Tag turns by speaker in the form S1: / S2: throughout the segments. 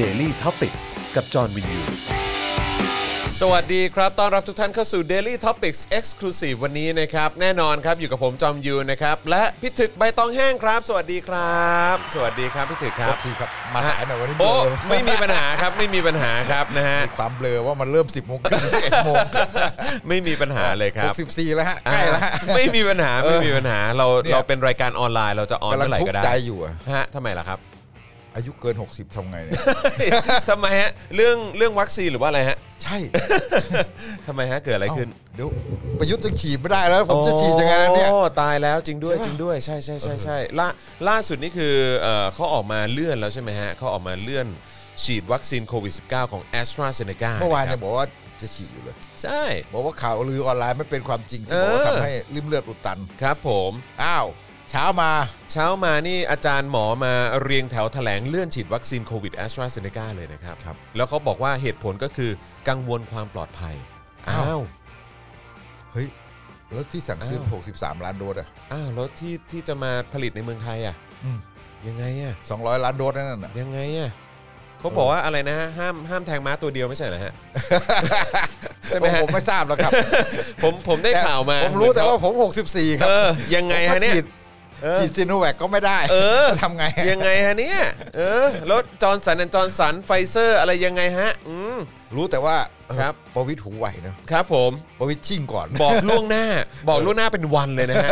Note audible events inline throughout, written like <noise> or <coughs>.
S1: Daily t o p i c กกับจอห์นวินยู
S2: สวัสดีครับ ต้อนรับทุกท่านเข้าสู่ Daily Topics Exclusive วันนี้นะครับ แน่นอนครับ อยู่กับผมจอมยูนะครับ และพี่ถึกใบตองแห้งครับ สวัสดีครับ สวัสดีครับพี่ถึกครับ
S3: ทีครับมาสายหน่อยวันนี้
S2: โอ้
S3: เบลอ
S2: ไม่มีปัญหาครับ ไม่มีปัญหาครับนะฮะ
S3: มีความเบลอว่ามันเริ่ม 10โมงครึ่ง11โมง
S2: ไม่มีปัญหาเลยครับ
S3: 64แล้วฮะใกล้แล้วฮะ
S2: อ่าไม่มีปัญหาไม่มีปัญหาเรา
S3: เนี่ย
S2: เราเป็นรายการออนไลน์เราจะออน
S3: กำลั
S2: เมื่อไหร่
S3: ทุก
S2: ก็
S3: ข์
S2: ได้
S3: ใจอยู่อะ
S2: ฮะทำไมล่ะครับ <laughs>
S3: อายุเกิน 60ทำไงเนี่ย
S2: ทำไมฮะเรื่องเรื่องวัคซีนหรือว่าอะไรฮะ <laughs>
S3: ใช่
S2: ทำไมฮะเกิดอะไรขึ้น
S3: เดี๋ยวประยุทธ์จะฉีดไม่ได้แล้ว ผมจะฉีดยังไงแล้วเนี่ย
S2: โอ้ตายแล้วจริงด้วย
S3: ใช่ปะ
S2: จริงด้วยใช่ใช่ใช่ใช่ล่าล่าสุดนี่คือเอ่อเขาออกมาเลื่อนแล้วใช่ไหมฮะเขาออกมาเลื่อนฉีดวัคซีนโควิด -19 ของ a s t r a z เซ e c a
S3: เมื่อวานยังบอกว่าจะฉีดอยู่เลย
S2: ใช่
S3: บอกว่าข่าวลือออนไลน์ไม่เป็นความจริงที่
S2: เออ
S3: บอกว่าทำให้ริ่มเลือดอุดตัน
S2: ครับผม
S3: อ้าว เช้ามา
S2: เช้ามานี่อาจารย์หมอมาเรียงแถวแถลงเลื่อนฉีดวัคซีนโควิด a s t r a z เซ e c a เลยนะครับ แล้วเขาบอกว่าเหตุผลก็คือกังวลความปลอดภัย อ้าว
S3: เฮ้ยแล้วที่สั่งซื้อมา63 ล้านโดสอะ
S2: อ้าวแล้วที่ที่จะมาผลิตในเมืองไทยอ่ะ
S3: อืม
S2: ยังไงอ่ะ
S3: 200 ล้านโดสนั่นน่ะ
S2: ยังไงอ่ะเขาบอกว่าอะไรนะฮะห้ามห้ามแทงม้าตัวเดียวไม่ใช่เหรอฮะ ใช่ไหมฮะ
S3: ผมไม่ทราบหรอกครับ
S2: ผมผมได้
S3: แต่
S2: ข่าวมา
S3: ผมรู้แต่ว่าผม 64 ครั
S2: เอบ อ ยังไงฮะเนี่ย
S3: ผมก็ฉีด
S2: เออ
S3: ฉีดซีโนแวคก็ไม่ได้
S2: เออ
S3: จะทำไง
S2: ยังไงฮะเนี่ย เออแล้วจอร์นสันจอร์นสันไฟเซอร์อะไรยังไงฮะ อืม
S3: รู้แต่ว่าเออ
S2: ครับ
S3: ประวิทย์หูไวเนอะ
S2: ครับผม
S3: ประวิทย์ชิ่งก่อน
S2: บอกล่วงหน้า บอกล่วงหน้าเป็นวันเลยนะฮะ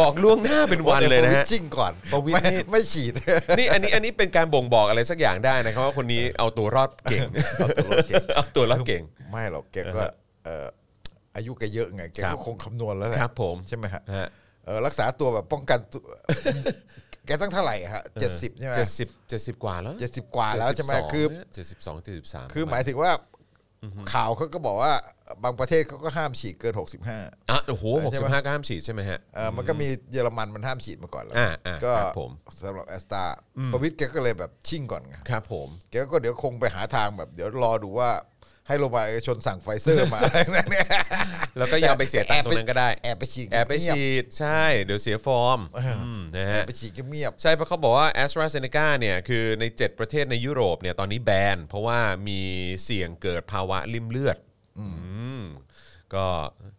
S2: บอกล่วงหน้าเป็นวันเลยนะ
S3: ประวิ
S2: ฮะ
S3: ทย์ชิ่งก่อน
S2: ประวิตร
S3: ไม่
S2: นี่
S3: ไม่ฉีด
S2: นี่อันนี้อันนี้เป็นการบ่งบอกอะไรสักอย่างได้นะครับว่าคนนี้เอาตัวรอดเก่ง
S3: เอาตัวรอดเก่ง
S2: เอาตัวรอดเก่ง
S3: ไม่หรอกแกก็เอ่ออายุแกเยอะไงแก
S2: ครั
S3: ก็
S2: บ
S3: คงคำนวณแล้วแหละ
S2: ครับผม
S3: ใช่ไหมฮะ
S2: ฮะ
S3: เอ่อรักษาตัวแบบป้องกันตัวแกตั้งเท่าไหร่ฮะเจ็ดสิบใช่ไหม
S2: เจ็ดสิบเจ็ดสิบกว่าแล้ว
S3: เจ็ดสิบกว่าแล้วใช่ไหม
S2: 72
S3: คือ
S2: เจ็ดสิบสองเจ็ดสิบสาม
S3: คือหมายถึงว่าข่าวเขาก็บอกว่าบางประเทศเขาก็ห้ามฉีดเกิน 65
S2: อ่ะโอ้โหหก
S3: ใช่
S2: สิบ
S3: ปะ
S2: ห้าก็ห้ามฉีดใช่ไหมฮะ
S3: เอ่อมันก็มีเยอรมันมันห้ามฉีดมาก่อนแล้ว
S2: อ่าอ่า
S3: ก็
S2: ครับผม
S3: สำหรับแอสตาประวิทย์แกก็เลยแบบชิ่งก่อนไง
S2: ครับผม
S3: แกก็เดี๋ยวคงไปหาทางแบบเดี๋ยวรอดูว่าให้โรงพยาบาลเอกชนสั่งไฟเซอร์
S2: <laughs>
S3: มา อะไรแบบเนี้ย
S2: แล้วก็อย่าไปเสียตังค์ตรงนั้นก็ได้
S3: แอบไปฉีด
S2: แอบไปฉีดใช่ เดี๋ยวเสียฟอร์มมนะ
S3: แอบ
S2: ฮะ
S3: ไปฉีดเงียบ
S2: ใช่เพราะเขาบอกว่า a s t r a z เซ e c a เนี่ยคือใน 7 ประเทศในยุโรปเนี่ยตอนนี้แบน เพราะว่ามีเสี่ยงเกิดภาวะริ่มเลือดอืมก็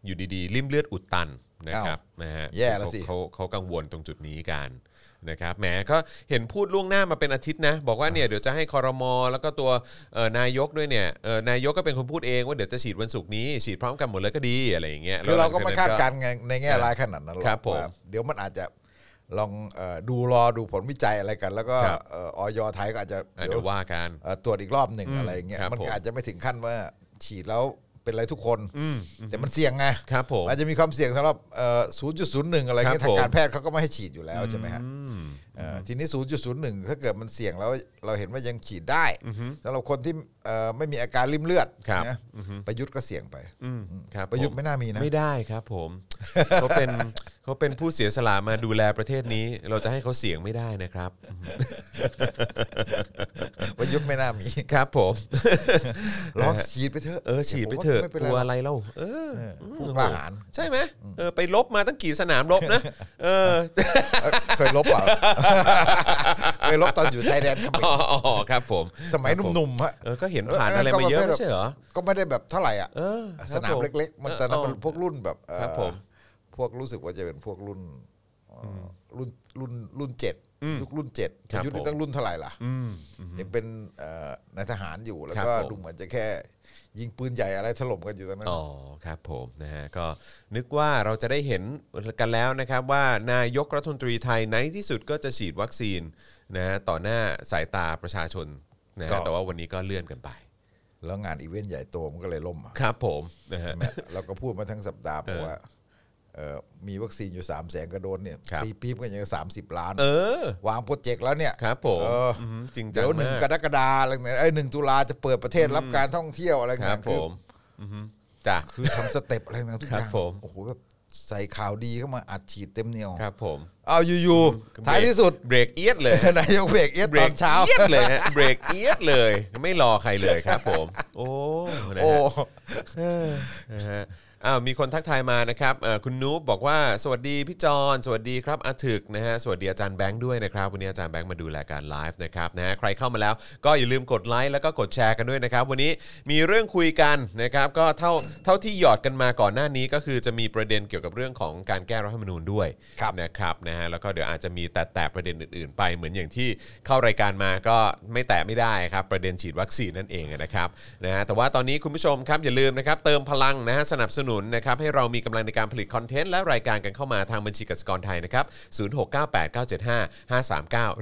S2: อยู่ดีๆ ริ่มเลือดอุดตันนะครับนะฮะ
S3: แย่แล้วสิ
S2: เขาเขากังวลตรงจุดนี้กันนะครับแหมก็เห็นพูดล่วงหน้ามาเป็นอาทิตย์นะ บอกว่าเนี่ยเดี๋ยวจะให้คอรมอแล้วก็ตัวเอ่อนายกด้วยเนี่ยเอ่อนายกก็เป็นคนพูดเองว่าเดี๋ยวจะฉีดวันศุกร์นี้ฉีดพร้อมกันหมดเลยก็ดีอะไรอย่างเงี้ย
S3: ๆคือเราก็
S2: หลั
S3: ไม่
S2: งจ
S3: คาดการณ์ไงในแง่ร้ายขนาดนั้นหรอก
S2: ครับผม
S3: ว่าเดี๋ยวมันอาจจะลองเอ่อดูรอดูผลวิจัยอะไรกัน แล้วก็
S2: ครับ
S3: เอ่อออยไทยก็อาจจะ
S2: อ่ะ
S3: เดี๋
S2: เดี๋
S3: ย
S2: ยว วว่ากัน
S3: เอ่อตรวจอีกรอบหนึ่งอะไรอย่างเงี้ย
S2: ครับ
S3: มัน
S2: ผม
S3: ก็อาจจะไม่ถึงขั้นว่าฉีดแล้วเป็นอะไรทุกคนแต่มันเสี่ยงไง
S2: ครับผม
S3: อาจจะมีความเสี่ยงสำหรับเอ่อ0.01 อะไรเงี้ย
S2: ครับ
S3: ทา
S2: ผม
S3: งการแพทย์เขาก็ไม่ให้ฉีดอยู่แล้วใช่ไหมฮะเอ่อทีนี้ 0.01 ถ้าเกิดมันเสี่ยงแล้วเราเห็นว่ายังฉีดได้สำหรับคนที่เอ่อไม่มีอาการริมเลือด
S2: ครับ
S3: นะประยุทธ์ก็เสี่ยงไป
S2: อืมครับ
S3: ประยุทธ์
S2: ผ
S3: ไม่น่ามีนะ
S2: ไม่ได้ครับผม <laughs> เขาเป็นเขาเป็นผู้เสียสละมาดูแลประเทศนี้ เราจะให้เขาเสียงไม่ได้นะครับ
S3: ประยุทธ์ไม่น่ามี
S2: ครับผม
S3: ลองฉีดไปเถอะ
S2: เออฉีดไปเถอะ
S3: ผมว่าไม่
S2: ก
S3: เป็นไร
S2: ลัว
S3: หรอก
S2: อะไรเล่าเออ
S3: เออ
S2: อืม
S3: ผู้กล้าหาญ
S2: ใช่ไหมเออไปลบมาตั้งกี่สนามลบนะ เอ <laughs> อ
S3: เอ้ยเคยลบ
S2: <laughs>
S3: เปล่า เคยลบตอนอยู่ชายแดนเขมร
S2: อ๋ออ๋อครับผม
S3: สมัยหนุ่มๆฮะ
S2: เออก็เห็นผ่านอะไรมาเยอะไม่ใช่เหรอ
S3: ก็ไม่ได้แบบเท่าไหร่อ่ะ
S2: เออครับ
S3: สนามเล็กๆ มันแต่นั้น
S2: เออ
S3: มันพวกรุ่นแบบเอ่อ
S2: ครับผม
S3: พวกรู้สึกว่าจะเป็นพวกรุ่นเอ่ออรุ่นรุ่นรุ่นเจ็ดยุครุ่นเจ็ด
S2: ครับ
S3: ยุคนี้
S2: ผม
S3: ตั้งรุ่นเท่าไหร่ล่ะยังเป็นเอ่อนายทหารอยู่แล้ว
S2: ค
S3: ก็
S2: รับผม
S3: ดูเหมือนจะแค่ ยิงปืนใหญ่อะไรถล่มกันอยู่ตอนนั้น
S2: อ๋อครับผมนะฮะก็นึกว่าเราจะได้เห็นกันแล้วนะครับ ว่านายกรัฐมนตรีไทยในที่สุดก็จะฉีดวัคซีนนะฮะต่อหน้าสายตาประชาชนนะ
S3: ก็
S2: ฮะแต่ว่าวันนี้ก็เลื่อนกันไป
S3: แล้วงานอีเวนต์ใหญ่โตมันก็เลยล่มอะ
S2: ครับผมนะฮะ
S3: ใช่ไหม <laughs> เราก็พูดมาทั้งสัปดาห์บอกว่าเอ่อมีวัคซีนอยู่สามแสนกระโดนเนี่ย
S2: ครับ
S3: ตีปี๊บกันอย่างสามสิบล้าน
S2: เออ
S3: วางโปรเจกต์แล้วเนี่ย
S2: ครับผม
S3: เอออ
S2: หือจริงจั
S3: เดี๋
S2: ง
S3: ยวหนึ่ง
S2: มาก ก
S3: รกฎาอะไรเนี่ยไอ้ยหนึ่งตุลาจะเปิดประเทศรับการท่องเที่ยวอะไร
S2: ครั
S3: ต่า
S2: บผ
S3: งๆคือ
S2: มอือฮึจ้ะ
S3: คือทำสเต็ปอะไรต่างๆทุกอ
S2: ค
S3: ย่า
S2: รั
S3: ง
S2: บผม
S3: โอ้โหแบบใส่ข่าวดีเข้ามาอัดฉีดเต็มเหนียว
S2: ครับผม
S3: เอาอยู่ๆท้ายที่สุด <laughs>
S2: เบรกเอียดเลย
S3: นายกเบรกเอียด
S2: เบร
S3: ตอก นเช้า
S2: เอียดเลยฮะเบรกเอียดเลยไม่รอใครเลยครับผม โอ้นะฮะ
S3: โอ้
S2: เออนะฮะ อ้าวมีคนทักทายมานะครับเอ่อคุณนูบบอกว่าสวัสดีพี่จอนสวัสดีครับอาถึกนะฮะสวัสดีอาจารย์แบงค์ด้วยนะครับวันนี้อาจารย์แบงค์มาดูแลการไลฟ์นะครับนะฮะใครเข้ามาแล้วก็อย่าลืมกดไลค์แล้วก็กดแชร์กันด้วยนะครับ วันนี้มีเรื่องคุยกันนะครับก็เท่าเท่าที่หยอดกันมาก่อนหน้านี้ก็คือจะมีประเด็นเกี่ยวกับเรื่องของการแก้รัฐธรรมนูญด้วย
S3: ครับ
S2: นะครับนะฮะแล้วก็เดี๋ยวอาจจะมีแต่แต่ประเด็นอื่น ๆ ไปเหมือนอย่างที่เข้ารายการมาก็ไม่แตะไม่ได้ครับประเด็นฉีดวัคซีนนั่นเองนะครับนะฮะแต่ว่าตอนนี้คุณผู้ชมครับอย่าลืมนะครับเติมพลังนะฮะสนับสนุนนะครับให้เรามีกำลังในการผลิตคอนเทนต์และรายการกันเข้ามาทางบัญชีกสิกรไทยนะครับ0698975539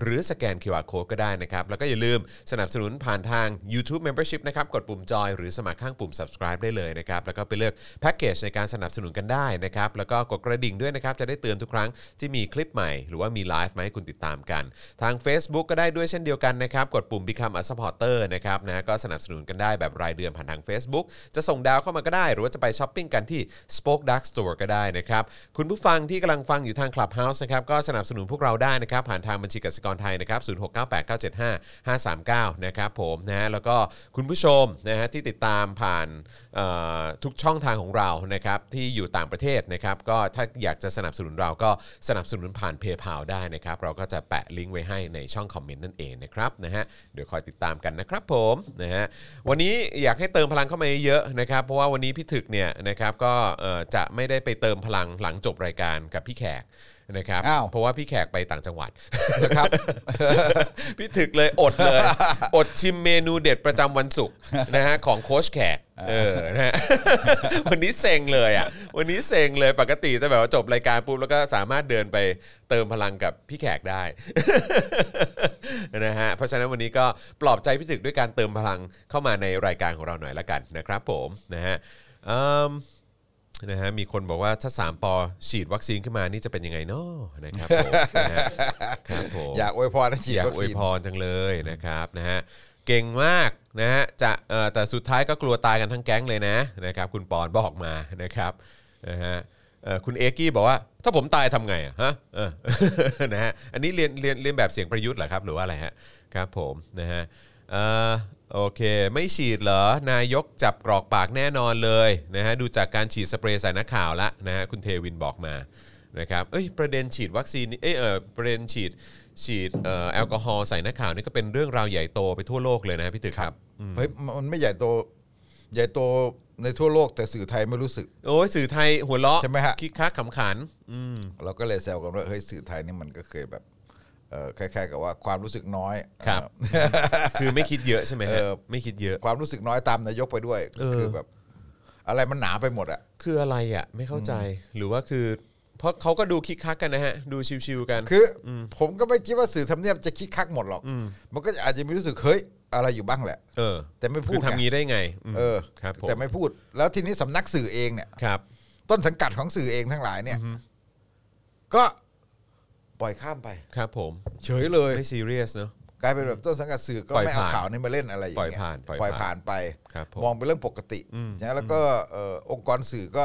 S2: หรือสแกน QR Code ก็ได้นะครับแล้วก็อย่าลืมสนับสนุนผ่านทาง YouTube Membership นะครับกดปุ่มจอยหรือสมัครข้างปุ่ม subscribe ได้เลยนะครับแล้วก็ไปเลือกแพ็กเกจในการสนับสนุนกันได้นะครับแล้วก็กดกระดิ่งด้วยนะครับจะได้เตือนทุกครั้งที่มีคลิปใหม่ หรือว่ามีไลฟ์มาให้คุณติดตามกัน ทาง Facebook ก็ได้ด้วยเช่นเดียวกันนะครับกดปุ่ม Become a supporter นะครับนะก็สนับสนุนกันได้แบบรายเดือนผ่านทาง Facebook จะส่งดาวเข้ามาก็ได้ หรือว่าจะไปช้อปปิ้งกันที่ Spoke Dark Store ก็ได้นะครับคุณผู้ฟังที่กำลังฟังอยู่ทาง Clubhouse นะครับก็สนับสนุนพวกเราได้นะครับผ่านทางบัญชีกสิกรไทยนะครับ0698975539นะครับผมนะฮะแล้วก็คุณผู้ชมนะฮะที่ติดตามผ่าน เอ่อทุกช่องทางของเรานะครับที่อยู่ต่างประเทศนะครับก็ถ้าอยากจะสนับสนุนเราก็สนับสนุนผ่านเพย์พาได้นะครับเราก็จะแปะลิงก์ไว้ให้ในช่องคอมเมนต์นั่นเองนะครับนะฮะเดี๋ยวคอยติดตามกันนะครับผมนะฮะวันนี้อยากให้เติมพลังเข้ามาเยอะๆนะครับเพราะว่าวันนี้พี่ถึกเนี่ยนะครับก็เอ่อจะไม่ได้ไปเติมพลังหลังจบรายการกับพี่แขกนะครับ
S3: อ้าว
S2: เพราะว่าพี่แขกไปต่างจังหวัด
S3: นะครับ
S2: พี่ถึกเลยอดเลย อดชิมเมนูเด็ดประจำวันศุกร์นะฮะของโค้ชแขกเออนะ <laughs> ฮะ วันนี้เซ็งเลยอ่ะวันนี้เซ็งเลยปกติจะแบบว่าจบรายการปุ๊บแล้วก็สามารถเดินไปเติมพลังกับพี่แขกได้ <laughs> นะฮะเพราะฉะนั้นวันนี้ก็ปลอบใจพี่ถึกด้วยการเติมพลังเข้ามาในรายการของเราหน่อยละกันนะครับผมนะฮะอืม นะฮะมีคนบอกว่าถ้า 3 ปอฉีดวัคซีนขึ้นมานี่จะเป็นยังไงเนาะนะครับผมนะฮะครับผม
S3: อยากอวยพรนะฉีด
S2: อยาก
S3: วัค
S2: อวย
S3: ซีน
S2: พรจังเลยนะครับนะฮะเก่งมากนะฮะจะเอ่อแต่สุดท้ายก็กลัวตายกันทั้งแก๊งเลยนะนะครับคุณปอนบอกมานะครับนะฮะเอ่อคุณเอกกี้บอกว่าถ้าผมตายทำไงอะฮะเอ <laughs> อ นะฮะอันนี้เรียนเรียนเรียนแบบเสียงประยุทธ์เหรอครับหรือว่าอะไรฮะครับผมนะฮะเอ่อ โอเค ไม่ฉีดเหรอ นายกจับกรอกปากแน่นอนเลยนะฮะดูจากการฉีดสเปรย์ใส่นักข่าวละนะฮะคุณเทวินบอกมานะครับเอ้ยประเด็นฉีดวัคซีนนี่เอ้ยเออประเด็นฉีดฉีดเอ่อแอลกอฮอล์ใส่นักข่าวนี่ก็เป็นเรื่องราวใหญ่โตไปทั่วโลกเลยนะพี่ตึกครับอืม
S3: เฮ้ยมันไม่ใหญ่โต ใหญ่โตในทั่วโลกแต่สื่อไทยไม่รู้สึก
S2: โอ้ยสื่อไทยหัวเราะ
S3: ใช่ไหมฮะ
S2: คิกคักขำขันอืม
S3: เราก็เลยแซวกันว่าเฮ้ยสื่อไทยนี่มันก็เคยแบบเอ่อคล้ายๆกับว่าความรู้สึกน้อย
S2: ครับ
S3: เอ่อ
S2: คือไม่คิดเยอะใช่ไหมฮะ
S3: เออ
S2: ไม่คิดเยอะ
S3: ความรู้สึกน้อยตามนายกไปด้วย
S2: เออ
S3: คือแบบ อะไรมันหนาไปหมดอะ
S2: คืออะไรอ่ะไม่เข้าใจหรือว่าคือเพราะเขาก็ดูคิกคักกันนะฮะดูชิวๆกัน
S3: คืออผมก็ไม่คิดว่าสื่อทำเนียบจะคิดคักหมดหรอก มันก็อาจจะมีรู้สึกเฮ้ยอะไรอยู่บ้างแหละ
S2: เออ
S3: แต่ไม่พู
S2: คื
S3: ด
S2: อทำ
S3: ไง
S2: งี้ได้ไงม
S3: เออ
S2: ครับผม
S3: แต่ไม่พูด แล้วทีนี้สำนักสื่อเองเนี่ย
S2: ครับ
S3: ต้นสังกัดของสื่อเองทั้งหลายเนี่ย ก็ปล่อยข้ามไป
S2: ครับผม
S3: เฉยเลย
S2: ไม่ซีเรียสเนอะ
S3: กลายเป็นแบบต้นสังกัดสื่อก็
S2: ปล่อย
S3: ไม่เอา
S2: ผ่าน
S3: ข่าวนี้มาเล่นอะไรอย่าง
S2: ปล่อ
S3: เงี้ย
S2: ยผ่านปล่อย
S3: ปล่อยผ่านไป
S2: ครับผม
S3: มองเป็นเรื่องปกติ
S2: อืม
S3: นะแล้วก็เอ่อองค์กรสื่อก็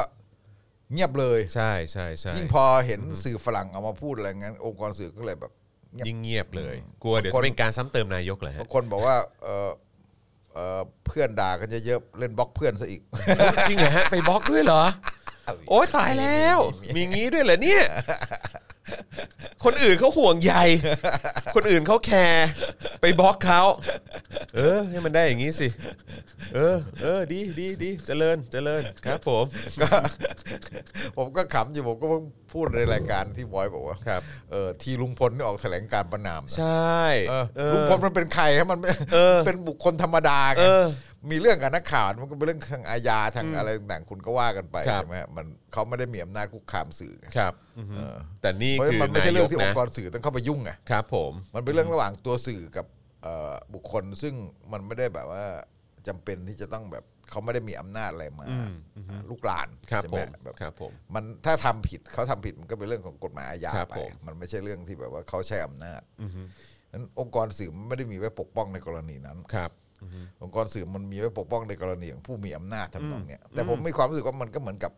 S3: เงียบเลย
S2: ใช่ใช่ใช่
S3: ยิ่งพอเห็นสื่อฝรั่งเอามาพูดอะไรงั้น องค์กรสื่อก็เลยแบบเงียบ
S2: ยิ่งเงียบเลย กลัวเดี๋ยว
S3: บางคน
S2: จะเป็นการซ้ำเติมนายกเหรอฮะ
S3: <laughs> บางคนบอกว่าเออเออเพื่อนด่ากันเยอะๆเล่นบล็อกเพื่อนซะอีก <laughs>
S2: จริงเหรอฮะไปบล็อกด้วยเหรอ โอ้ยตายแล้ว มีงี้ด้วยเหรอเนี่ย คนอื่นเขาห่วงใยคนอื่นเขาแคร์ไปบล็อกเขาเออ ให้มันได้อย่างนี้สิ เออ เออ ดีดีดีเจริญเจริญครับ ผม
S3: ก็ ผมก็ขำอยู่ผมก็เพิ่งพูดในรายการที่บอยบอกว่า
S2: ครับ
S3: เออทีลุงพลนี่ออกแถลงการณ์ประนามนะ
S2: ใช่
S3: เออ
S2: เออ
S3: ลุงพลมันเป็นใครครับมันไม่
S2: เออ
S3: <laughs> เป็นบุคคลธรรมดาไง
S2: เออ
S3: มีเรื่องกับนักข่าวมันก็เป็นเรื่องทางอาญาทางอะไรต่างๆคุณก็ว่ากันไป
S2: ครับ
S3: ใช่ไหมฮะมันเขาไม่ได้มีอำนาจคุกคามสื่อไง
S2: ครับอือฮึ
S3: เออ
S2: แต่นี่
S3: เพราะ
S2: คือ
S3: มันไม่ใช่
S2: นาย
S3: เรื่อก งที่อ
S2: นะ
S3: งค์กรสื่อต้องเข้าไปยุ่งไง
S2: ครับ ผม
S3: มันเป็นเรื่องระหว่างตัวสื่อกับเอ่อบุคคลซึ่งมันไม่ได้แบบว่าจำเป็นที่จะต้องแบบเขาไม่ได้มีอำนาจอะไรมา
S2: อืมอือฮึ
S3: ลูกหลาน
S2: ครับ
S3: ใช่
S2: ผ
S3: ไหม
S2: ม
S3: แบบ
S2: ครับผม
S3: มันถ้าทำผิดเขาทำผิดมันก็เป็นเรื่องของกฎหมายอาญา
S2: ครับ
S3: ไป
S2: ผม
S3: มันไม่ใช่เรื่องที่แบบว่าเขาใช้อำนาจ
S2: อือฮึ
S3: นั้นองค์กรสื่อมันไม่ได้มีไว้ปกป้องในกรณีนั้น
S2: ครับ
S3: องค์กรสื่อมันมีไว้ปกป้องในกรณีของผู้มีอำนาจทำนองเนี้ยแต่ผมมีความรู้สึกว่ามันก็เหมือนกับ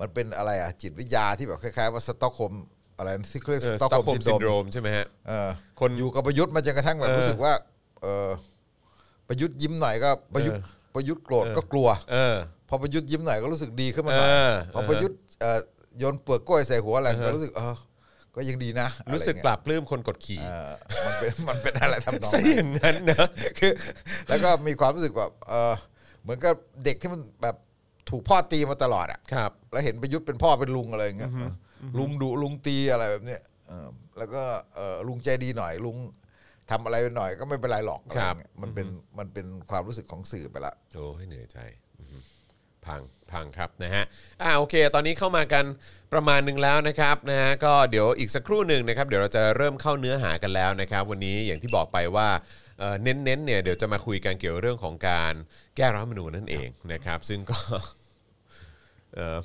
S3: มันเป็นอะไรอะจิตวิทยาที่แบบคล้ายๆว่าสต็อกโฮมอะไรนะที่เรียก
S2: เออ
S3: ส
S2: ส
S3: ต็อก
S2: ต็อก
S3: โฮ
S2: โฮ
S3: ม
S2: ม
S3: ซิ
S2: ซิ
S3: น
S2: น
S3: โด
S2: โดร
S3: ม
S2: มใช่ไหมฮะ
S3: เออ
S2: คน
S3: อยู่กับประยุทธ์มาจนกระทั่งแบบ
S2: เออ
S3: รู้สึกว่าเออประยุทธ์ยิ้มหน่อยก็ประยุทธ์
S2: เออ
S3: ประยุทธ์โกรธ
S2: เออ
S3: ก็กลัว
S2: เออ
S3: พ อประยุทธ์ยิ้มหน่อยก็รู้สึกดีขึ้นมา
S2: เอ
S3: หน่อย
S2: อ
S3: พอประยุทธ์เอ่อโยนเปลือกกล้วยใส่หัวแหลมก็รู้สึกเออก็ยังดีนะ
S2: รู้สึกป
S3: ป
S2: รับปลื้มคนกดขี่
S3: มันเป็น <laughs> มันเป็นอะไรทำนอง
S2: ซะ
S3: นั้น <laughs>
S2: อย่างนั้นนะ
S3: คือแล้วก็มีความรู้สึกแบบเออเหมือนกับเด็กที่มันแบบถูกพ่อตีมาตลอดอ่ะ
S2: ครับ
S3: แล้วเห็นประยุทธ์เป็นพ่อเป็นลุงอะไรอย่างเงี้ยลุงดุลุงตีอะไรแบบเนี้ยเออแล้วก็เออลุงใจดีหน่อยลุงทำอะไรไปหน่อยก็ไม่เป็นไรหรอกอะไรอย่างเงี้ยมันเป็นมันเป็นความรู้สึกของสื่อไปละ
S2: โอ้ยเหนื่อยใจอือฮึพังพังครับนะฮะอ่าโอเค ตอนนี้เข้ามากันประมาณหนึ่งแล้วนะครับนะฮะก็เดี๋ยวอีกสักครู่หนึ่งนะครับ เดี๋ยวเราจะเริ่มเข้าเนื้อหากันแล้วนะครับ วันนี้อย่างที่บอกไปว่าเอ่อเน้นๆเนี่ยเดี๋ยวจะมาคุยกันเกี่ยวเรื่องของการแก้รัฐธรรมนูญนั่นเองนะครับ ซึ่งก็ <laughs> เอ่อ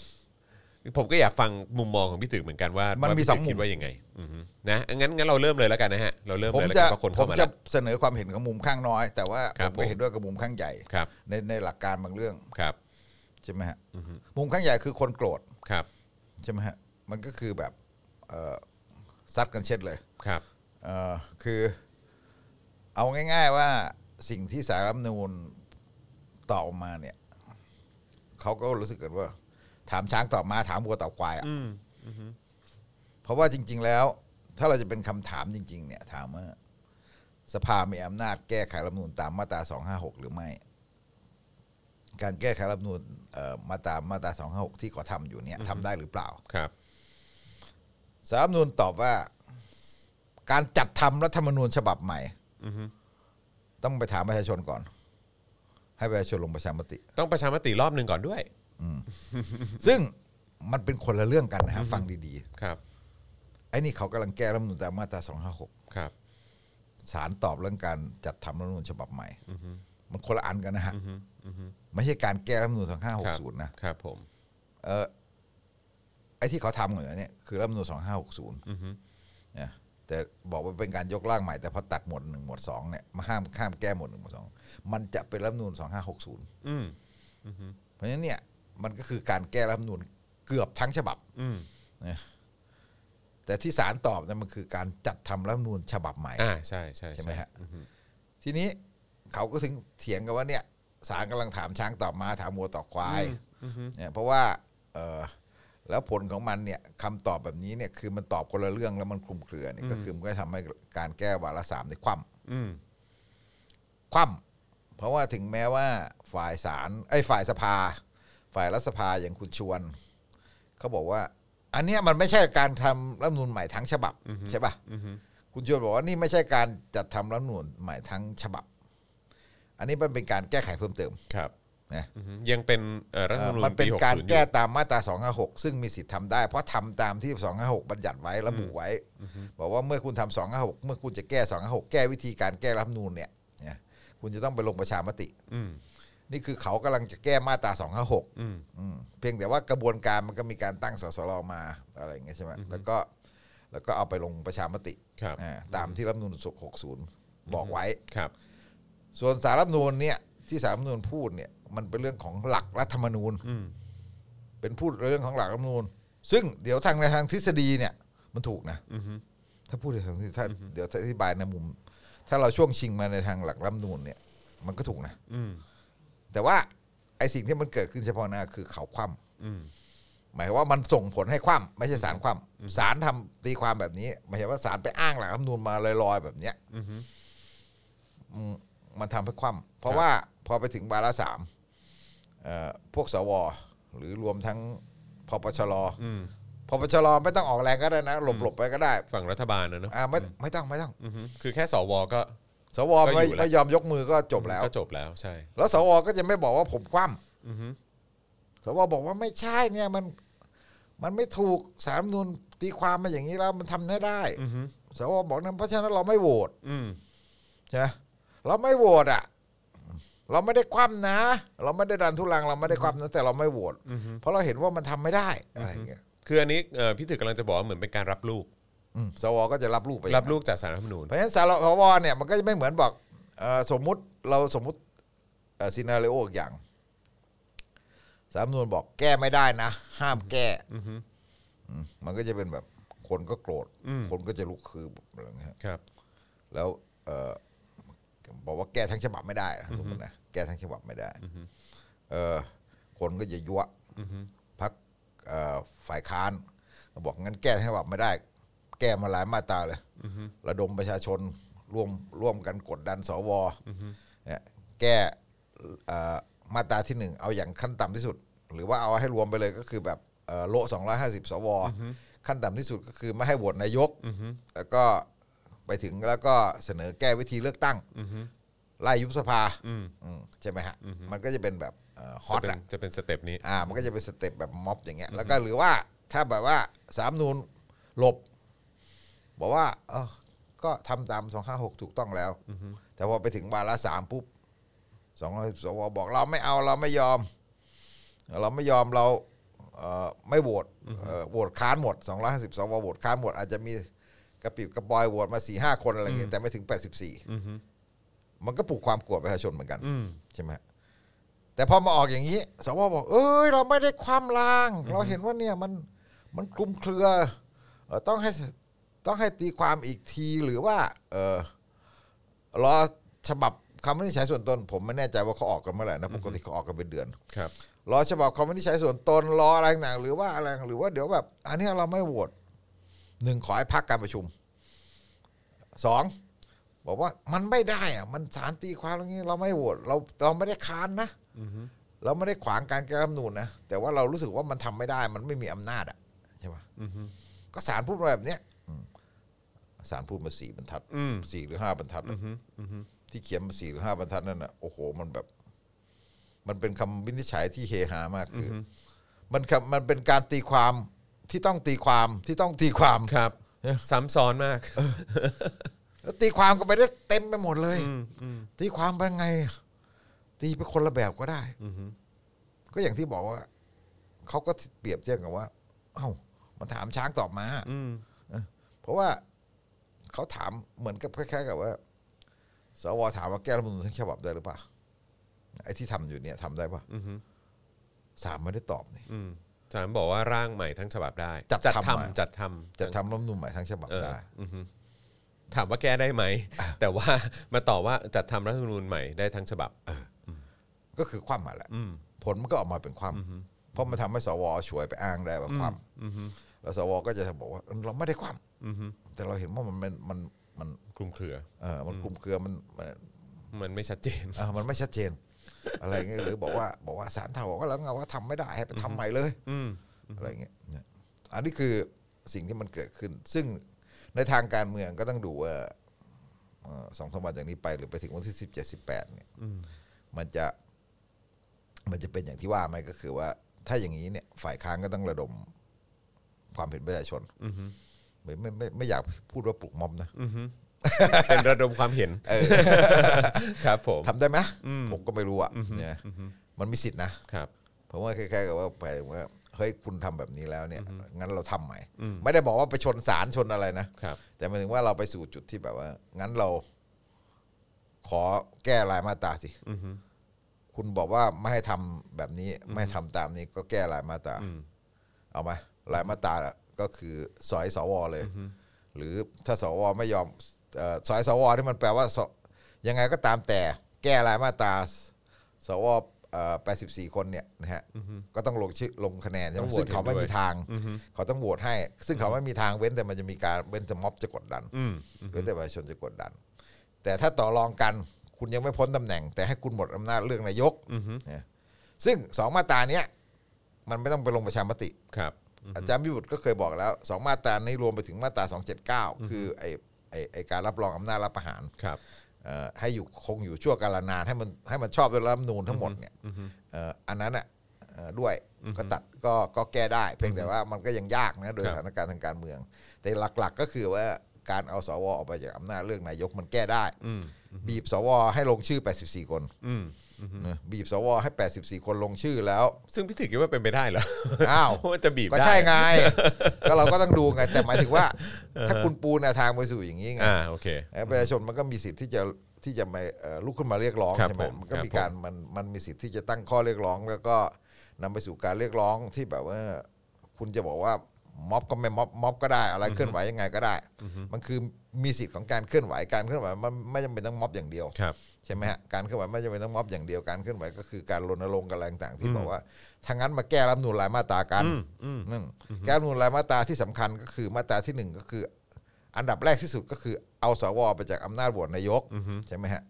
S2: ผมก็อยากฟังมุมมองของพี่ตึกเหมือนกันว่า
S3: มั
S2: มัน
S3: มีสองมุม
S2: คิดว่ายังไงอือฮึนะงั้นงั้นเราเริ่มเลยแล้วกันนะฮะเราเริ่ม
S3: ผม
S2: เลยแล้วกันเพ
S3: จะ
S2: ราะคน
S3: ผ
S2: เข้าม มา
S3: จะ
S2: แล้ว
S3: เสนอความเห็นกับมุมข้างน้อย แต่ว่า
S2: ค
S3: ผ
S2: รับผ
S3: มก็
S2: ม
S3: เห็นด้วยกับมุมข้างใหญ่
S2: ครับ
S3: ในในหลักการบางเรื่อง
S2: ครับ
S3: ใช่ไหมฮะมุมข้างใหญ่คือคนโกรธ
S2: ครับ
S3: ใช่ไหมฮะมันก็คือแบบเอ่อซัดกันเช็ดเลย
S2: ครับ
S3: เอ่อคือเอาง่าย ๆว่าสิ่งที่สารรัฐธรรมนูญตอบออกมาเนี่ยเขาก็รู้สึกกันว่า ถามช้างตอบมาถามวัวตอบควายอะเพราะว่าจริง ๆ แล้ว ถ้าเราจะเป็นคำถามจริง ๆ เนี่ย ถามว่า สภามีอำนาจแก้ไขรัฐธรรมนูญตามมาตรา 256 หรือไม่ การแก้ไขรัฐธรรมนูญเอ่อมาตรามาตรา 256 ที่กอทำอยู่เนี่ยทำได้หรือเปล่า
S2: ครับ
S3: สารรัฐธรรมนูญตอบว่า การจัดทำรัฐธรรมนูญฉบับใหม่
S2: อือฮึ
S3: ต้องไปถามประชาชนก่อน ให้ประชาชนลงประชามติ
S2: ต้องประชามติรอบหนึ่งก่อนด้วย
S3: ซึ่งมันเป็นคนละเรื่องกันนะฮะฟังดี
S2: ครับ
S3: ๆไอ้นี่เขากำลังแก้รัฐธรรมนูญตามมาตรา256
S2: ครับ
S3: สารตอบเรื่องการจัดทำรัฐธรรมนูญฉบับใหม่มันคนละอันกันนะฮะไม่ใช่การแก้รัฐธรรมนูญ
S2: ครับ
S3: 2560นะครับ
S2: ผม
S3: เออไอ้ที่เขาทำอยู่เนี่ยคือรัฐธรรมนูญ2560
S2: อือฮึ
S3: นะแต่บอกว่าเป็นการยกร่างใหม่แต่พอตัดหมวดหนึ่งหมวดสองเนี่ยมาห้ามห้ามแก้หมวดหนึ่งหมวดสองมันจะเป็นรัฐธรรมนูลสองห้าหกศูนย์
S2: อืม
S3: เพราะฉะนั้นเนี่ยมันก็คือการแก้รัฐธรรมนูลเกือบทั้งฉบับ
S2: อืม
S3: แต่ที่ศาลตอบเนี่ยมันคือการจัดทำรัฐธรรมนูลฉบับใหม่
S2: อ่า ใช่ใช่
S3: ใช่ไหมฮะ
S2: อือฮึ
S3: ทีนี้เขาก็ถึงเถียงกันว่าเนี่ยศาลกำลังถามช้างตอบมาถามวัวตอบควายเนี่ยเพราะว่าเออแล้วผลของมันเนี่ยคำตอบแบบนี้เนี่ยคือมันตอบคนละเรื่องแล้วมันคลุมเครือเนี่ยก็คือมันก็ทำให้การแก้วาระสามในยคว่ำ
S2: อืม
S3: คว่ำเพราะว่าถึงแม้ว่าฝ่ายศาลไอ้ยฝ่ายสภา ฝ่ายรัฐสภาอย่างคุณชวนเขาบอกว่า อันเนี้ยมันไม่ใช่การทำรัฐธรรมนูลใหม่ทั้งฉบับใช่ปะคุณชวนบอกว่านี่ไม่ใช่การจัดทำรัฐธรรมนูลใหม่ทั้งฉบับ อันนี้มันเป็นการแก้ไขเพิ่มเติม
S2: ครับ
S3: นะ
S2: อือฮึยังเป็นเอ่อรัฐธรรมนูญ
S3: มันเป็น
S2: ปี60
S3: การ
S2: อยู่
S3: แก้ตามมาตรา256 ซึ่งมีสิทธิ์ทำได้ เพราะทำตามที่ 256 บัญญัติไว้ระบุไว้ บอกว่าเมื่อคุณทำ256 เมื่อคุณจะแก้ 256 แก้วิธีการแก้รัฐธรรมนูลเนี่ยนะคุณจะต้องไปลงประชามติ
S2: อืม
S3: นี่คือเขากำลังจะแก้มาตรา 256
S2: อืม
S3: อืมเพียงแต่ว่ากระบวนการมันก็มีการตั้งสสรมาอะไรอย่างเงี้ยใช่ไหมแล้วก็แล้วก็เอาไปลงประชามติ
S2: ครับ
S3: อ่าตามที่รัฐธรรมนูล60 บอกไว้
S2: ครับ
S3: ส่วนสารรัฐธรรมนูลเนี่ยที่สารรัฐธรรมนูลพูดเนี่ยมันเป็นเรื่องของหลักรัฐธรรมนูญ
S2: อืม
S3: เป็นพูดเรื่องของหลักรัฐธรรมนูญ ซึ่งเดี๋ยวทางในทางทฤษฎีเนี่ยมันถูกนะ
S2: อือฮึ
S3: ถ้าพูดในทางทฤษฎีถ้าเดี๋ยวอธิบายในมุม ถ้าเราช่วงชิงมาในทางหลักรัฐธรรมนูญเนี่ยมันก็ถูกนะ
S2: อืม
S3: แต่ว่าไอสิ่งที่มันเกิดขึ้นเฉพาะหน้าคือเขาคว่
S2: อืม
S3: ำหมายความว่ามันส่งผลให้คว่ำไม่ใช่สารคว่ำสารทำตีความแบบนี้หมายความว่าสารไปอ้างหลักรัฐธรรมนูญมาลอยๆแบบเนี้ย
S2: อือฮึ
S3: อืมมันทำให้คว่ำ
S2: ค
S3: เพ
S2: รั
S3: ราะ
S2: บ
S3: ว่าพอไปถึงวาระสามเอ่อพวกสว หรือรวมทั้งพปชร
S2: อืม
S3: พปชรไม่ต้องออกแรงก็ได้นะหลบหลบๆไปก็ได้
S2: ฝั่งรัฐบาลนะเนอะ
S3: อ่าไม่ไม่ต้องไม่ต้อง
S2: อือฮึคือแค่สวก็
S3: สว
S2: ก็
S3: ไม่
S2: อยู่แล้ว
S3: ไม่ยอมยกมือก็จบแล้ว
S2: ก็จบแล้ว ใช่
S3: แล้วสวก็จะไม่บอกว่าผมคว่ำ
S2: อือฮึ
S3: สวบอกว่าไม่ใช่เนี่ยมันมันไม่ถูกสารรัฐธรรมนูนตีความมาอย่างนี้แล้วมันทำไม่ได้
S2: อือฮึ
S3: สวบอกนั้นเพราะฉะนั้นเราไม่โหวต
S2: อืม
S3: ใช่ไหมเราไม่โหวตอ่ะ เราไม่ได้คว่ำนะ เราไม่ได้ดันทุลังเราไม่ได้คว่ำนะแต่เราไม่โหวต
S2: อือฮึ
S3: เพราะเราเห็นว่ามันทำไม่ได้อะไรอย่างเงี้ย
S2: คืออันนี้เอ่อพี่ถึกกำลังจะบอกว่าเหมือนเป็นการรับลูก
S3: อืมสวก็จะรับลูกไป
S2: รับลูกจากสารรัฐธรรมนูญ
S3: เพราะฉะนั้นสารสวเนี่ยมันก็จะไม่เหมือนบอกเอ่อสมมุติเราสมมุติซีนาเรโอ scenario อีกอย่างสารรัฐธรรมนูนบอกแก้ไม่ได้นะ ห้ามแก้
S2: อือฮึ
S3: อืมมันก็จะเป็นแบบคนก็โกรธ
S2: อืม
S3: คนก็จะลุกคือแบบอะไรเงี้ย
S2: ครับ
S3: แล้วเออบอกว่าแก้ทั้งฉบับไม่ได้นะสมมตินะแก้ทั้งฉบับไม่ได้เออ คนก็จะยั่วพักฝ่ายค้านก็บอกงั้นแก้ให้แบบไม่ได้ แก้มาหลายมาตราเลยระดมประชาชนร่วมร่วมกันกดดันสวเนี่ยแก้เอ่อมาตราที่หนึ่งเอาอย่างขั้นต่ำที่สุด หรือว่าเอาให้รวมไปเลยก็คือแบบเอ่อโละสองร้อยห้าสิบสวขั้นต่ำที่สุดก็คือไม่ให้โหวตนายกแล้วก็ไปถึงแล้วก็เสนอแก้วิธีเลือกตั้งไล่ยุบสภาอืมใช่ไหมฮะมันก็จะเป็นแบบฮอ
S2: จะ
S3: ต
S2: เป็น
S3: อะ
S2: จะเป็นสเต็ปนี้
S3: อ่ามันก็จะเป็นสเต็ปแบบม็อบอย่างเงี้ยแล้วก็หรือว่าถ้าแบบว่าสามนูนหลบ บอกว่า เออก็ทำตามสองห้าหกถูกต้องแล้ว แต่พอไปถึงวาระสามปุ๊บสองร้อยสวบอกเราไม่เอาเราไม่ยอม เราไม่ยอมเราเอ่อไม่โหวตเอ่อโหวตค้านหมดสองร้อยห้าสิบสวโหวตค้านหมด อาจจะมีกระปิบกระปอยโหวตมาสี่ห้าคนอะไรเงี้ยแต่ไม่ถึงแปดสิบสี่มันก็ปลุกความโกรธประชาชนเหมือนกัน
S2: อืม
S3: ใช่ไหมฮะ แต่พอมาออกอย่างนี้สวบอก เอ้ย เราไม่ได้ความลาง เราเห็นว่าเนี่ยมันมันคลุมเครือเอ่อต้องให้ต้องให้ตีความอีกทีหรือว่า เออรอฉบับคำวินิจฉัยส่วนตน ผมไม่แน่ใจว่าเขาออกกันเมื่อไหร่นะปกติเขาออกกันเป็นเดือน
S2: ครับ
S3: รอฉบับคำวินิจฉัยส่วนตนรออะไรต่างๆหรือว่าอะไรหรือว่าเดี๋ยวแบบ อันเนี้ยเราไม่โหวตหนึ่งขอให้พักการประชุมสองบอกว่ามันไม่ได้อะมันสารตีความอย่างนี้ เราไม่โหวตเราเราไม่ได้ค้านนะเราไม่ได้ขวางการแก้รัฐธรรมนูญนะแต่ว่าเรารู้สึกว่ามันทำไม่ได้ มันไม่มีอำนาจอะใช่ปะก็สารพูดมาแบบเนี้ยอืมสารพูดมาสี่บรรทัด
S2: อืม
S3: สี่หรือห้าบรรทัดอะ ที่เขียนมาสี่หรือห้าบรรทัดนั่นน่ะโอ้โห มันแบบ มันเป็นคำวินิจฉัยที่เฮฮามากคือ มันคำมันเป็นการตีความที่ต้องตีความที่ต้องตีความ
S2: ครับ
S3: เอ๊ะ
S2: ซ้ำซ้อนมาก
S3: แล้วตีความก็ไปได้เต็มไปหมดเลย
S2: อืมอืม
S3: ตีความเป็นไง ตีไปคนละแบบก็ได้
S2: อือฮึ
S3: ก็อย่างที่บอกว่าเขาก็เปรียบเทียบกันว่า เอ้ามันถามช้างตอบมา
S2: อืม
S3: เพราะว่าเขาถามเหมือนกับคล้ายๆกับว่า สวถามว่าแก้รัฐธรรมนูญทั้งฉบับได้หรือเปล่าไอ้ที่ทำอยู่เนี่ยทำได้ปะ
S2: อือฮึ
S3: สามไม่ได้ตอบนี่
S2: อืมสามบอกว่าร่างใหม่ทั้งฉบับได้
S3: จัดทำมา
S2: ทำจัดทำ
S3: จะทำรัฐธรรมนูญใหม่ทั้งฉบับ
S2: เออ
S3: ได้
S2: อือฮึถามว่าแก้ได้ไหม แต่ว่ามาตอบว่าจัดทำรัฐธรรมนูญใหม่ได้ทั้งฉบับเออ
S3: ก็คือความมาแหละ
S2: อืม
S3: ผลมันก็ออกมาเป็นความ เพราะมันทำให้สวช่วยไปอ้างได้ว่าความ
S2: อือฮึ
S3: แล้วสวก็จะบอกว่าเออเราไม่ได้ความ
S2: อือฮึ
S3: แต่เราเห็นว่ามันมันมันมัน
S2: คลุมเครือ
S3: เออมันคลุมเครือมันมัน
S2: มันไม่ชัดเจน
S3: เออมันไม่ชัดเจน อะไรเงี้ยหรือบอกว่าบอกว่าสารเท่าบอกว่าแล้วไงว่าทำไม่ได้ให้ไปทำใหม่เลย
S2: อืม
S3: อะไรเงี้ยเนี่ยอันนี้คือสิ่งที่มันเกิดขึ้น ซึ่งในทางการเมืองก็ต้องดูว่าเอ่อสองสามวันจากนี้ไปหรือไปถึงวันที่สิบเจ็ดสิบแปดเนี่ยมันจะมันจะเป็นอย่างที่ว่าไหมก็คือว่า ถ้าอย่างนี้เนี่ย ฝ่ายค้านก็ต้องระดมความเห็นประชาชน
S2: อือฮึ
S3: ไม่ไม่ไม่ไม่อยากพูดว่าปลุกม็อบนะ
S2: อือฮึเป็นระดมความเห็น
S3: เออ
S2: <laughs> ครับผม
S3: ทำได้ไหม
S2: อืม
S3: ผมก็ไม่รู้อ่ะเนี่ยมันมีสิทธินะครับ เพราะว่าคล้ายๆกับว่าไปว่าเฮ้ยคุณทำแบบนี้แล้วเนี่ย งั้นเราทำใหม่
S2: อืม
S3: ไม่ได้บอกว่าไปชนสารชนอะไรนะ
S2: ครับ
S3: แต่หมายถึงว่าเราไปสู่จุดที่แบบว่า งั้นเรา ขอแก้รายมาตราสิ
S2: อือฮึ
S3: คุณบอกว่าไม่ให้ทำแบบนี้ ไม่ให้ทำตามนี้ก็แก้รายมาตรา
S2: อืม
S3: เอาไหมรายมาตราก็คือสอยสวเลย หรือถ้าสวไม่ยอมเอ่อสอยสวนี่มันแปลว่าสยังไงก็ตามแต่ แก้รายมาตราสวแปดสิบสี่คนเนี่ยนะฮะก็ต้องลงชื่อลงคะแนนใช่ไห
S2: ต้อง
S3: ม
S2: โหวต
S3: ซึ่งเขาไม่
S2: เห็นด้วย
S3: มีทาง
S2: อือฮึ
S3: เขาต้องโหวตให้ ซึ่งเขาไม่มีทางเว้นแต่มันจะมีการเว้นแต่ม็อบจะกดดัน
S2: อืม
S3: เว้นแต่ประชาชนจะกดดัน แต่ถ้าต่อรองกัน คุณยังไม่พ้นตำแหน่ง แต่ให้คุณหมดอำนาจเรื่องนายก
S2: อือฮึ
S3: นะซึ่งสองมาตราเนี้ยมันไม่ต้องไปลงประชามติ
S2: ครับ
S3: อาจารย์พิบุตรก็เคยบอกแล้วสองมาตรานี้รวมไปถึงมาตรา 279 คือไอ้ไอ้ไอ้การรับรองอำนาจรับประหาร
S2: ครับ
S3: เอ่อให้อยู่คงอยู่ชั่วกาลนานให้มันให้มันชอบด้วยรัฐธรรมนูญทั้งหมดเนี่ยเอ่ออันนั้นอ่ะเอ่อด้วยก็ตัดก็ก็แก้ได้ เพียงแต่ว่ามันก็ยังยากนะโดย
S2: ครับ
S3: สถานการณ์ทางการเมือง แต่หลักๆก็คือว่าการเอาสวออกไปจากอำนาจเรื่องนายกมันแก้ได้
S2: อืม
S3: บีบสวให้ลงชื่อ 84 คน
S2: อืม
S3: นะบีบสวให้ 84 คนลงชื่อแล้ว
S2: ซึ่งพี่ถือคิดว่าเป็นไปได้เหรอ
S3: อ้าว
S2: <laughs> เพราะมันจะบีบ
S3: ก็
S2: ได้
S3: ใช่ไง ก็เราก็ต้องดูไง แต่หมายถึงว่า ถ้าคุณปูแนวทางไปสู่อย่างนี้ไง
S2: อ่าโอเค
S3: เอ่อประชาชนมันก็มีสิทธิ์ที่จะที่จะมาเอ่อลุกขึ้นมาเรียกร้อง
S2: ครับ
S3: ใช่ไหม
S2: ผม
S3: มันก็
S2: ครับผ
S3: มี
S2: ม
S3: การมันมันมีสิทธิ์ที่จะตั้งข้อเรียกร้อง แล้วก็นำไปสู่การเรียกร้องที่แบบว่า คุณจะบอกว่าม็อบก็ไม่ม็อบม็อบก็ได้ อะไรเคลื่อนไหวยังไงก็ได้ มันคือมีสิทธิ์ของการเคลื่อนไหวการเคลื่อนไหวมันไม่จำเป็นต้องม็อบอย่างเดียว
S2: ครับ
S3: ใช่ไหมฮะการเคลื่อนไหวไม่จำเป็นต้องม็อบอย่างเดียวการเคลื่อนไหวก็คือการรณรงค์กันแรงต่างๆที่บอกว่าถ้างั้นมาแก้รัฐธรรมนูลรายมาตรากัน
S2: อืมอืม
S3: อืมแก้รัฐธรรมนูลรายมาตราที่สำคัญก็คือมาตราที่หนึ่งก็คือ อันดับแรกที่สุดก็คือเอาสวไปจากอำนาจโหวตนายกใช่ไหมฮะ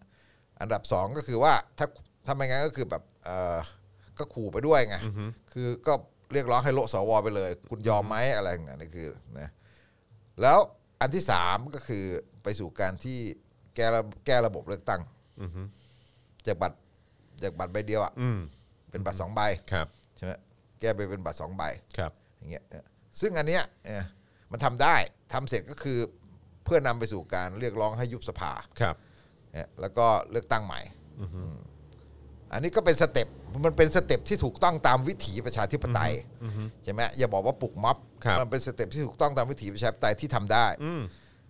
S3: อันดับสองก็คือว่าถ้าถ้าไม่งั้นก็คือแบบเออก็ขู่ไปด้วยไงคือก็เรียกร้องให้โละสวไปเลย คุณยอมไหมอะไรอย่างเงี้ยนี่คือนะแล้วอันที่สามก็คือไปสู่การที่แก้ระแก้ระบบเลือกตั้ง
S2: อืม
S3: จากบัตรจากบัตรใบเดียวอ่ะ
S2: อืม
S3: เป็นบัตรสองใบ
S2: ครับ
S3: ใช่ไหมแกไปเป็นบัตรสองใบ
S2: ครับ
S3: อย่างเงี้ยเออซึ่งอันเนี้ยเออมันทำได้ทำเสร็จก็คือเพื่อนำไปสู่การเรียกร้องให้ยุบสภา
S2: ครับ
S3: เนี่ยแล้วก็เลือกตั้งใหม่อืมอันนี้ก็เป็นสเต็ปมันเป็นสเต็ปที่ถูกต้องตามวิถีประชาธิปไตยใช่ไหมอย่าบอกว่าปลุกม็อบ
S2: ครับ
S3: มันเป็นสเต็ปที่ถูกต้องตามวิถีประชาธิปไตยที่ทำได้
S2: อืม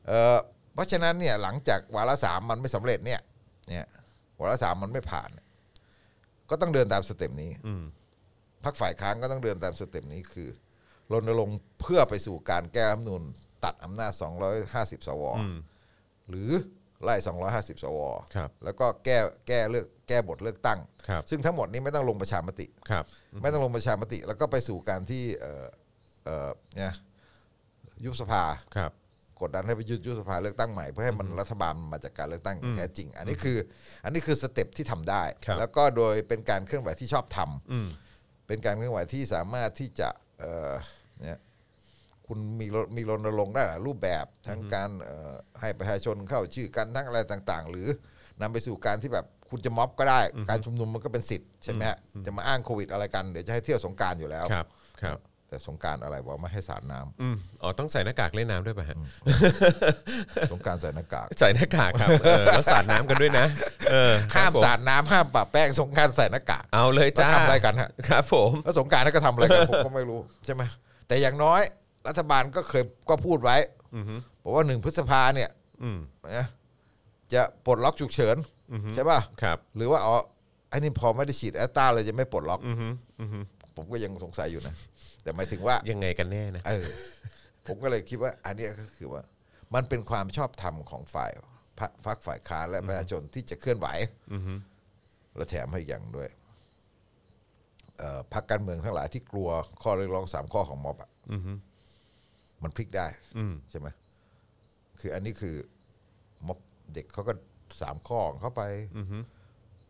S3: เอ่อเพราะฉะนั้นเนี่ยหลังจากวาระสามมันไม่สำเร็จเนี่ยเนี่ยวาระสามมันไม่ผ่านเนี่ยก็ต้องเดินตามสเต็ปนี้
S2: อืม
S3: พักฝ่ายค้านก็ต้องเดินตามสเต็ปนี้คือรณรงค์เพื่อไปสู่การแก้รัฐธรรมนูญตัดอำนาจ 250 สว
S2: อืม
S3: หรือไล่ 250 สว
S2: ครับ
S3: แล้วก็แก้แก้เลือกแก้บทเลือกตั้ง
S2: ครับ
S3: ซึ่งทั้งหมดนี้ไม่ต้องลงประชามติ
S2: ครับ
S3: ไม่ต้องลงประชามติ แล้วก็ไปสู่การที่เอ่อเอ่อเนี่ยยุบสภา
S2: ครับ
S3: กดดันให้ไปยุบยุบสภาเลือกตั้งใหม่เพื่อให้มันรัฐบาลมาจากการเลือกตั้งอย่างแท้จริง อันนี้คือ อันนี้คือสเต็ปที่ทำได้ แล้วก็โดยเป็นการเคลื่อนไหวที่ชอบทำ
S2: อืม
S3: เป็นการเคลื่อนไหวที่สามารถที่จะเอ่อเนี่ยคุณมีรมีรณรงค์ได้หลายรูปแบบทั้งการเอ่อให้ประชาชนเข้าชื่อกันทั้งอะไรต่าง ๆ หรือนำไปสู่การที่แบบคุณจะม็อบก็ได้ การชุมนุมมันก็เป็นสิทธิ์ใช่ไหมฮะจะมาอ้างโควิดอะไรกันเดี๋ยวจะให้เที่ยวสงกรารอยู่แล้ว
S2: ครับครับ
S3: แต่สงกรารอะไรวะไม่ให้สาดน้ำ
S2: อืมอ๋อต้องใส่หน้ากากเล่นน้ำด้วยป่ะฮะ
S3: สงกรารใส่หน้ากาก
S2: ใส่หน้ากากครับเออแล้วสาดน้ำกันด้วยนะ เออ
S3: ห้าม
S2: ครับผ
S3: สาดน้ำห้ามปะแป้งสงกรารใส่หน้ากาก
S2: เอาเลย
S3: จะ
S2: จ้า
S3: ทำอะไรกันฮะ
S2: ครับ ผม
S3: แล้วสงกรารก็ทำอะไรกัน ผมก็ไม่รู้ใช่ไหมแต่อย่างน้อยรัฐบาลก็เคยก็พูดไว้
S2: อืม
S3: บอกว่าหนึ่งพฤษภาเนี่ย
S2: อืม
S3: นะจะปลดล็อกฉุกเฉินใช่ป่ะ
S2: ครับ
S3: หรือว่าอ๋อไอ้นี่พอไม่ได้ฉีดแอสตราเลยจะไม่ปลดล็อก
S2: อืมอืม
S3: ผมก็ยังสงสัยอยู่นะแต่หมายถึงว่า
S2: ยังไงกันแน่นะ
S3: เออผมก็เลยคิดว่า อันเนี้ยก็คือว่า มันเป็นความชอบธรรมของฝ่ายพรรคพรรคฝ่ายค้านและประชาชนที่จะเคลื่อนไหว
S2: อืม
S3: และแถมให้อย่างด้วยเอ่อพรรคการเมืองทั้งหลายที่กลัวข้อเรียกร้องสามข้อของม็อบอะ
S2: อืม
S3: มันพลิกได้
S2: อืม
S3: ใช่ไหมคืออันนี้คือม็อบเด็กเขาก็สามข้อของเข้าไป
S2: อืม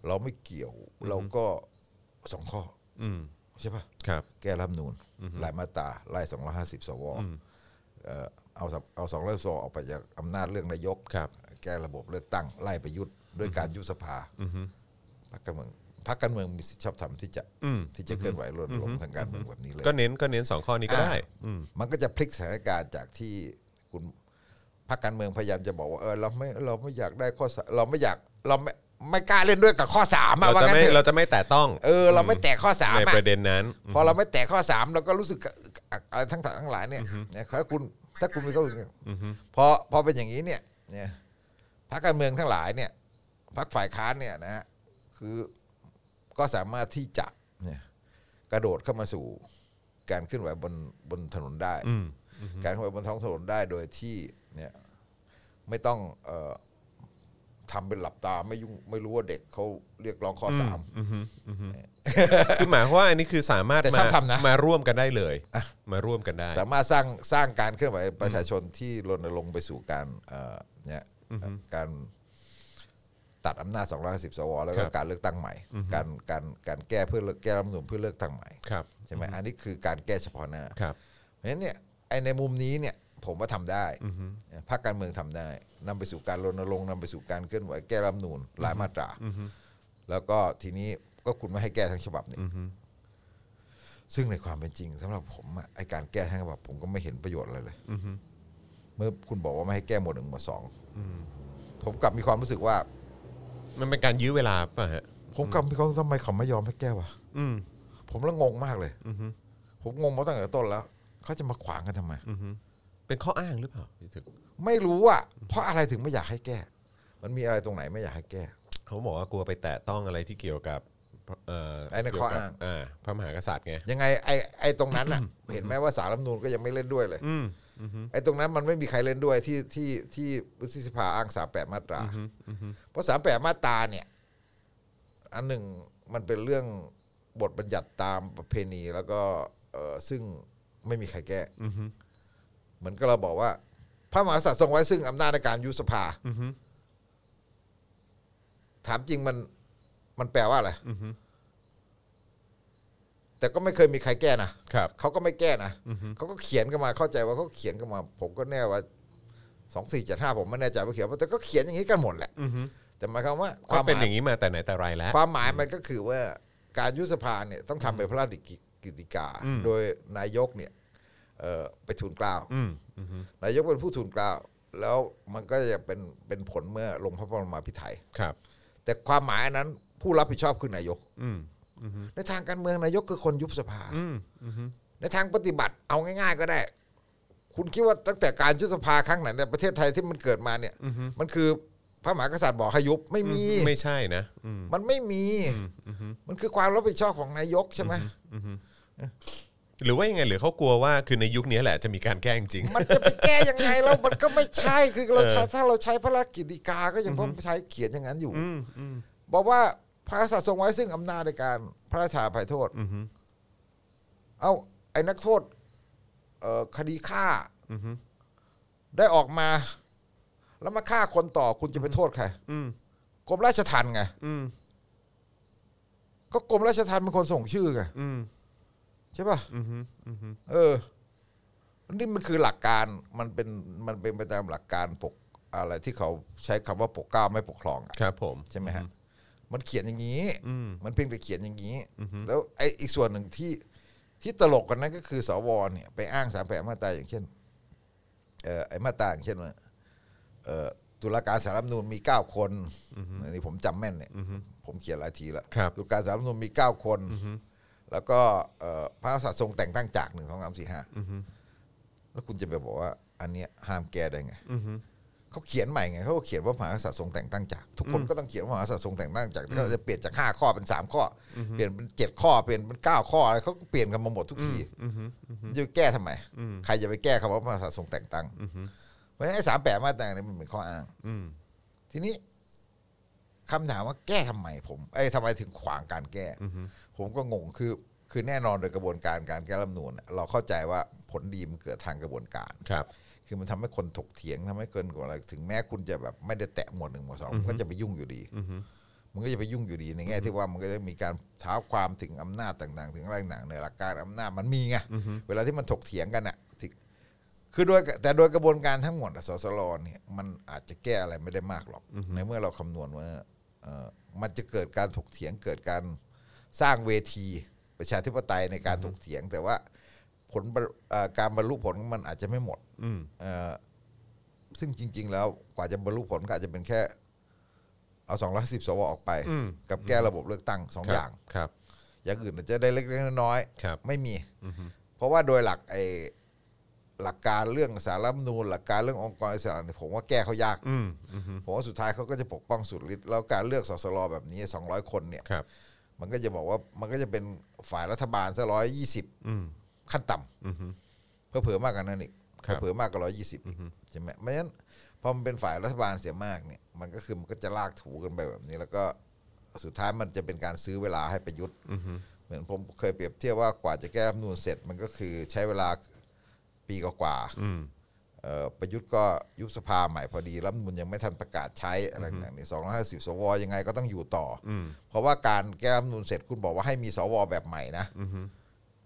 S3: เราไม่เกี่ยว เราก็สองข้อ
S2: อืม
S3: ใช่ปะ
S2: ครับ
S3: แก้รัฐธรรมนูนรายมาตราไล่สองร้อยห้าสิบสวเอ่อเอาสองเอาสองร้อยสวออกไปจากอำนาจเรื่องนายก
S2: ครับ
S3: แก้ระบบเลือกตั้งไล่ประยุทธ์ด้วยการยุบสภาพรรคการเมืองพรรคการเมืองมีสิทธิชอบธรรมที่จะ
S2: อืม
S3: ที่จะเคลื่อนไหวรณรงค์ทางการเมืองแบบนี้เลย
S2: ก็เน้นก็เน้นสองข้อนี้ก็ได้ อืม
S3: มันก็จะพลิกสถานการณ์จากที่คุณพรรคการเมืองพยายามจะบอกว่าเออเราไม่เราไม่อยากได้ข้อสามเราไม่อยากเราไม่ไม่กล้าเล่นด้วยกับข้อสามอะ
S2: เรา
S3: ว่า
S2: จะ
S3: งั้น
S2: ไม่
S3: เถ
S2: เรา
S3: อะ
S2: จะไม่แตะต้อง
S3: เออเราไม่แตะข้อสาม
S2: ใน
S3: อะ
S2: ประเด็น
S3: <laughs>
S2: นั้น
S3: พอเราไม่แตะข้อสามเราก็รู้สึกอะไรทั้งทั้งหลายเนี่ยเนี่ยถ้าคุณถ้าคุณมีข้อรู้สึกเนี่ยพอพอเป็นอย่างนี้เนี่ยเนี่ยพรรคการเมืองทั้งหลายเนี่ยพรรคฝ่ายค้านเนี่ยนะฮะคือก็สามารถที่จะเนี่ยกระโดดเข้ามาสู่การเคลื่อนไหวบนบนถนนได้
S2: อืม
S3: การเคลื่อนไหวบนท้องถนนได้โดยที่เนี่ยไม่ต้องเอ่อทำเป็นหลับตาไม่ยุ่งไม่รู้ว่าเด็กเขาเรียกร้องข้อสาม
S2: อืมอืมคือหมายความว่าอันนี้คือสามารถ
S3: แต่ช
S2: มา
S3: อบทำนะ
S2: มาร่วมกันได้เลยมาร่วมกันได้
S3: สามารถสร้างสร้างการเคลื่อนไหวประชาชนที่รณรงค์ไปสู่การเอ่อเนี่ยการตัดอำนาจ 250 สว แล้วก็
S2: ครับ
S3: การเลือกตั้งใหม่ การการการแก้เพื่อเลือกแก้รัฐธรรมนูญเพื่อเลือกตั้งใหม่
S2: ครับ
S3: ใช่ไหมอันนี้คือการแก้เฉพาะหน้า
S2: ครับ
S3: เพราะฉะนั้นเนี่ยไอในมุมนี้เนี่ยผมว่าทำได้พรรคการเมืองทำได้นำไปสู่การรณรงค์นำไปสู่การเคลื่อนไหวแก้รัฐธรรมนูญหลายมาตราแล้วก็ทีนี้ก็คุณไม่ให้แก้ทั้งฉบับเนี่ย
S2: อืม
S3: ซึ่งในความเป็นจริงสำหรับผมอะไอการแก้ทั้งฉบับผมก็ไม่เห็นประโยชน์อะไรเลย
S2: อืม
S3: เมื่อคุณบอกว่าไม่ให้แก้หมวดหนึ่งหมวดสอง
S2: อืม
S3: ผมกลับมีความรู้สึกว่า
S2: มันเป็นการยื้อเวลาป่ะฮะ
S3: ผมกลับมีความรู้สึกทำไมเขาไม่ยอมให้แก้วะ
S2: อืม
S3: ผมละงงมากเลย
S2: อืม
S3: ผมงงมาตั้งแต่ต้นแล้วเขาจะมาขวางกันทำไม
S2: อืมเป็นข้ออ้างหรือเปล่าพี่ถึก
S3: ไม่รู้อ่ะเพราะอะไรถึงไม่อยากให้แก้ มันมีอะไรตรงไหนไม่อยากให้แก้
S2: เขาบอกว่ากลัวไปแตะต้องอะไรที่เกี่ยวกับ เอ่อ
S3: ไอ้นั่นข้ออ้าง
S2: เกี่ยวกับอ่าพระมหากษัตริย์ไง
S3: ยังไงไอ้ไอ้ตรง
S2: <coughs>
S3: นั้นอ่ะ เห็นไหมว่าสารรัฐธรรมนูนก็ยังไม่เล่นด้วยเลย
S2: อืมอืม
S3: ไอ้ตรงนั้นมันไม่มีใครเล่นด้วยที่ที่ที่วุฒิสภาอ้างสามแปดมาตรา
S2: อืมอืม
S3: เพราะสามแปดมาตราเนี่ย อันหนึ่งมันเป็นเรื่องบทบัญญัติตามประเพณีแล้วก็เอ่อซึ่งไม่มีใครแก้
S2: อืม
S3: เหมือนก็เราบอกว่า พระมหากษัตริย์ทรงไว้ซึ่งอำนาจในการยุบสภา
S2: อืม
S3: ถามจริงมันมันแปลว่าอะไร
S2: อืม
S3: แต่ก็ไม่เคยมีใครแก้นะครับ เขาก็ไม่แก้นะ
S2: อือฮึ
S3: เขาก็เขียนกันมาเข้าใจว่าเขาเขียนกันมา ผมก็แน่ว่าสองสี่เจ็ดห้าผมไม่แน่ใจว่าเขียนว่าแต่ก็เขียนอย่างนี้กันหมดแหละ
S2: อืม
S3: แต่หมายความว่าค
S2: ก็
S3: วามห
S2: เป็น
S3: มา
S2: อย ย่างนี้มาแต่ไหนแต่ไรแล้ว
S3: ความหมายมันก็คือว่าการยุบสภาเนี่ยต้องทำเป็นพระราชกิจกา
S2: อืม
S3: โดยนายกเนี่ยเอ่อไปทูลเกล้า
S2: อืมอืม
S3: นายกเป็นผู้ทูลเกล้า แล้วมันก็จะเป็นเป็นผลเมื่อลงพระบรมมาพิไทย
S2: ครับ
S3: แต่ความหมายอันนั้นผู้รับผิดชอบคือนายก
S2: อืมอืม
S3: ในทางการเมืองนายกคือคนยุบสภา
S2: อืมอืม
S3: ในทางปฏิบัติเอาง่าย ๆ ก็ได้ คุณคิดว่าตั้งแต่การยุบสภาครั้งไหนในประเทศไทยที่มันเกิดมาเนี่ย
S2: อืม
S3: มันคือพระมหากษัตริย์บอกให้ยุบไม่มี
S2: ไม่ใช่นะอืม
S3: มันไม่มี
S2: อืมอืม
S3: มันคือความรับผิดชอบของนายกใช่ไหม
S2: อือฮึหรือว่ายังไงหรือเขากลัวว่าคือในยุคนี้แหละจะมีการแกล้งจริง
S3: มันจะไปแก้ยังไงแล้วมันก็ไม่ใช่คือเราใช้
S2: เออ
S3: ถ้าเราใช้พระราชกิจกาก็ยังต้องใช้เขียนอย่างนั้นอยู่
S2: อืมอืม
S3: บอกว่าพระกษัตริย์ทรงไว้ซึ่งอำนาจในการพระราชทานอภัยโทษ
S2: อืม
S3: เอ้าไอ้นักโทษเอ่อคดีฆ่า
S2: อืม
S3: ได้ออกมา แล้วมาฆ่าคนต่อคุณจะไปโทษใคร
S2: อืม
S3: กรมราชทัณฑ์ไง
S2: อืม
S3: ก็กรมราชทัณฑ์เป็นคนส่งชื่อไง
S2: อืม
S3: ใช่ป่ะ
S2: อืมอืม
S3: เออนี่มันคือหลักการมันเป็นมันเป็นไปตามหลักการปกอะไรที่เขาใช้คำว่าปกเกล้าไม่ปกครองอะ
S2: ครับผม
S3: ใช่ไหมฮะมันเขียนอย่างนี้
S2: อืม
S3: มันเพียงแต่เขียนอย่างนี้ แล้วไอ้อีกส่วนหนึ่งที่ที่ตลกกันนั้นก็คือสวเนี่ยไปอ้างสามแปดมาตราอย่างเช่นเอ่อไอ้มาตราอย่างเช่นว่าเอ่อตุลาการสารรัฐธรรมนูญมีเก้าคนอันนี้ผมจำแม่นเนี่ยผมเขียนหลายทีละ
S2: ครับ
S3: ตุลาการสารรัฐธรรมนูญมีเก้าคน แล้วก็เอ่อพระมหากษัตริย์ทรงแต่งตั้งจากหนึ่งสองสามสี่ห้าแล้วคุณจะไปบอกว่า อันเนี้ยห้ามแก้ได้ไง
S2: อืม
S3: เขาเขียนใหม่ไงเขาก็เขียนว่ามหากษัตริย์ทรงแต่งตั้งจากทุกคนก็ต้องเขียนว่ามหากษัตริย์ทรงแต่งตั้งจากแต่ก็จะเปลี่ยนจากห้าข้อเป็นสามข้ออเปลี่ยนเป็นเจ็ดข้อเปลี่ยนเป็นเก้าข้ออะไรเขาก็เปลี่ยนกันมาหมดทุกที
S2: อืม
S3: จะไปแก้ทำไม ใครจะไปแก้คำว่าพระมหากษัตริย์ทรงแต่งตั้ง เพราะฉะนั้นไอ้สามแปดมาตราเนี่ยมันเป็นข้ออ้าง
S2: อืม
S3: ทีนี้คำถามว่าแก้ทำไมผมไอ้ยทำไมถึงขวางการแก้ ผมก็งงคือคือแน่นอนโดยกระบวนการการแก้รัฐธรรมนูญน่ะเราเข้าใจว่าผลดีมันเกิดทางกระบวนการ
S2: ครับ
S3: คือมันทำให้คนถกเถียงทำให้เกินกว่าอะไรถึงแม้คุณจะแบบไม่ได้แตะหมวดหนึ่งหมวดสองมันก็จะไปยุ่งอยู่ดี
S2: อืม
S3: มันก็จะไปยุ่งอยู่ดีในแง่ที่ว่ามันก็จะมีการเท้าความถึงอำนาจต่างๆ ถึงอะไรต่างๆในหลักการอำนาจมันมีไงเวลาที่มันถกเถียงกันอะที่คือโดยแต่โดยกระบวนการทั้งหมดอะสสลเนี่ยมันอาจจะแก้อะไรไม่ได้มากหรอกในเมื่อเราคำนวณว่าเอ่อมันจะเกิดการถกเถียงเกิดการสร้างเวทีประชาธิปไตยในการถกเถียง แต่ว่าผลบรรเอ่อการบรรลุผลมันอาจจะไม่หมด
S2: อืม
S3: เอ่อซึ่งจริง ๆ แล้วกว่าจะบรรลุผลก็อาจจะเป็นแค่เอาสองร้อยสิบสวออกไป
S2: อืม
S3: กับแก้ระบบเลือกตั้งสองอย่าง
S2: ครับ
S3: อย่างอื่นอาจจะได้เล็กๆน้อย
S2: ครับ
S3: ๆไม่มี
S2: อืม
S3: เพราะว่าโดยหลักไอหลักการเรื่องสารรัฐธรรมนูลหลักการเรื่ององค์กรอิสระเนี่ยผมว่าแก้เขายาก
S2: อืมอืม
S3: ผมว่าสุดท้ายเขาก็จะปกป้องสุดฤทธิ์แล้วการเลือกสสรแบบนี้สองร้อยคนเนี่ย
S2: ครับ
S3: มันก็จะบอกว่ามันก็จะเป็นฝ่ายรัฐบาลซะร้อยยี่สิบ
S2: อืม
S3: ขั้นต่ำ
S2: อืม
S3: เพื่อเผลอมากกว่านั้นอีก
S2: ครับ
S3: เผลอมากกว่าร้อยยี่สิบอีกใช่ไหมเพราะฉะนั้นพอมันเป็นฝ่ายรัฐบาลเสียมากเนี่ย มันก็คือมันก็จะลากถูกันไปแบบนี้ แล้วก็สุดท้ายมันจะเป็นการซื้อเวลาให้ประยุทธ์
S2: อือฮึ
S3: เหมือนผมเคยเปรียบเทียบว่ากว่าจะแก้รัฐธรรมนูนเสร็จ มันก็คือใช้เวลาปีกว่าๆ
S2: อืม
S3: เอ่อประยุทธ์ก็ยุบสภาใหม่พอดีรัฐธรรมนูนยังไม่ทันประกาศใช้อะไรอย่างนี้สองร้อยห้าสิบสวยังไงก็ต้องอยู่ต่ออ
S2: อืม
S3: เพราะว่าการแก้รัฐธรรมนูนเสร็จคุณบอกว่าให้มีสวแบบใหม่นะ
S2: อืม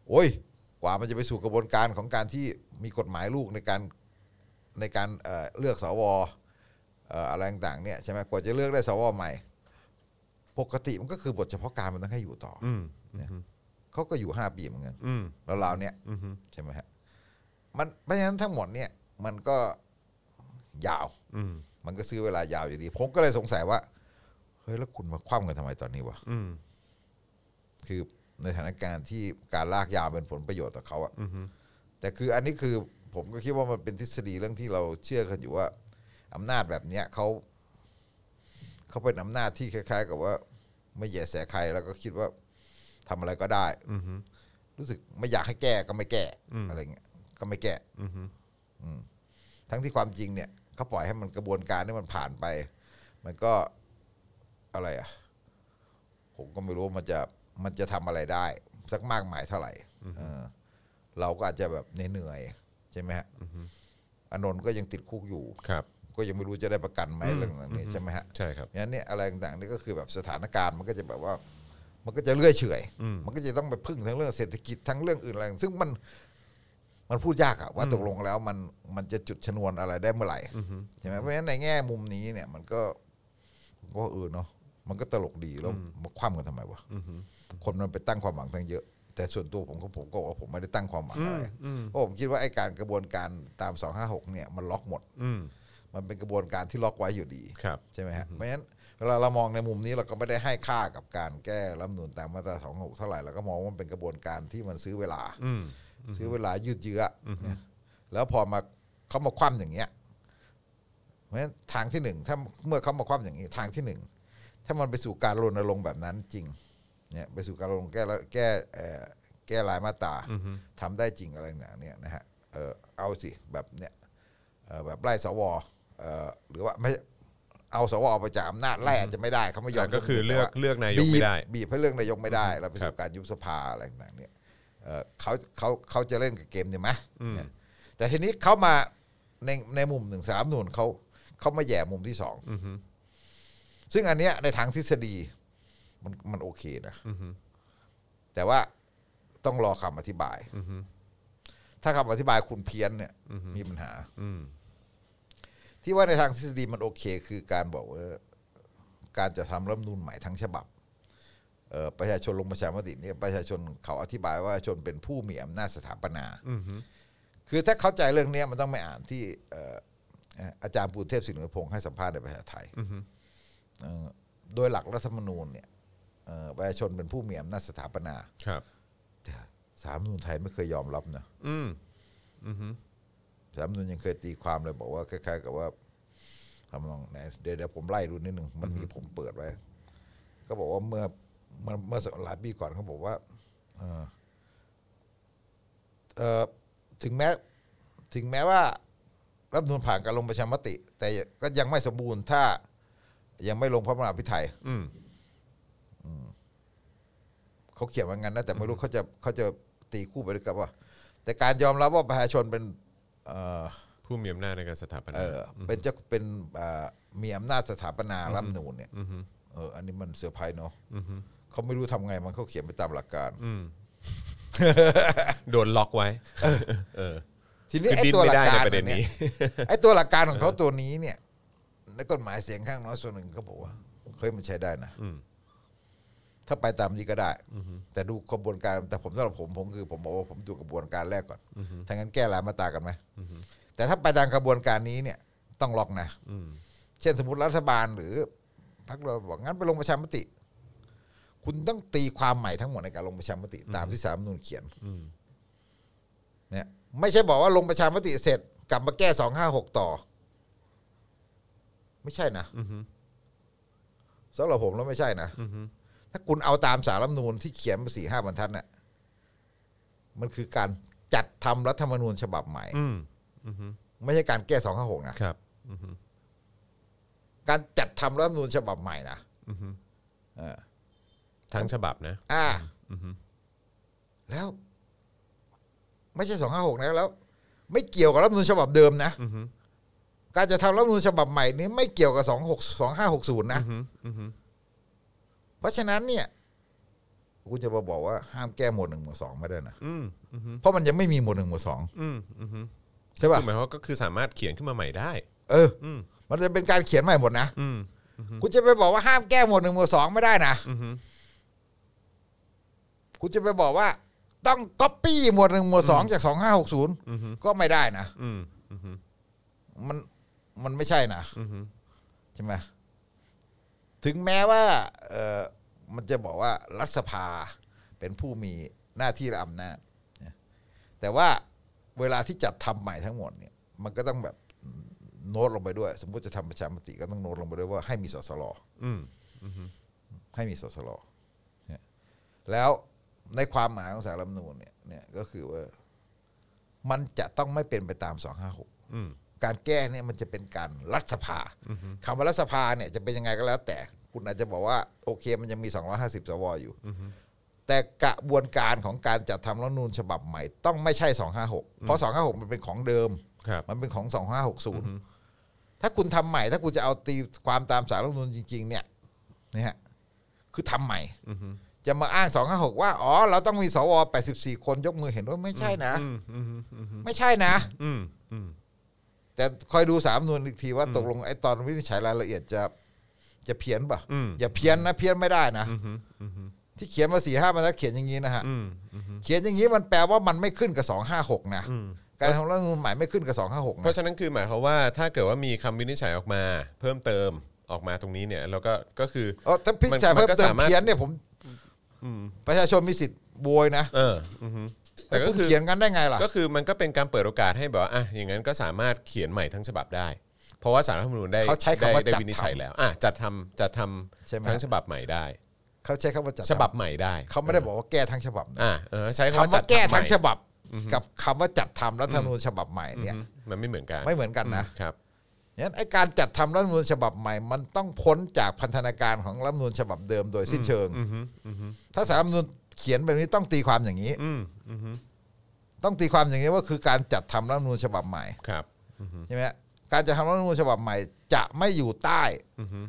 S3: โอ้ยกว่ามันจะไปสู่กระบวนการของการที่มีกฎหมายลูกในการในการเอ่อเลือกสวเอ่ออะไรต่างๆเนี่ยใช่ไหมกว่าจะเลือกได้สวใหม่ ปกติมันก็คือบทเฉพาะการมันต้องให้อยู่ต่อ
S2: อืม
S3: เขาก็อยู่ห้าปีเหมือนกัน
S2: อืม
S3: แล้วเราวๆเนี่ย
S2: อืม
S3: ใช่ไหมฮะมันเพราะฉะนั้นทั้งหมดเนี่ยมันก็ยาว
S2: อืม
S3: มันก็ซื้อเวลายาวอยู่ดี ผมก็เลยสงสัยว่าเฮ้ยแล้วคุณมาคว่ำกันทำไมตอนนี้วะ
S2: อืม
S3: คือในสถานการณ์ที่การลากยาวเป็นผลประโยชน์ต่อเขาอะ
S2: อืม
S3: แต่คืออันนี้คือผมก็คิดว่ามันเป็นทฤษฎีเรื่องที่เราเชื่อกันอยู่ว่าอำนาจแบบเนี้ยเขาเขาเป็นอำนาจที่คล้าย ๆ กับว่า ไม่แย่แสใครแล้วก็คิดว่าทำอะไรก็ได้
S2: อือฮึ
S3: รู้สึกไม่อยากให้แก้ก็ไม่แก้
S2: อืม
S3: อะไรเงี้ยก็ไม่แก้
S2: อือฮึ
S3: อืมทั้งที่ความจริงเนี่ยเขาปล่อยให้มันกระบวนการนี่มันผ่านไป มันก็อะไรอ่ะ ผมก็ไม่รู้ว่ามันจะมันจะทำอะไรได้ สักมากมายเท่าไหร่เออเราก็อาจจะแบบเหนื่อยๆใช่ไหมฮะอานนท์ก็ยังติดคุกอยู่
S2: ครับ
S3: ก็ยังไม่รู้จะได้ประกันไหม
S2: อืม
S3: เรื่องต่างๆนี้ใช่ไหมฮะ
S2: ใช่ครับ
S3: งั้นเนี่ยอะไรต่างๆนี่ก็คือแบบสถานการณ์มันก็จะแบบว่า มันก็จะเลื่อยเฉอย
S2: อืม
S3: มันก็จะต้องไปพึ่งทั้งเรื่องเศรษฐกิจทั้งเรื่องอื่นอะไร ซึ่งมันมันพูดยากอะว่า
S2: อืม
S3: ตกลงแล้วมันมันจะจุดชนวนอะไรได้เมื่อไหร่
S2: อือฮึ
S3: ใช่ไหมเพราะฉะนั้นในแง่มุมนี้เนี่ย มันก็ผมก็ว่าเออเนาะมันก็ตลกดีแล้ว
S2: อืม
S3: มาคว่ำกันทำไมวะ
S2: อือฮึ
S3: คนมันไปตั้งความหวังทั้งเยอะ แต่ส่วนตัวผมก็ผมก็บอกว่าผมไม่ได้ตั้งความหวัง
S2: อื
S3: อะ
S2: ม
S3: ไร
S2: อืม
S3: เพราะผมคิดว่าไอ้การกระบวนการตาม256เนี่ยมันล็อกหมด
S2: อืม
S3: มันเป็นกระบวนการที่ล็อกไว้อยู่ดี
S2: ครับ
S3: ใช่ไหมฮะเพราะฉะนั้นเวลาเรามองในมุมนี้เราก็ไม่ได้ให้ค่ากับการแก้รัฐธรรมนูนตามมาตรา 26 เท่าไหร่เราก็มองว่ามันเป็นกระบวนการที่มันซื้อเวลา
S2: อืม
S3: ซื้อเวลายืดเยื้ออนะแล้วพอมาเขามาคว่ำอย่างเงี้ยเพราะฉะนั้นทางที่หนึ่งถ้าเมื่อเขามาคว่ำอย่างนี้ทางที่หนึ่งถ้ามันไปสู่การรณรงค์แบบนั้นจริงเนี่ยไปสู่การรณรงค์แก้ละแก้เอ่อแก้รายมาตรา
S2: อือฮึ
S3: ทำได้จริงอะไรต่างๆเนี่ยนะฮะเออเอาสิแบบเนี่ยเอ่อแบบไล่สวเอ่อหรือว่าไม่เอาสวออกไปจากอำนาจไล่อาจจะไม่ได้เขาไม่ยอม
S2: ก็คือเลือกเลือกนายกไม่ได้
S3: บีบบีบให้เรื่องนายกไม่ได้ แล้วไป
S2: ครั
S3: สู่
S2: บ
S3: การยุบสภาอะไรต่างๆเนี่ยเอ่อเขาเขาเขาจะเล่นกับเกมเนี่ยไหม
S2: อืม
S3: เนี่ยแต่ทีนี้เขามาในในมุมหนึ่งสามนูนเขาเขามาแหย่มุมที่สอง
S2: อือฮึ
S3: ซึ่งอันเนี้ยในทางทฤษฎีมันมันโอเคนะ
S2: อือฮึ
S3: แต่ว่าต้องรอคำอธิบาย
S2: อือฮึ
S3: ถ้าคำอธิบายคุณเพี้ยนเนี่ย
S2: อือฮึ
S3: มีปัญหา
S2: อืม
S3: ที่ว่าในทางทฤษฎีมันโอเคคือการบอกว่าการจะทำรัฐธรรมนูนใหม่ทั้งฉบับเอ่อประชาชนลงประชามติเนี่ยประชาชนเขาอธิบายว่าชนเป็นผู้มีอำนาจสถาปนา
S2: อือฮึ
S3: คือถ้าเข้าใจเรื่องเนี้ยมันต้องไม่อ่านที่เอ่อเอ่ออาจารย์ปูเทพสิริพงศ์ให้สัมภาษณ์ในประชาไทย
S2: อือฮึ
S3: เอ่อโดยหลักรัฐธรรมนูญเนี่ยเอ่อประชาชนเป็นผู้มีอำนาจสถาปนา
S2: ครับ
S3: แต่สารรัฐธรรมนูญไทยไม่เคยยอมรับนะ
S2: อืมอือฮึ
S3: สามนุนยังเคยตีความเลยบอกว่าคล้ายๆกับว่าทำนองไหนเดี๋ยวเดี๋ยวผมไล่ดูนิดหนึ่งมันมีผมเปิดไว้ ก็บอกว่าเมื่อเมื่อเมื่อหลายปีก่อนเขาบอกว่าเอ่อเอ่อถึงแม้ถึงแม้ว่ารัฐธรรมนูนผ่านการลงประชามติ แต่ก็ยังไม่สมบูรณ์ถ้ายังไม่ลงพระมหาพิไทย
S2: อืม
S3: เขาเขียนว่างั้นนะแต่ไม่รู้เขาจะเขาจะตีคู่ไปด้วยกันว่า แต่การยอมรับว่าประชาชนเป็นเอ่อ
S2: ผู้มีอำนาจในการสถาปนา
S3: เออเป็นเจ้าเป็นอ่ามีอำนาจสถาปนารัฐธรรมนูญเนี่ย
S2: อือฮึ
S3: เอออันนี้มันเซอร์ไพรส์เนาะ
S2: อือฮึ
S3: เขาไม่รู้ทำไงมันเขาเขียนไปตามหลักการ
S2: อืมโดนล็อกไว้ เออ
S3: ทีนี้
S2: คือ
S3: ไอ้
S2: ดิ้น
S3: ตัว
S2: ไม่
S3: หลั
S2: ได้
S3: ก
S2: ใน
S3: การ
S2: ประเด็น
S3: เนี่ย <laughs>
S2: นี้
S3: ไอ้ตัวหลักการของเขาตัวนี้เนี่ยในกฎหมายเสียงข้างน้อยส่วนหนึ่งเขาบอกว่าเฮ้ยมันใช้ได้นะ
S2: อืม
S3: ถ้าไปตามนี้ก็ได้แต่ดูกระบวนการแต่ผมสำหรับผมผมคือผมบอกว่าผมดูกระบวนการแรกก่อนถ้างั้นแก้รายมาตรากันไหมแต่ถ้าไปตามกระบวนการนี้เนี่ยต้องล็อกนะ
S2: อืม
S3: เช่นสมมติรัฐบาลหรือพรรคเราบอกงั้นไปลงประชามติ คุณต้องตีความใหม่ทั้งหมดในการลงประชามติ ตามที่สามนูนเขียน
S2: อืม
S3: เนี่ยไม่ใช่บอกว่าลงประชามติเสร็จกลับมาแก้สองห้าหกต่อ ไม่ใช่นะ
S2: อือฮึ
S3: สำหรับผมแล้วไม่ใช่นะ
S2: อือฮึ
S3: ถ้าคุณเอาตามสารรัฐธรรมนูนที่เขียนมาสี่ห้าบรรทัดเนี่ยมันคือการจัดทำรัฐธรรมนูญฉบับใหม่
S2: อืมอือฮึ
S3: ไม่ใช่การแก้สองห้าหกนะครับ
S2: อือฮึ
S3: การจัดทำรัฐธรรมนูญฉบับใหม่นะ
S2: อือฮึ
S3: เออ
S2: ทั้งฉบับนะ
S3: อ่า
S2: อือฮึ
S3: แล้ว ไม่ใช่สองห้าหกนะแล้ว ไม่เกี่ยวกับรัฐธรรมนูญฉบับเดิมนะ
S2: อือฮึ
S3: การจะทำรัฐธรรมนูญฉบับใหม่นี้ไม่เกี่ยวกับสองหกสองห้าหกศูนย์นะ
S2: อือฮึอือฮึ
S3: เพราะฉะนั้นเนี่ยคุณจะมาบอกว่าห้ามแก้หมวดหนึ่งหมวดสองไม่ได้นะ
S2: อืมอือฮึ
S3: เพราะมันยังไม่มีหมวดหนึ่งหมวดสอง
S2: อืมอือฮึ
S3: ใช่ป่ะ
S2: คือหมายความว่าก็คือสามารถเขียนขึ้นมาใหม่ได้
S3: เออ
S2: อืม
S3: มันจะเป็นการเขียนใหม่หมดนะ
S2: อืม
S3: คุณจะไปบอกว่าห้ามแก้หมวดหนึ่งหมวดสองไม่ได้นะ
S2: อือฮึ
S3: คุณจะไปบอกว่า ต้องก๊อปปี้หมวดหนึ่งหมวดสองจากสองห้าหกศูนย์
S2: อือฮึ
S3: ก็ไม่ได้นะ
S2: อืมอือฮึ
S3: มันมันไม่ใช่นะ
S2: อือฮึ
S3: ใช่ไหมถึงแม้ว่าเออมันจะบอกว่ารัฐสภาเป็นผู้มีหน้าที่และอำนาจนะแต่ว่าเวลาที่จัดทำใหม่ทั้งหมดเนี่ยมันก็ต้องแบบโน้ตลงไปด้วย สมมติจะทำประชามติก็ต้องโน้ตลงไปด้วยว่าให้มีสสล
S2: อืม
S3: ให้มีสสลเนี่ยแล้วในความหมายของสารรัฐธรรมนูญเนี่ยเนี่ยก็คือว่า มันจะต้องไม่เป็นไปตามสองห้าหก
S2: อืม
S3: การแก้เนี่ยมันจะเป็นการรัฐสภาคำว่ารัฐสภาเนี่ยจะเป็นยังไงก็แล้ว แต่คุณอาจจะบอกว่า โอเค มันยังมี 250 สวอยู่ แต่กระบวนการของการจัดทำรัฐธรรมนูญฉบับใหม่ ต้องไม่ใช่ 256 เพราะ 256 มันเป็นของเดิม
S2: ครับ
S3: มันเป็นของ 2560 ถ้าคุณทำใหม่ ถ้าคุณจะเอาตีความตามสารรัฐธรรมนูญจริง ๆ เนี่ยนะฮะคือทำใหม่
S2: อือฮึ
S3: จะมาอ้าง 256 ว่า อ๋อ เราต้องมีสว 84 คนยกมือเห็นว่าไม่ใช่นะ
S2: อืมอืมอืมอืม
S3: ไม่ใช่นะ
S2: อืมอืม
S3: แต่คอยดูสารรัฐธรรมนูญอีกทีว่าตกลงไอ้ตอนวินิจฉัยรายละเอียดจะจะเพี้ยนป่ะ
S2: อืม
S3: อย่าเพี้ยนนะ เพี้ยนไม่ได้นะ
S2: อืมอืมอืม
S3: ที่เขียนมาสี่ห้ามันแล้วเขียนอย่างนี้นะฮะ
S2: อืมอืม
S3: เขียนอย่างนี้มันแปลว่ามันไม่ขึ้นกับ 256 นะ
S2: อืม
S3: การทำรัฐธรรมนูญใหม่ไม่ขึ้นกับ 256
S2: เพ
S3: นะ
S2: ราะฉะนั้นคือหมายความว่าถ้าเกิดว่ามีคำวินิจฉัยออกมา เพิ่มเติมออกมาตรงนี้เนี่ยแล้วก็ก็คือ
S3: เออถ้าพิจารณา
S2: มัน
S3: เพิ่ม
S2: ก็
S3: เติม
S2: สามารถ
S3: เขียนเนี่ยผม
S2: อืม
S3: ประชาชนมีสิทธิ์โวยนะ
S2: เอออือฮึแต่
S3: แต่
S2: ก็
S3: คุณ
S2: คือ
S3: เขียนกันได้ไงล่ะ
S2: ก็คือมันก็เป็นการเปิดโอกาสให้แบบว่าอ่ะอย่างนั้นก็สามารถเขียนใหม่ทั้งฉบับได้ เพราะว่าสารรัฐธรรมนูญได้
S3: เขาใช้คำ
S2: ได้
S3: ว่า
S2: ได้
S3: จัด
S2: วินิจฉัย
S3: ทำ
S2: แล้ว อ่ะจัดทำจัดทำ
S3: ใช่ไหม
S2: ทั้งฉบับใหม่ได้
S3: เขาใช้คำว่าจัด
S2: ฉบับใหม่ได้
S3: เขาไม่ได้บอกว่าแก้ทั้งฉบับนะ
S2: อ่ะเออใช้คำ
S3: คำ
S2: ว่าจั
S3: ว่า
S2: ด
S3: แก้
S2: ำใหม่
S3: ทั้งฉบับ กับคำว่าจัดทำรัฐธรรมนูญฉบับใหม่เนี่ย
S2: อืมมันไม่เหมือนกัน
S3: ไม่เหมือนกันนะครับ งั้นไอการจัดทำรัฐธรรมนูญฉบับใหม่ มันต้องพ้นจากพันธนาการของรัฐธรรมนูญฉบับเดิมโดยสิ้นเชิง
S2: อือฮึอือฮึ
S3: ถ้าสารรัฐธรรมนูญเขียนแบบนี้ต้องตีความอย่างนี้
S2: อืมอือฮึ
S3: ต้องตีความอย่างนี้ว่าคือการจัดทำรัฐธรรมนูญฉบับใหม่
S2: ครับอือฮึ
S3: ใช่ไหมฮะการจะทำรัฐธรรมนูญฉบับใหม่ จะไม่อยู่ใต้
S2: อือฮึ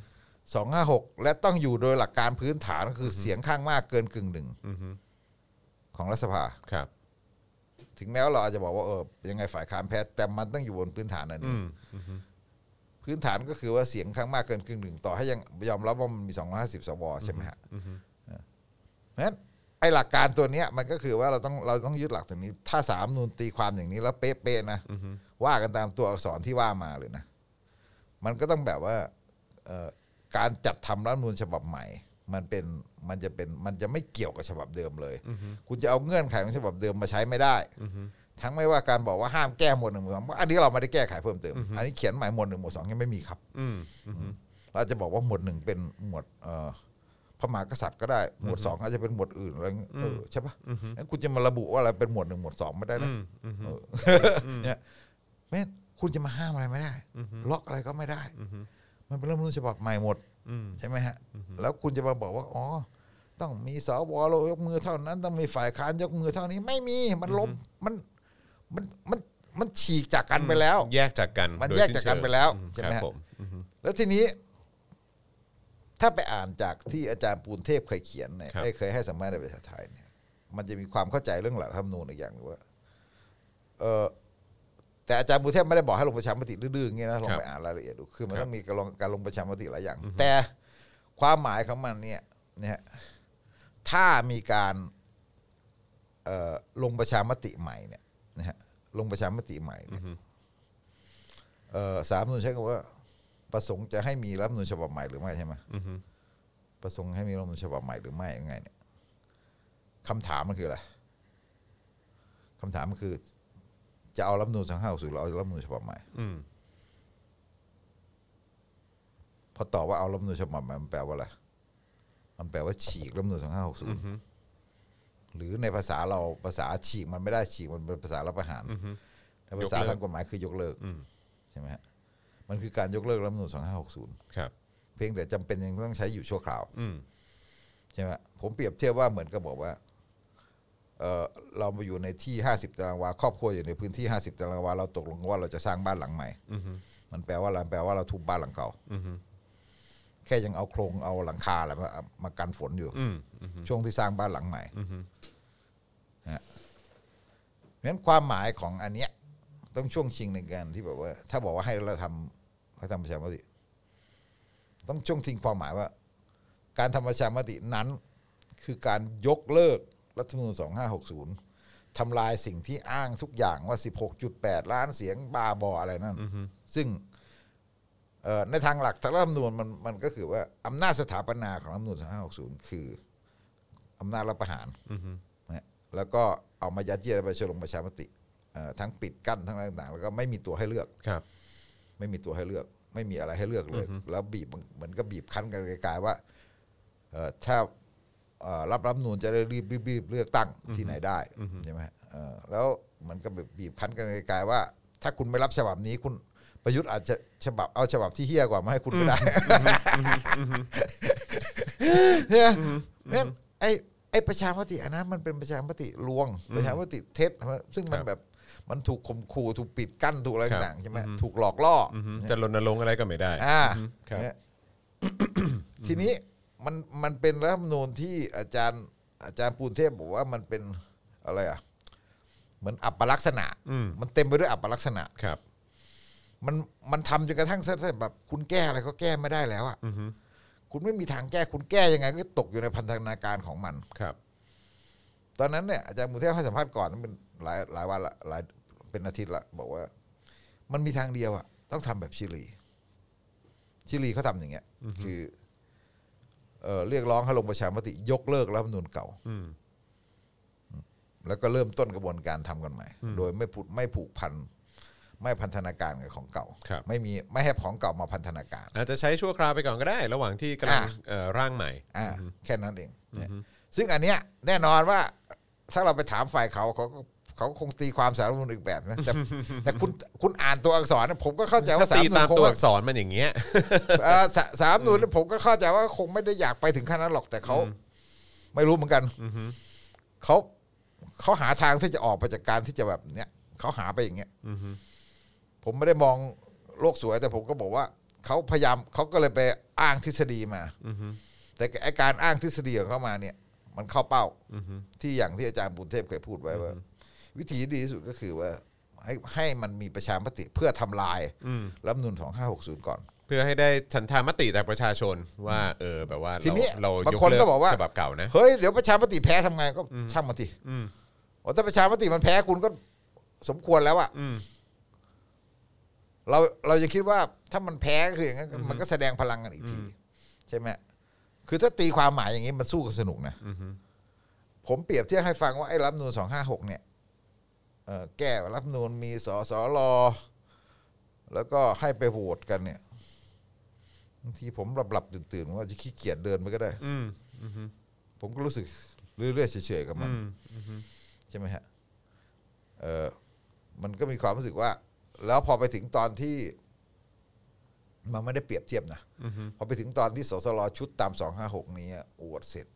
S3: 256 และต้องอยู่โดยหลักการพื้นฐานก็คือเสียงข้างมากเกินกึ่งหนึ่ง
S2: อือฮึ
S3: ของรัฐสภา
S2: ครับ
S3: ถึงแม้ว่าเราอาจจะบอกว่าเออยังไงฝ่ายค้านแพ้แต่มันต้องอยู่บนพื้นฐานอัน
S2: อื
S3: นี้
S2: มอือฮึ
S3: พื้นฐานก็คือว่าเสียงข้างมากเกินกึ่งหนึ่งต่อให้ยังยอมรับว่ามันมี 250 สวใช่ไหมฮะ
S2: อือฮึ
S3: เพราะฉะนั้นไอ้หลักการตัวเนี้ยมันก็คือว่าเราต้องเราต้องยึดหลักตรงนี้ ถ้าสามนูนตีความอย่างนี้แล้วเป๊ะๆนะ
S2: อือฮึ
S3: ว่ากันตามตัวอักษรที่ว่ามาเลยนะ มันก็ต้องแบบว่าเอ่อการจัดทำรัฐธรรมนูญฉบับใหม่ มันเป็นมันจะเป็นมันจะไม่เกี่ยวกับฉบับเดิมเลย
S2: อือฮึ
S3: คุณจะเอาเงื่อนไขของฉบับเดิมมาใช้ไม่ได้
S2: อือฮึ
S3: ทั้งไม่ว่าการบอกว่าห้ามแก้หมวดหนึ่งหมวดสองอันนี้เราไม่ได้แก้ไขเพิ่มเติม อันนี้เขียนใหม่หมวดหนึ่งหมวดสองยังไม่มีครับ
S2: อืมอืม
S3: เราอาจจะบอกว่าหมวดหนึ่งเป็นหมวดเอ่อพระมหากษัตริย์ก็ได้ หมวดสองอาจจะเป็นหมวดอื่นอะไรเงี้ยเออใช่ปะงั้นคุณจะมาระบุว่าอะไรเป็นหมวดหนึ่งหมวดสองไม่ได้
S2: อื
S3: นะ
S2: มอืม
S3: เออเนี่ยแม่งคุณจะมาห้ามอะไรไม่ได้ ล็อกอะไรก็ไม่ได้ มันเป็นรัฐธรรมนูญฉบับใหม่หมด
S2: อืม
S3: ใช่ไหมฮะ แล้วคุณจะมาบอกว่า อ๋อ ต้องมีสวเรายกมือเท่านั้น ต้องมีฝ่ายค้านยกมือเท่านี้ ไม่มี มันล้มมันมัน มัน มันฉีกจากกันไปแล้ว
S2: แยกจากกัน
S3: มัน
S2: โดย
S3: แยกจากกัน
S2: สิ้เชิง
S3: ไปแล้ว
S2: อื
S3: ใช่ไหม
S2: ครั
S3: ฮะ
S2: บผมอือฮึ
S3: แล้วทีนี้ ถ้าไปอ่านจากที่อาจารย์ปูนเทพเคยเขียนเนี่ย
S2: ครับ
S3: เอ้ยเคยให้สัมภาษณ์ในประชาไทยเนี่ย มันจะมีความเข้าใจเรื่องหลักธรรมนูญอีกอย่างหนึ่งว่า เออแต่อาจารย์ปูนเทพไม่ได้บอกให้ลงประชามติดื้อๆอย่างเงี้ยนะลองไปอ่านรายละเอียดดูคือมันต้องมีการลงการลงประชามติหลายอย่าง แต่ความหมายของมันเนี่ยนะฮะถ้ามีการเอ่อลงประชามติใหม่เนี่ยนะฮะลงประชามติใหม่เนี่ยเอ่อสามนุนใช้คำว่า ประสงค์จะให้มีรัฐธรรมนูญฉบับใหม่หรือไม่ใช่ไหม
S2: อือฮึ
S3: ประสงค์ให้มีรัฐธรรมนูญฉบับใหม่หรือไม่ยังไงเนี่ยคำถามมันคืออะไรคำถามมันคือ จะเอารัฐธรรมนูญสองห้าสูหรือเอารัฐธรรมนูญฉบับใหม่
S2: อืม
S3: พอตอบว่าเอารัฐธรรมนูญฉบับใหม่มันแปลว่าอะไรมันแปลว่าฉีกรัฐธรรมนูญสองห้าหกศูนย์หรือในภาษาเราภาษาฉีกมันไม่ได้ฉีกมันเป็นภาษารับประหาร
S2: อือฮึ
S3: ในภาษา
S2: ก
S3: ย
S2: เลิก
S3: ทางกฎหมายคือยกเลิก
S2: อืม
S3: ใช่ไหมฮะมันคือการยกเลิกรัฐธรรมนูญสองห้าหกศูนย์
S2: ครับ
S3: เพียงแต่จำเป็นยังต้องใช้อยู่ชั่วคราว
S2: อืม
S3: ใช่ไหมผมเปรียบเทียบว่าเหมือนกับบอกว่าเออเรามาอยู่ในที่ห้าสิบตารางวา ครอบครัวอยู่ในพื้นที่ห้าสิบตารางวา เราตกลงกันว่าเราจะสร้างบ้านหลังใหม่
S2: อือฮึ
S3: มันแปลว่าอะไรแปลว่าเราทุบบ้านหลังเก่า
S2: อือฮึ
S3: แค่ยังเอาโครงเอาหลังคาอะไรมามากันฝนอยู่
S2: อืมอือฮึ
S3: ช่วงที่สร้างบ้านหลังใหม่
S2: อือฮึ
S3: เพราะฉะนั้นความหมายของอันเนี้ยต้องช่วงชิงในการที่แบบว่า ถ้าบอกว่าให้เราทำให้ทำประชามติ ต้องช่วงชิงความหมายว่า การทำประชามตินั้น คือการยกเลิกรัฐธรรมนูญ2560 ทำลายสิ่งที่อ้างทุกอย่างว่า 16.8 ล้านเสียงบ้าบออะไรนั่น ซึ่งเอ่อในทางหลักทางรัฐธรรมนูญมันมันก็คือว่า อำนาจสถาปนาของรัฐธรรมนูญ2560 คือ อำนาจรัฐประหาร
S2: อือฮึ
S3: นะแล้วก็เอามายัดเยียดให้ประชาชนลงประชามติเอ่อทั้งปิดกั้นทั้งอะไรต่างๆ แล้วก็ไม่มีตัวให้เลือก
S2: ครับ
S3: ไม่มีตัวให้เลือก ไม่มีอะไรให้เลือกเลย แล้วบีบเหมือนก็บีบคั้นกันไกลๆว่า เอ่อถ้าเอ่อรับรับนูนจะได้รีบรีบรีบเลือกตั้งที่ไหนได้ใช่ไหมเอ่อแล้วมันก็แบบบีบคั้นกันไกลๆว่า ถ้าคุณไม่รับฉบับนี้คุณประยุทธ์อาจจะฉบับเอาฉบับที่เฮี้ยกว่ามาให้คุณก็ได้เนี่ยเนี่ยไอ้ไอ้ประชามติอันนั้นมันเป็นประชามติลวง ประชามติเท็จซึ่งมั
S2: ค
S3: น
S2: รับ
S3: แบบมันถูกข่มขู่ถูกปิดกั้นถูกอะไร
S2: ครับ
S3: ต่างๆใช่ไหม
S2: อือฮึ
S3: ถูกหลอกล่ออ
S2: อือฮึ
S3: เนี่ย
S2: จะรณรงค์อะไรก็ไม่ได้
S3: อ่า
S2: อืมครับ
S3: เนี่ยทีนี้มันมันเป็นรัฐธรรมนูญที่อาจารย์ อาจารย์ปูนเทพบอกว่ามันเป็นอะไรอ่ะเหมือนอัปลักษณะ
S2: อืม
S3: มันเต็มไปด้วยอัปลักษณะ
S2: ครับ
S3: มันมันทำจนกระทั่งซะแบบ คุณแก้อะไรก็แก้ไม่ได้แล้วอ่ะ
S2: อือฮึ
S3: คุณไม่มีทางแก้คุณแก้ยังไง ก็ตกอยู่ในพันธนาการของมัน
S2: ครับ
S3: ตอนนั้นเนี่ยอาจารย์ปูนเทพให้สัมภาษณ์ก่อนเป็นหลายหลายวันละหลายเป็นอาทิตย์ละบอกว่า มันมีทางเดียวอ่ะต้องทำแบบชิลี ชิลีเขาทำอย่างเงี้ย คือเอ่อเรียกร้องให้ลงประชามติ ยกเลิกรัฐธรรมนูญเก่า
S2: อืม
S3: แล้วก็เริ่มต้นกระบวนการทำกันใหม่ โดยไม่ผูกไม่ผูกพัน ไม่พันธนาการกับของเก่า
S2: ครับ
S3: ไม่มีไม่ให้ของเก่ามาพันธนาการ
S2: อาจจะใช้ชั่วคราวไปก่อนก็ได้ ระหว่างที่กำลัง
S3: อ่ะ
S2: เอ่อร่างใหม่
S3: อ่าแค่นั้นเองเนี่ยซึ่งอันเนี้ยแน่นอนว่า ถ้าเราไปถามฝ่ายเขาเขาก็เขาคงตีความสารรัฐธรรมนูญอีกแบบนะแต่ แต่คุณคุณอ่านตัวอักษรนะผมก็เข้าใจว่า
S2: ถ้า
S3: สาร
S2: ตี
S3: รัฐธรรม
S2: ตาม
S3: นูญคง
S2: ตัว
S3: ว่า
S2: อักษรมันอย่างเงี้ย
S3: เอ่อสาสารรัฐธรรมนูญผมก็เข้าใจว่าคงไม่ได้อยากไปถึงขั้นนั้นหรอกแต่เขาไม่รู้เหมือนกันเขาเขาหาทางที่จะออกไปจากการที่จะแบบเนี้ยเขาหาไปอย่างเงี้ยผมไม่ได้มองโลกสวย แต่ผมก็บอกว่าเขาพยายามเขาก็เลยไปอ้างทฤษฎีมา
S2: อือฮึ
S3: แต่ไอการอ้างทฤษฎีของเขามาเนี่ย มันเข้าเป้า
S2: อือฮึ
S3: ที่อย่างที่อาจารย์บุญเทพเคยพูดไว้ว่า วิธีที่ดีที่สุดก็คือว่า ให้ให้มันมีประชามติเพื่อทำลาย
S2: อืม
S3: รัฐธรรมนูนสองห้าหกศูนย์ก่อน
S2: เพื่อให้ได้ฉันทามติจากประชาชนว่า เออแบบว่า
S3: ที
S2: เรา
S3: นี้
S2: เรา
S3: บาง
S2: ยก
S3: คน
S2: เลิ
S3: ก็บอกว่า
S2: ฉบับเก่านะ
S3: เฮ้ยเดี๋ยวประชามติแพ้ทำไงก็ช่างมันที
S2: อืม
S3: โอ้ถ้าประชามติมันแพ้คุณก็สมควรแล้วอะ
S2: อืม
S3: เราเราจะคิดว่าถ้ามันแพ้ก็คืออย่างนั้นมันก็แสดงพลังกันอีกที ใช่ไหมคือถ้าตีความหมายอย่างนี้มันสู้กันสนุกนะ
S2: อือฮึ
S3: ผมเปรียบเทียบให้ฟังว่าไอ้รัฐธรรมนูนสองห้าหกเนี่ยเอ่อแก้รัฐธรรมนูนมีสสรแล้วก็ให้ไปโหวตกันเนี่ยบางทีผมหลับหลับตื่นตื่นๆว่าจะขี้เกียจเดินไปก็ได้
S2: อืมอือฮึ
S3: ผมก็รู้สึกเรื่อยๆเฉยๆกับมัน
S2: อืมอือฮึ
S3: ใช่ไหมฮะเออมันก็มีความรู้สึกว่า แล้วพอไปถึงตอนที่ มันไม่ได้เปรียบเทียบนะ
S2: อือฮึ
S3: พอไปถึงตอนที่สสรชุดตามสองห้าหกนี้อะอวดเสร็จ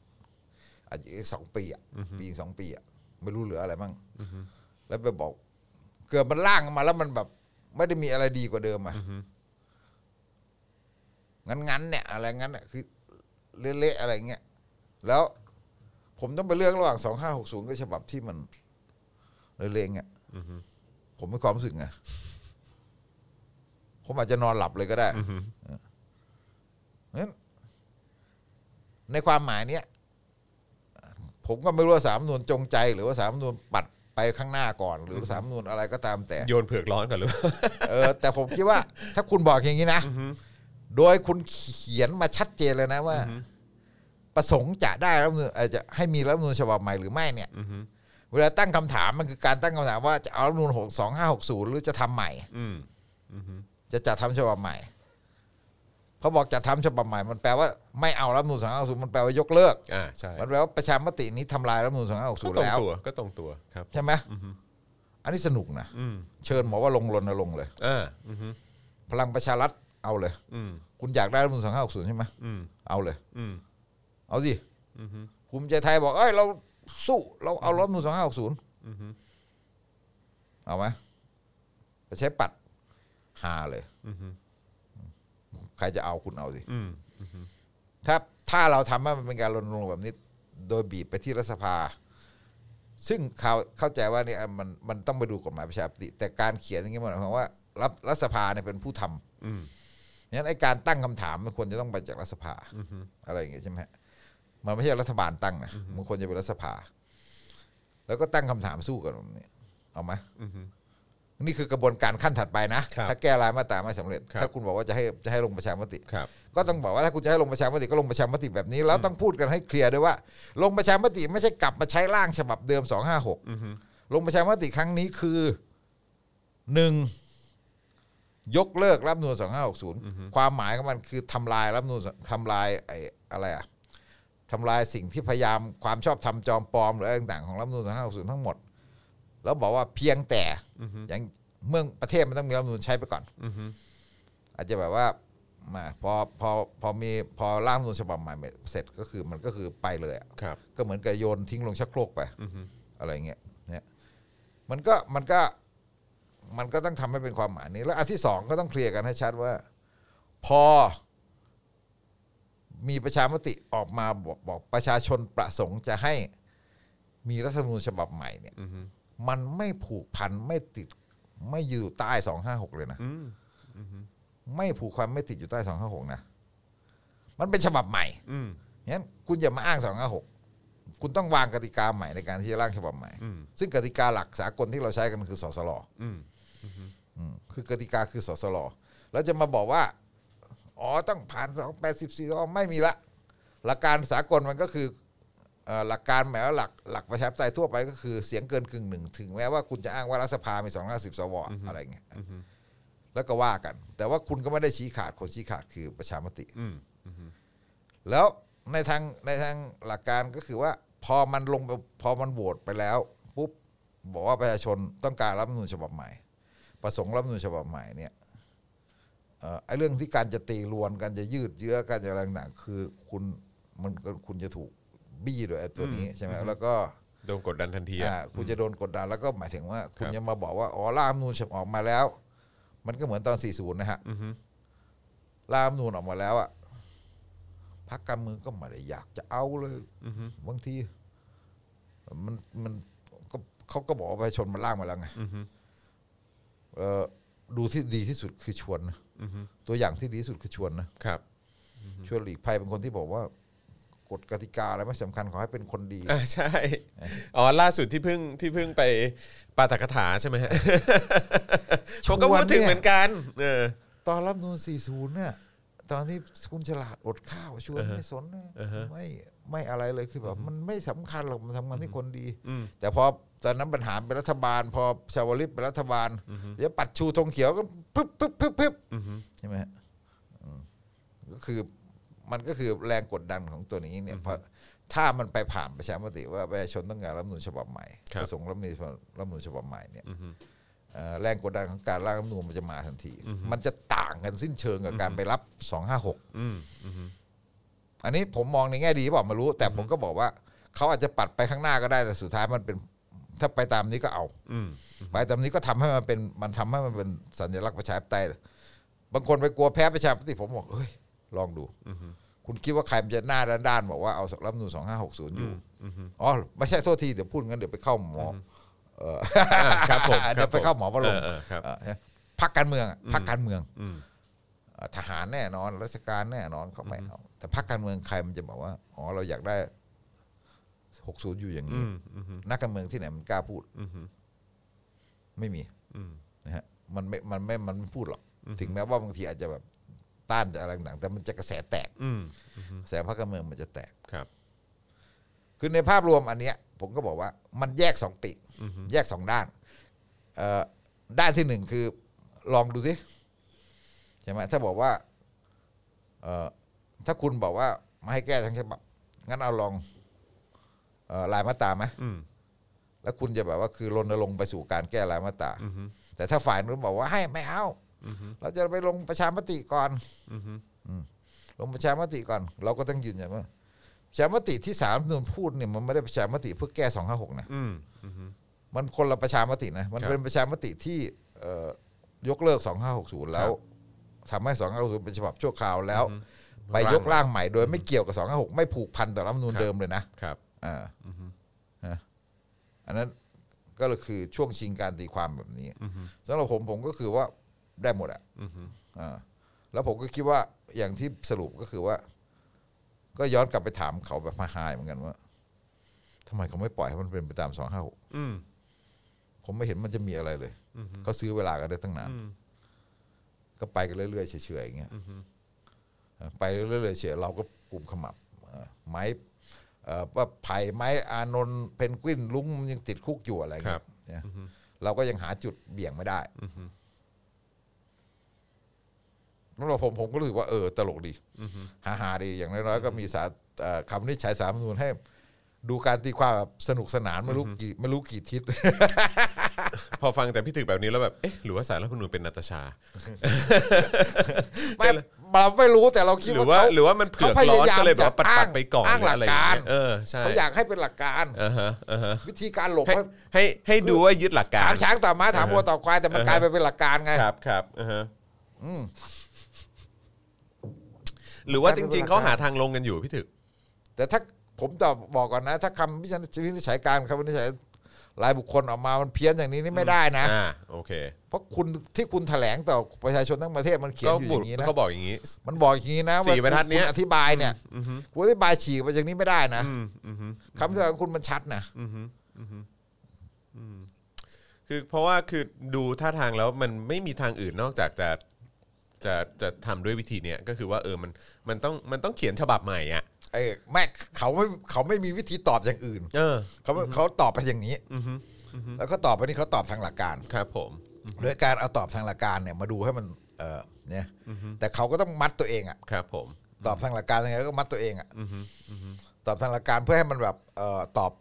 S3: อาจจะอีกสองปีอ่ะปีสองปีอ่ะไม่รู้เหลืออะไรมั่งแล้วไปบอก เกิดมันล่างมาแล้วมันแบบ ไม่ได้มีอะไรดีกว่าเดิมอ่ะงั้นงั้นๆเนี่ย อะไรงั้นอ่ะคือเละๆอะไรเงี้ยแล้ว ผมต้องไปเลือกระหว่างสองห้าหกศูนย์กับฉบับที่มันเละๆเงี้ยผมไม่ความรู้สึกไงผมอาจจะนอนหลับเลยก็ได้ นั้นในความหมายเนี้ยผมก็ไม่รู้ว่าสามนูนจงใจ หรือว่าสามนูนปัดไปข้างหน้าก่อน หรือสามนูนอะไรก็ตามแต่
S2: โยนเผือกร้อนก่อนหรือเปล่า
S3: เออแต่ผมคิดว่า ถ้าคุณบอกอย่างนี้นะโดยคุณเขียนมาชัดเจนเลยนะว่า ประสงค์จะได้รัฐธรรมนูญเอ่อจะให้มีรัฐธรรมนูญฉบับใหม่หรือไม่เนี่ย เวลาตั้งคำถามมันคือการตั้งคำถามว่าจะเอารัฐธรรมนูญหกสองห้าหกศูนย์หรือจะทำใหม่
S2: อืม
S3: จะจัดทำฉบับใหม่พอบอกจัดทำฉบับใหม่ มันแปลว่าไม่เอารัฐธรรมนูญสองห้าศูนย์มันแปลว่ายกเลิก
S2: อ่าใช่
S3: มันแปลว่าประชามตินี้ทำลายรัฐธรรมนูล
S2: ก็
S3: 2560
S2: ตรง
S3: แล้ว
S2: ตัวก็ตรงตัวครับ
S3: ใช่ไหมอันนี้สนุกนะ
S2: อืม
S3: เชิญหมอว่าลงค์รณรงค์เลย
S2: อ่าอือฮึ
S3: พลังประชารัฐเอาเลย
S2: อืม
S3: คุณอยากได้รัฐธรรมนูล2560 ใช่ไหม
S2: อืม
S3: เอาเลย
S2: อืม
S3: เอาสิ
S2: อือฮึ
S3: ภูมิใจไทยบอกเอ้ยเราสู้เราเอารัฐธรรมนูล2560
S2: อือฮึ
S3: เอาไหมไปใช้ปัดหาเลย
S2: อือฮึ
S3: ใครจะเอาคุณเอาสิ
S2: อืม
S3: ถ้าถ้าเราทำให้มันเป็นการรณรงค์แบบนี้ โดยบีบไปที่รัฐสภา ซึ่งเขาเข้าใจว่าเนี่ยมันมันต้องไปดูกฎหมายประชามติ แต่การเขียนอย่างนี้มันหมายความว่ารัฐรัฐสภาเนี่ยเป็นผู้ท
S2: อืม
S3: ำงั้นไอการตั้งคำถามมันควรจะต้องไปจากรัฐสภาอะไรอย่างเงี้ยใช่ไหมฮะมันไม่ใช่รัฐบาลตั้งนะมันควรจะเป็นรัฐสภา แล้วก็ตั้งคำถามสู้กันแบบนี้เอาไหม
S2: อือฮึ
S3: นี่คือกระบวนการขั้นถัดไปนะครับถ้าแก้รายมาตราไม่สำเร็จ
S2: ครับ
S3: ถ้าคุณบอกว่าจะให้จะให้ลงประชามติ
S2: ครับ
S3: ก็ต้องบอกว่าถ้าคุณจะให้ลงประชามติก็ลงประชามติแบบนี้แล้วต้องพูดกันให้เคลียร์ด้วยว่า ลงประชามติไม่ใช่กลับมาใช้ร่างฉบับเดิมสองห้าหก
S2: อือฮึ
S3: ลงประชามติครั้งนี้คือหนึ่งยกเลิกรัฐธรรมนูนสองห้าหกศูนย์ความหมายของมันคือทำลายรัฐธรรมนูนทำลายไอ้อะไรอะ ทำลายสิ่งที่พยายามความชอบทำจอมปลอมหรืออะไรต่างๆของรัฐธรรมนูญ2560ทั้งหมด แล้วบอกว่าเพียงแต่อย่างเมืองประเทศมันต้องมีรัฐธรรมนูญใช้ไปก่อน
S2: อือฮึ
S3: อาจจะแบบว่ามาพอพอพอมีพอร่างรัฐธรรมนูญฉบับใหม่เสร็จก็คือมันก็คือไปเลยอะ
S2: ครับ
S3: ก็เหมือนกับโยนทิ้งลงชักโครกไป
S2: อือฮึ
S3: อะไรเงี้ยเนี่ยมันก็มันก็มันก็ต้องทำให้เป็นความหมายนี้ แล้วอันที่สองก็ต้องเคลียร์กันให้ชัดว่า พอ มีประชามติออกมาบอกบอกประชาชนประสงค์จะให้มีรัฐธรรมนูญฉบับใหม่เนี่ย
S2: อือฮึ
S3: มันไม่ผูกพันไม่ติด ไม่อยู่ใต้สองห้าหกเลยนะ
S2: อืม
S3: ไม่ผูกพันไม่ติดอยู่ใต้สองห้าหกนะมันเป็นฉบับใหม่
S2: อืม
S3: งั้นคุณอย่ามาอ้างสองห้าหกคุณต้องวางกติกาใหม่ในการที่จะร่างฉบับใหม่
S2: อืม
S3: ซึ่งกติกาหลักสากลที่เราใช้กันคือสสล
S2: อืม
S3: อืมคือกติกาคือสสลแล้วจะมาบอกว่า อ๋อต้องผ่านสองแปดสิบสี่ไม่มีละ หลักการสากลมันก็คือเอ่อหลักการหมายว่าหลักหลักประชาธิปไตยทั่วไปก็คือเสียงเกินกึ่งหนึ่งถึงแม้ว่าคุณจะอ้างว่ารัฐสภามีสองร้อยสิบสวอะไรเงี้ยแล้วก็ว่ากัน แต่ว่าคุณก็ไม่ได้ชี้ขาดคนชี้ขาดคือประชามติ
S2: อืม
S3: แล้วในทางในทางหลักการก็คือว่า พอมันลงไปพอมันโหวตไปแล้วปุ๊บบอกว่าประชาชนต้องการรัฐธรรมนูญฉบับใหม่ ประสงค์รัฐธรรมนูญฉบับใหม่เนี่ยเอ่อไอ้เรื่องที่การจะตีรวนการจะยืดเยื้อการจะอะไรต่างๆคือคุณมันคุณจะถูกบี้ด้วยไอ้ตัวนี้ใช่ไหมแล้วก็
S2: โดนกดดันทันที
S3: อ่า
S2: อ่ะ
S3: คุณจะโดนกดดันแล้วก็หมายถึงว่า คุณยังมาบอกว่าอ๋อร่างรัฐธรรมนูญฉบับออกมาแล้ว มันก็เหมือนตอน 40 นะฮะร่างรัฐธรรมนูญออกมาแล้วอ่ะพรรคการเมืองก็ไม่ได้อยากจะเอาเลยบางทีมันมันก็เขาก็บอกว่าประชาชนมันร่างมาแล้วไงเออดูที่ดีที่สุดคือชวนนะตัวอย่างที่ดีที่สุดคือชวนนะครับ ชวนหลีกภัยเป็นคนที่บอกว่ากฎกติกาอะไรไม่สำคัญขอให้เป็นคนดี
S2: อ่า
S3: <laughs>
S2: ใช่อ๋อล่าสุดที่เพิ่งที่เพิ่งไปปาฐกถาใช่ไหมฮะผมก็พูดถึงเหมือนกัน เออ
S3: ตอนรับนูน40 เนี่ย ตอนที่คุณฉลาดอดข้าวชวนไม่สนนะไม่ไม่อะไรเลยคือแบบมันไม่สำคัญหรอกมันทำงานที่คนดี
S2: อืม
S3: แต่พอตอนนั้นปัญหาเป็นรัฐบาล พอชาวลิตเป็นรัฐบาลเดี๋ยวปัดชูธงเขียวก็ปึ๊บปึ๊บปึ๊บปึ๊บใช่ไหมฮะอืมก็คือมันก็คือแรงกดดันของตัวนี้เนี่ยพอถ้ามันไปผ่านประชามติว่าประชาชนต้องการรัฐธรรมนูญฉบับใหม่
S2: ครับ
S3: ประสงค์รัฐธรรมนูญรัฐธรรมนูญฉบับใหม่เนี่ย เอ่อแรงกดดันของการร่างรัฐธรรมนูญมันจะมาทันที มันจะต่างกันสิ้นเชิงกับการไปรับ 256
S2: อืมอืม
S3: อันนี้ผมมองในแง่ดีหรือเปล่าไม่รู้ แต่ผมก็บอกว่า เขาอาจจะปัดไปข้างหน้าก็ได้แต่สุดท้ายมันเป็น ถ้าไปตามนี้ก็เอา
S2: อืม
S3: ไปตามนี้ก็ทำให้มันเป็นมันทำให้มันเป็นสัญลักษณ์ประชาธิปไตยบางคนไปกลัวแพ้ประชาธิปไตยผมบอกเฮ้ยลองดู คุณคิดว่าใครมันจะหน้าด้านๆบอกว่าเอารัฐธรรมนูญ2560 อยู่อ๋อไม่ใช่โทษทีเดี๋ยวพูดงั้นเดี๋ยวไปเข้าหมอเอ่อ
S2: อ่าครับผม
S3: เดี๋ยวไปเข้าหมอวรงค์
S2: เออครับ
S3: เอ่อพักการเมืองอะพักการเมือง
S2: อืม
S3: เอ่อทหารแน่นอนราชการแน่นอนเขาไม่เอาแต่พักการเมืองใครมันจะบอกว่าอ๋อเราอยากได้หกศูนย์อยู่อย่าง
S2: อื
S3: นี้
S2: มอืม
S3: นักการเมืองที่ไหนมันกล้าพูด
S2: อืม
S3: ไม่มี
S2: อืม
S3: นะฮะมันไม่มันไม่มันไม่พูดหรอกถึงแม้ว่าบางทีอาจจะแบบต้านจะอะไรต่างๆแต่มันจะกระแสแตก
S2: อืม
S3: กระแสพักการเมืองมันจะแตก
S2: ครับ
S3: คือในภาพรวมอันเนี้ย ผมก็บอกว่ามันแยกสองปีกแยกสองด้านเอ่อด้านที่หนึ่งคือลองดูสิใช่ไหมถ้าบอกว่าเอ่อถ้าคุณบอกว่าไม่ให้แก้ทั้งฉบับงั้นเอาลองเอ่อรายมาตราไหม
S2: อืม
S3: แล้วคุณจะแบบว่าคือรณรงค์ไปสู่การแก้รายมาตรา
S2: อืม
S3: แต่ถ้าฝ่ายนู้นบอกว่าให้ไม่เอาเราจะไปลงประชามติก่อน
S2: อืม
S3: ลงประชามติก่อน เราก็ต้องยืนยันว่าประชามติที่สาลรฐธรรมนูนพูดเนี่ยมันไม่ได้ประชามติเพื่อแก้สองห้าหกนะ
S2: อืมอืม
S3: มันคนละประชามตินะ มัน
S2: ครับ
S3: เป็นประชามติที่เอ่อยกเลิก 2560 แล้วทำให้ 2560 เป็นฉบับชั่วคราวแล้ว ไปยกร่างใหม่โดยไม่เกี่ยวกับ 256 ไม่ผูกพันต่อรัฐธรรมนูญ
S2: ครับ
S3: เดิมเลยนะครับ อ่านะอันนั้นก็คือช่วงชิงการตีความแบบนี้สำหรับผมผมก็คือว่าได้หมดอ่ะอ่าแล้วผมก็คิดว่าอย่างที่สรุปก็คือว่า ก็ย้อนกลับไปถามเขาแบบมาหายเหมือนกันว่าทำไมเขาไม่ปล่อยให้มันเป็นไปตาม 256
S2: อืม
S3: ผมไม่เห็นมันจะมีอะไรเลย เขาซื้อเวลากันได้ตั้งนาน ก็ไปกันเรื่อยๆเฉยๆอย่างเงี้ยเออไปเรื่อยๆเฉยๆเราก็กลุ่มขมับเออไม้เอ่อว่าไผ่ไม้อานนท์เพนกวินลุงมันยังติดคุกอยู่อะไร
S2: ครับ
S3: เงี้ยเนี่ยเราก็ยังหาจุดเบี่ยงไม่ได้แล้วเราผมผมก็รู้สึกว่าเออตลกดี ฮาๆดีอย่างน้อยๆก็มีสา เอ่อคำวินิจฉัยสารรัฐธรรมนูญให้ ดูการตีความแบบสนุกสนานไม่รู้กี่ไม่รู้กี่ทิศ
S2: พอฟังแต่พี่ถึกแบบนี้แล้วแบบเอ๊ะหรือว่าสารรัฐธรรมนูญเป็นนาตาชา
S3: ไม่เราไม่รู้แต่เราคิด
S2: หรือว่า
S3: ว่าเขา
S2: หรือว่ามันเผือก
S3: เขาพ
S2: ร้อน
S3: ยายาม
S2: ก็เลยแบบ
S3: จะ
S2: ปัด
S3: อ้า
S2: ปัด
S3: ง
S2: ไปก่อน
S3: อ้าง
S2: หรืออะไรอย่างเงี้ย
S3: หลักการ
S2: เออใช่
S3: เขาอยากให้เป็นหลักการ
S2: อ่าฮะอ่าฮะ
S3: วิธีการหลบ
S2: ให้
S3: ว่า
S2: ให้ให้ดูว่ายึดหลักกา
S3: ถาร มช้างต่อม้าถามวัวต่อควายแต่มันกลายไปเป็นหลักการไง
S2: ครับครับอ่าฮะ
S3: อืม
S2: หรือว่าจริง ๆเขาหาทางลงกันอยู่พี่ถึก
S3: แต่ถ้าผมตอบบอกก่อนนะ ถ้าคำวินิจฉัยการคำวินิจฉัยรายบุคคลออกมามันเพี้ยนอย่างนี้นี่ไม่ได้นะ
S2: อ่าโอเค
S3: เพราะคุณที่คุณแถลงต่อประชาชนทั้งประเทศมันเขียน
S2: ก็
S3: อยู่
S2: บุ
S3: อย่างนี้นะ
S2: เขาบอกอย่างนี้
S3: มันบอกอย่างนี้นะ
S2: สี่บรรทัดเนี้ย
S3: คุณอธิบายเนี่ยคุณอธิบายฉีกไปอย่างนี้ไม่ได้นะ
S2: อืมอืม
S3: คำที่ของคุณมันชัดนะ
S2: คือเพราะว่าคือดูท่าทางแล้วมันไม่มีทางอื่นนอกจากจะจะจะทำด้วยวิธีเนี้ยก็คือว่าเออมันมันต้องมันต้องเขียนฉบับใหม่อ่ะ
S3: ไอ้แม่เขาไม่เขาไม่มีวิธีตอบอย่างอื่น
S2: เออ
S3: เขาเขาตอบไปอย่างนี้แล้วก็ตอบไปนี่เขาตอบทางหลักการ
S2: ครับผม
S3: ด้วยการเอาตอบทางหลักการเนี่ยมาดูให้มันเออเนี่ยแต่เขาก็ต้องมัดตัวเองอะ
S2: ครับผม
S3: ตอบทางหลักการยังไงก็มัดตัวเองอะตอบทางหลักการเพื่อให้มันแบบเอ่อตอบ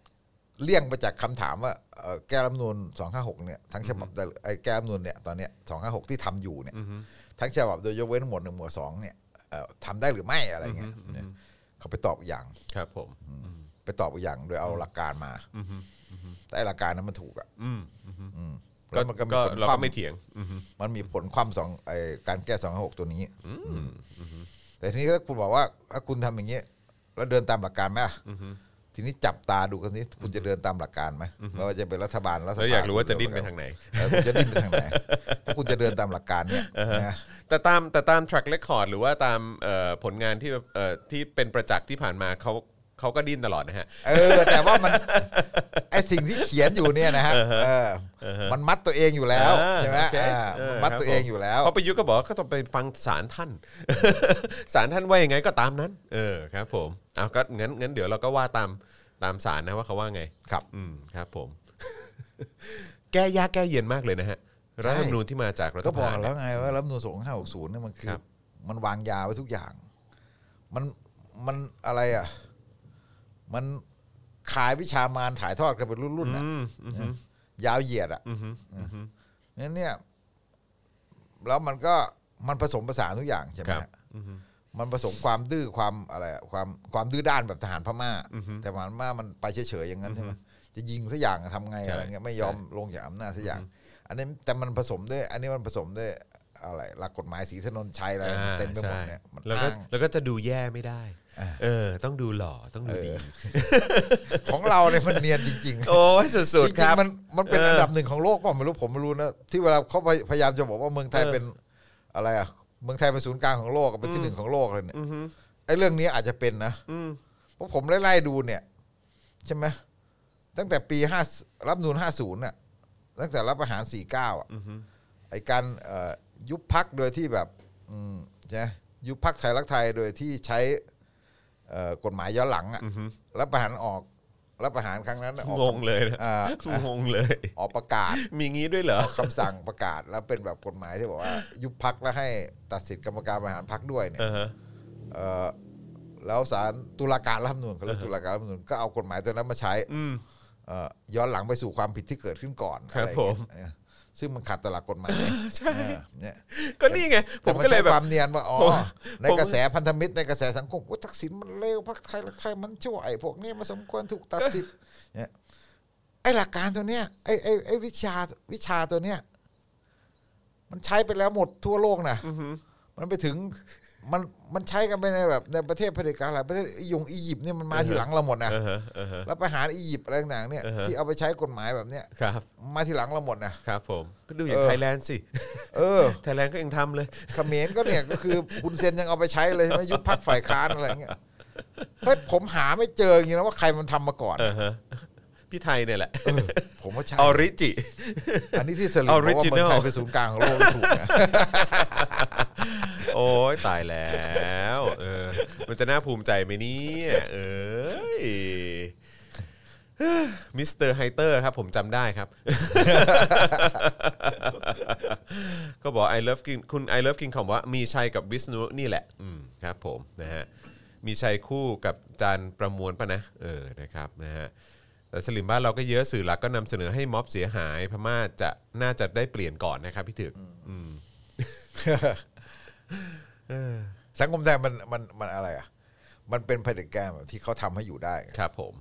S3: เลี่ยงไปจากคำถามว่าเอ่อแก้รัฐธรรมนูลสองห้าหกเนี่ยทั้งฉบับแต่ไอ้แก้รัฐธรรมนูลเนี่ยตอนเนี้ยสองห้าหกที่ทำอยู่เนี่ยทั้งฉบับโดยยกเว้นหมวดหนึ่งหมวดสองเนี่ยเอ่อทำได้หรือไม่อะไรเงี้ยเนี่ยเขาไปตอบอีกอย่าง
S2: ครับผม
S3: ไปตอบอีกอย่างโดยเอาหลักการมาแต่ไอ้หลักการนั้นมันถูกอะ
S2: อืม
S3: อืม
S2: ก็
S3: แล้วมันก็มี
S2: ก็
S3: ผล
S2: เรา
S3: ควา
S2: ก็
S3: ม
S2: ไม่เถียงอืม
S3: มันมีผลความสองไอการแก้สองหกตัวนี้อืมแต่ทีนี้ถ้าคุณบอกว่าถ้าคุณทำอย่างนี้ยแล้วเดินตามหลักการไหมอะทีนี้จับตาดูกันสิคุณจะเดินตามหลักการไหมไม่ว่าจะเป็นรัฐบาลรัฐ
S2: แล้วอยากรู้ว่าจะดิ้นไปทางไหน
S3: เออคุณจะดิ้นไป
S2: <laughs>
S3: ทางไหนถ้าคุณจะเดินตามหลักการเนี่ยนะ
S2: แต่ตามแต่ตาม track record หรือว่าตามเอ่อผลงานที่แบบเอ่อที่เป็นประจักษ์ที่ผ่านมาเขาเขาก็ดิ้นตลอดนะฮะ
S3: เออ แต่ว่ามัน <laughs> ไอสิ่งที่เขียนอยู่เนี่ยนะฮะเออมันมัดตัวเองอยู่แล้ว
S2: อ่า
S3: ใช่ไหม
S2: โอเค
S3: อ่า
S2: เออ
S3: มันมัด
S2: ครับ
S3: ตัวเองอยู่แล้ว
S2: เพราะประยุทธ์ก็บอกว่าก็ต้องไปฟังสารท่าน <laughs> สารท่านว่ายังไงก็ตามนั้น เออครับผมเอาก็งั้นงั้นเดี๋ยวเราก็ว่าตามตามสารนะว่าเขาว่าไง
S3: ครับ
S2: อืมครับผม <laughs> แก้ยากแก้เย็นมากเลยนะฮะรัฐธรรมนูญที่มาจากรัฐ
S3: ก็บ
S2: ประ
S3: อก
S2: หาร
S3: แล้วไงว่ารัฐธรรมนูญสองห้าหกศูนย์เนี่ยมันคือ
S2: ครับ
S3: มันวางยาไว้ทุกอย่าง มันมันอะไรอ่ะ มันขายวิชามารถ่ายทอดกันเป็นรุ่นๆนะ
S2: อืมอืม
S3: ยาวเหยียดอ่ะ
S2: อืมอืม
S3: นั่นเนี่ย แล้วมันก็มันผสมผสานทุกอย่างใช่ไหม
S2: ครับ
S3: ฮะมันผสมความดื้อความอะไรอะความความดื้อด้านแบบทหารพม่า แต่ทหารพม่ามันไปเฉยๆอย่างนั้นใช่ไหมจะยิงสักอย่างทำไงอะไรเงี้ยไม่ยอมลงจากอำนาจสักอย่าง อันนี้แต่มันผสมด้วย อันนี้มันผสมด้วยอะไรหลักกฎหมายศรีถนนชัยอะไร
S2: อ่า
S3: เต็มไปหมด
S2: ใช่
S3: เนี่ยมัน
S2: แล้วก็
S3: อ้าง
S2: แล้วก็จะดูแย่ไม่ได้ เออ ต้องดูหล่อต้องดู
S3: <laughs>
S2: ดี
S3: เออ ของเราเนี่ยมันเนียนจริงๆ
S2: โอ้ย
S3: จ
S2: สุด
S3: ริ
S2: ๆครั
S3: ง
S2: บ
S3: ๆมันมันเป็น
S2: เอออั
S3: อันดับหนึ่งของโลกเปล่ะไม่รู้ผมไม่รู้นะที่เวลาเขาพยายามจะบอกว่าเมืองไทย
S2: เออ
S3: เป็นอะไรอ่ะเมืองไทยเป็นศูนย์กลางของโลกอะเป็นที่หนึ่งของโลกเลยเนี่ย
S2: อือฮึ
S3: ไอ้เรื่องนี้อาจจะเป็นนะ
S2: อืม
S3: เพราะผมไล่ๆดูเนี่ย ใช่ไหมตั้งแต่ปีห้ารับนูนห้าศูนย์น่ะตั้งแต่รับประหารสี่เก้าอ่ะ
S2: อือฮึ
S3: ไอ้การเอ่อยุบพักโดยที่แบบอืมใช่ไหมยุบพักไทยรักไทยโดยที่ใช้เอ่อกฎหมายย้อนหลังอ่ะ
S2: อือฮึ
S3: รับประหารออกรับประหารครั้งนั้นน่ะออก
S2: งงเลยนะ
S3: อ่า
S2: งงเลย
S3: ออกประกาศ
S2: มีงี้ด้วยเหรอ
S3: คำสั่งประกาศแล้วเป็นแบบกฎหมายที่บอกว่า ยุบพักแล้วให้ตัดสิทธิกรรมการบริหารพักด้วยเนี่ย
S2: เออฮะ
S3: เอ่อแล้วศาลตุลาการรัฐธรรมนูญเขาเรียกตุลาการรัฐธรรมนูญก็เอากฎหมายตัวนั้นมาใช้
S2: อืม
S3: เอ่อย้อนหลังไปสู่ความผิดที่เกิดขึ้นก่อน
S2: ครับ
S3: อะไรอย่างเงี้ย
S2: ผม
S3: เออซึ่งมันขัดตอหลาดก
S2: <laughs>
S3: ฎหมาย
S2: ใช่
S3: เออเนี่ย
S2: ก็นี่ไง ผ
S3: แต่
S2: ม
S3: น
S2: ก็เลย
S3: ใช้
S2: แบบ
S3: ความเนียนว่าอ๋อ
S2: ผม
S3: ใน
S2: ผม
S3: กระแสพันธมิตรในกระแสสังคมโอ้ทักษิณมันเลวพรรคไทยรักไทยมันชั่วไอ้พวกเนี้ยมันสมควรถูกตัดสิทธิ์เนี่ยไอ้หลักการตัวเนี้ยไอ้ไอ้ไอ้วิชาวิชาตัวเนี้ย มันใช้ไปแล้วหมดทั่วโลกนะ
S2: อือฮึ
S3: มันไปถึงมันมันใช้กันไปในแบบในประเทศเผด็จการหลายประเทศอียงอียิปต์เนี่ยมันมาทีหลังเราหมดนะ
S2: เออฮะเออฮะ
S3: แล้วประหารอียิปต์อะไรต่างๆเนี่ย
S2: เออฮะ
S3: ที่เอาไปใช้กฎหมายแบบเนี้ย
S2: ครับ
S3: มาทีหลังเราหมดนะ
S2: ครับผมก็ดูอย่าง
S3: เออ
S2: ไทยแลนด์สิ
S3: เออ
S2: ไทยแลนด์ก็ยังทำเลย
S3: เขมรก็เนี่ยก็คือคุณเซนยังเอาไปใช้เลยใช่ไหมยุบพักฝ่ายค้านอะไรเงี้ยเฮ้ยผมหาไม่เจออย่างนี้นะว่าใครมันทำมาก่อน
S2: เออฮะพี่ไทยเนี่ยแหละ
S3: เออผมว่าใช่
S2: ออริจิ
S3: อันนี้ที่สลิมบอกว่าเมืองไทยเป็นศูนย์กลางของโลกนี่ถูกนะ
S2: โอ้ยตายแล้วเออมันจะน่าภูมิใจไหมเนี่ยเอยมิสเตอร์ไฮเตอร์ครับผมจำได้ครับ <laughs> ก็บอก I love กินคุณ I love กินคำว่ามีชัยกับวิษณุนี่แหละ อืมครับผมนะฮะ มีชัยคู่กับจานประมวลปะนะเออนะครับนะฮะแต่สลิมบ้านเราก็เยอะสื่อหลักก็นำเสนอให้ม็อบเสียหายพม่าจะน่าจะได้เปลี่ยนก่อนนะครับพี่ถึกอืม
S3: สังคมไทยมันมันมันอะไรอ่ะ มันเป็นเผด็จการแบบที่เขาทำให้อยู่ได้ไง
S2: ครับผม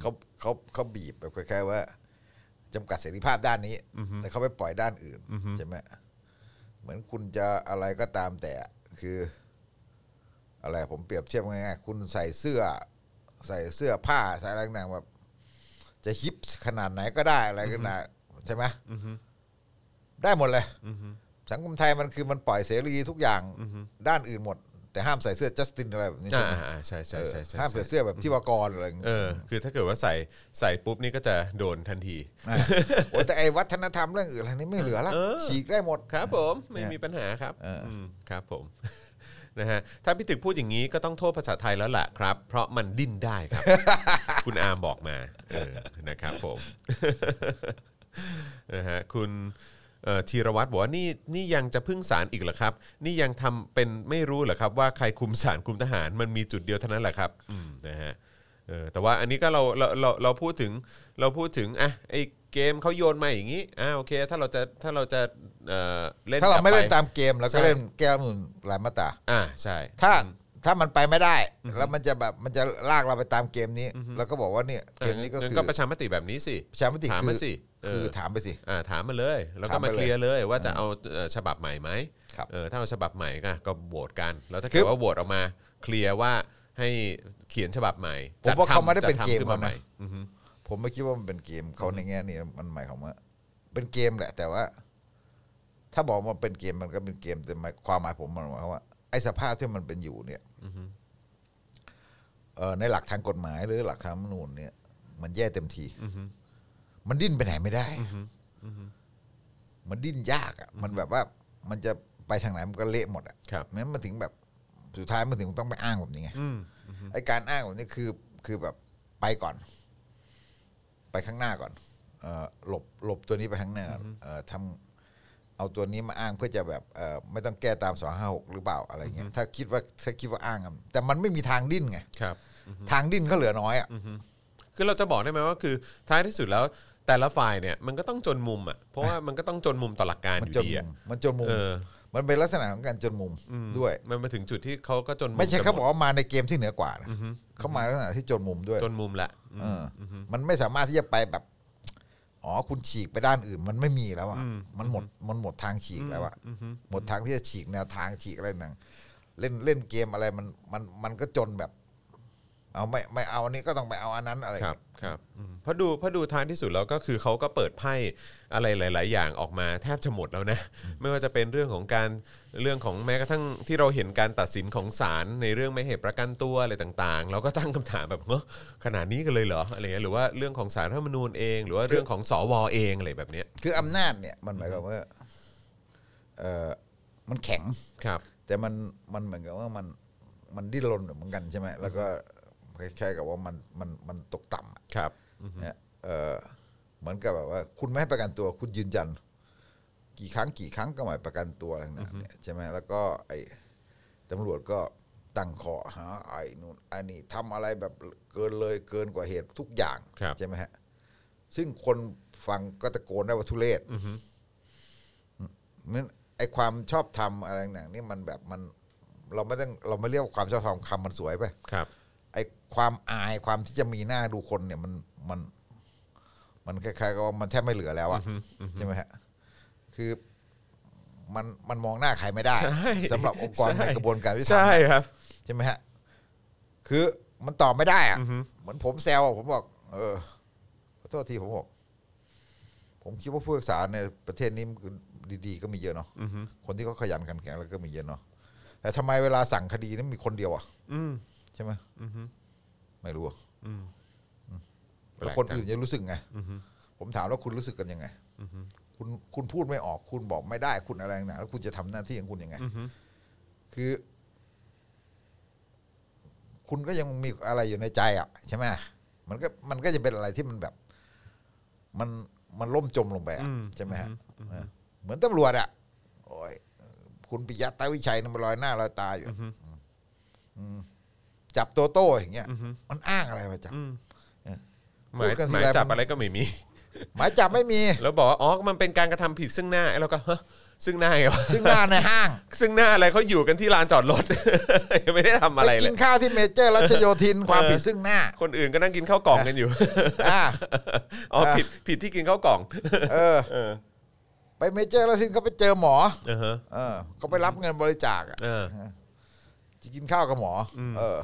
S3: เขาเขาเขาบีบแบบคล้ายๆว่าจำกัดเสรีภาพด้านนี้ แต่เขาไปปล่อยด้านอื่นใช่ไหมเหมือนคุณจะอะไรก็ตามแต่คือ อะไรผมเปรียบเทียบง่ายๆคุณใส่เสื้อ ใส่เสื้อผ้าใส่อะไรต่างๆแบบจะฮิปขนาดไหนก็ได้อะไรขนาดใช่ไหมได้หมดเลย
S2: อือฮึ
S3: สังคมไทยมันคือมันปล่อยเสรีทุกอย่างด้านอื่นหมด แต่ห้ามใส่เสื้อจัสตินอะไรแบบนี้
S2: อ่า
S3: ใช่ไหม
S2: อ่าใช่ใช่
S3: เออ
S2: ใช่ใช่
S3: ห้าม
S2: ใช่
S3: ใส่เสื้อแบบที่วากรอะไรอย่าง
S2: เอ
S3: เงี้ย
S2: อคือถ้าเกิดว่าใส่ใส่ปุ๊บนี่ก็จะโดนทันที
S3: นะโอ้แต่ไอ้วัฒนธรรมเรื่องอื่นอะไรนี่ไม่เหลือละ
S2: เออ
S3: ฉีกได้หมด
S2: ครับผมไม่
S3: เนี่ย
S2: มีปัญหาครับ
S3: เอออื
S2: มครับผม <laughs> นะฮะถ้าพี่ตึกพูดอย่างนี้ก็ต้องโทษภาษาไทยแล้วล่ะครับ เพราะมันดิ้นได้ครับ คุณอาร์มบอกมาเออนะครับผม <laughs> นะฮะคุณเอ่อธีรวัตรบอกว่านี่นี่ยังจะพึ่งสารอีกเหรอครับ นี่ยังทำเป็นไม่รู้เหรอครับ ว่าใครคุมสารคุมทหารมันมีจุดเดียวเท่านั้นแหละครับอืมนะฮะเออแต่ว่าอันนี้ก็เราเราเราเราพูดถึงเราพูดถึงอ่ะไอเกมเขาโยนมาอย่างนี้อ่าโอเค ถ้าเราจะถ้าเราจะเอ่อเล่น
S3: ถ้าเราไม่เล่น
S2: กบป
S3: ตามเกมเรา
S2: ใช่
S3: ก็เล่นแก้รัฐธรรมนุนหลายมาตรา
S2: อ่าใช่
S3: ถ้าถ้ามันไปไม่ได้ แล้วมันจะแบบมันจะลากเราไปตามเกมนี้เราก็บอกว่าเนี่ยเกมนี้ก็
S2: งั้
S3: คือ
S2: ก็ประชามติแบบนี้สิ
S3: ประชามติ
S2: ถาม
S3: คื
S2: มา
S3: อ
S2: สิเอ
S3: คือ
S2: อ
S3: ถามไปสิ
S2: อ่าถามมาเลย แล้วก็
S3: ถาม
S2: มา
S3: มา
S2: เคลียร์เลยว่าจะเอาเอ่อฉบับใหม่ไหม
S3: ครับ
S2: เออถ้าเอาฉบับใหม่ก็ก็โหวตกัน แล้วถ้า
S3: คื
S2: เกิด
S3: อ
S2: ว่าโหวตออกมาเคลียร์ว่าให้เขียนฉบับใหม่
S3: ผมว่าเขาไม่ได้เป็นเกม
S2: จัทำขึ้นา
S3: นะ
S2: ใหม่อือฮึ
S3: ผมไม่คิดว่ามันเป็นเกมเขาในแง่นี้มันหมายความว่าเป็นเกมแหละ แต่ว่า ถ้าบอกว่าเป็นเกมมันก็เป็นเกมแต่หมายความหมายผมมันหมายความว่าไอ้สภาพที่มันเป็นอยู่เนี่ยเออในหลักทางกฎหมายหรือหลักทางรัฐธรรมนูญเนี่ย มันแย่เต็มทีมันดิ้นไปไหนไม่ได้มันดิ้นยากอ่ะ มันแบบว่า มันจะไปทางไหนมันก็เละหมดอ่ะ
S2: ครับ
S3: แม้มันถึงแบบสุดท้ายมันถึงต้องไปอ้างแบบนี้ไง
S2: อืม
S3: ไอการอ้างแบบนี้คือคือแบบไปก่อน ไปข้างหน้าก่อนเออหลบหลบตัวนี้ไปข้างหน้าก่อนเออทำเอาตัวนี้มาอ้างเพื่อจะแบบเออไม่ต้องแก้ตามสองห้าหกหรือเปล่าอะไรเงี้ยถ้าคิดว่าถ้าคิดว่าอ้างอะแต่มันไม่มีทางดิ้นไง
S2: ครับ
S3: ทางดิ้นก็เหลือน้อยอ่ะ
S2: คือเราจะบอกได้ไหมว่าคือท้ายที่สุดแล้วแต่ละฝ่ายเนี่ยมันก็ต้องจนมุมอ่ะเพราะว่ามันก็ต้องจนมุมต่อหลักการ
S3: มัน
S2: อยู่
S3: จน
S2: ดี
S3: มุ
S2: อ่ะ
S3: มมันจนมุม
S2: เออ
S3: มันเป็นลักษณะของการจนมุมด้วย
S2: มันมาถึงจุดที่เขาก็จนมุ
S3: ไม่ใช่
S2: กัน
S3: เขา
S2: ห
S3: บอกว่ามาในเกมที่เหนือกว่านะเขามาในลักษณะที่จนมุมด้วย
S2: จนมุมละอืม
S3: เอออมันไม่สามารถที่จะไปแบบ อ๋อคุณฉีกไปด้านอื่น มันไม่มีแล้วอ่ะมันหมดมันหมดทางฉีกแล้วอ่ะหมดทางที่จะฉีกแนวทางฉีกอะไรต่างเล่นเล่นเกมอะไรมันมันมันก็จนแบบ เอาไม่ไม่เอาอันนี้ก็ต้องไปเอาอันนั้นอะไร
S2: ครับครับอืมเพราะดูเพราะดูท้ายที่สุดแล้วก็คือเขาก็เปิดไพ่อะไรหลาย ๆ อย่างออกมาแทบจะหมดแล้วนะ ไม่ว่าจะเป็นเรื่องของการเรื่องของแม้กระทั่งที่เราเห็นการตัดสินของศาลในเรื่องไม่เหตุประกันตัวอะไรต่างๆ เราก็ตั้งคำถามแบบเฮ้อขนาดนี้กันเลยเหรออะไรเงี้ยหรือว่าเรื่องของสารรัฐธรรมนูญเอง หรือว่าเรื่องของสวเองอะไรแบบเนี้ย
S3: คืออำนาจเนี่ย มันหมายความว่าเออมันแข็ง
S2: ครับ
S3: แต่มันมันเหมือนกับว่ามันมันดิ้นรนเหมือนกันใช่ไหมแล้วก็คล้ายๆกับว่ามันมันมันตกต่ำอะ
S2: ครับ
S3: เนี่ยเอ่อเหมือนกับแบบว่า คุณไม่ให้ประกันตัวคุณยืนยัน กี่ครั้งกี่ครั้งก็ไม่ประกันตัวอะไรต่างๆเนี่ยใช่ไหมแล้วก็ไอ้ตำรวจก็ตั้งข้อหาไอ้นู่นไอ้นี่ทำอะไรแบบเกินเลยเกินกว่าเหตุทุกอย่าง
S2: ครับ
S3: ใช่ไหมฮะซึ่งคนฟังก็ตะโกนได้ว่าทุเรศนั้นไอ้ความชอบทำอะไรต่างๆนี่มันแบบมัน เราไม่ต้องเราไม่เรียกว่าความชอบธรรมคำมันสวยไป
S2: ครับ
S3: ไอ้ความอายความที่จะมีหน้าดูคนเนี่ยมันมัน มันคล้ายๆกับว่ามันแทบไม่เหลือแล้วอะใช่ไหมฮะคือมันมันมองหน้าใครไม่ได้
S2: ใช่
S3: สำหรับองค์กรในกระบวนการวิสา
S2: ใช่
S3: หกิจ
S2: ครับ
S3: ใช่ไหมฮะคือมันตอบไม่ได้อะเหมือนผมแซวอะผมบอก เออขอโทษทีผมบอก ผมคิดว่าผู้ศึกษาในประเทศนี้มันคือดีๆ ก็มีเยอะเนาะคนที่เขาขยันขันแข็งแล้วก็มีเยอะเนาะแต่ทำไมเวลาสั่งคดีนั้นมีคนเดียวอะ
S2: อืม
S3: ใช่ไหม
S2: อืม
S3: ไม่รู้อะ
S2: อืม
S3: แล้วคนอื่น
S2: แปลกจัง
S3: จะรู้สึกไง
S2: อือฮึ
S3: ผมถามว่าคุณรู้สึกกันยังไง
S2: อือฮึ
S3: คุณคุณพูดไม่ออก คุณบอกไม่ได้ คุณอะไรต่างๆแล้วคุณจะทำหน้าที่ของคุณยังไง
S2: อือฮึ
S3: คือ คุณก็ยังมีอะไรอยู่ในใจอ่ะใช่ไหมมันก็มันก็จะเป็นอะไรที่มันแบบ มันมันล่มจมลงไปอะใช่ไหมฮะเออเหมือนตำรวจอ่ะโอ้ยคุณปิยะตาวิชัยนี่มันลอยหน้าลอยตาอยู่อืม จับตัวโต้อย่างเงี้ย
S2: อือฮึ
S3: มันอ้างอะไรมาจับ
S2: อืม
S3: เออ
S2: หมาย
S3: พูดกันที
S2: หมาย
S3: ไร
S2: จับ
S3: มัน
S2: อะไรก็ไม่มี
S3: หมายจับ
S2: <laughs>
S3: ไม่มี
S2: แล้วบอกว่าอ๋อมันเป็นการกระทำผิดซึ่งหน้าไอ้เราก็ฮะซึ่งหน้าไงวะ
S3: ซึ่งหน้าในห้าง
S2: ซึ่งหน้าอะไรเขาอยู่กันที่ลานจอดรถ <laughs> ยังไม่ได้ทำอะไร
S3: ไป
S2: เล
S3: กิ
S2: ย
S3: นข้าวที่เมเจอร์รัชโยธินความผิดซึ่งหน้า
S2: คนอื่นก็นั่งกินข้าวกล่อง
S3: <laughs>
S2: กันอยู่
S3: อ่า
S2: อ๋อ
S3: เออ
S2: ผิดผิดที่กินข้าวกล่อง
S3: เออ
S2: เออ
S3: ไปเมเจอร์รัชโยธินเขาไปเจอหมอ
S2: เออฮะ
S3: เออเขาไปรับเงินบริจาคอะ
S2: เออ
S3: จะกินข้าวกับหมออ
S2: ม
S3: เออ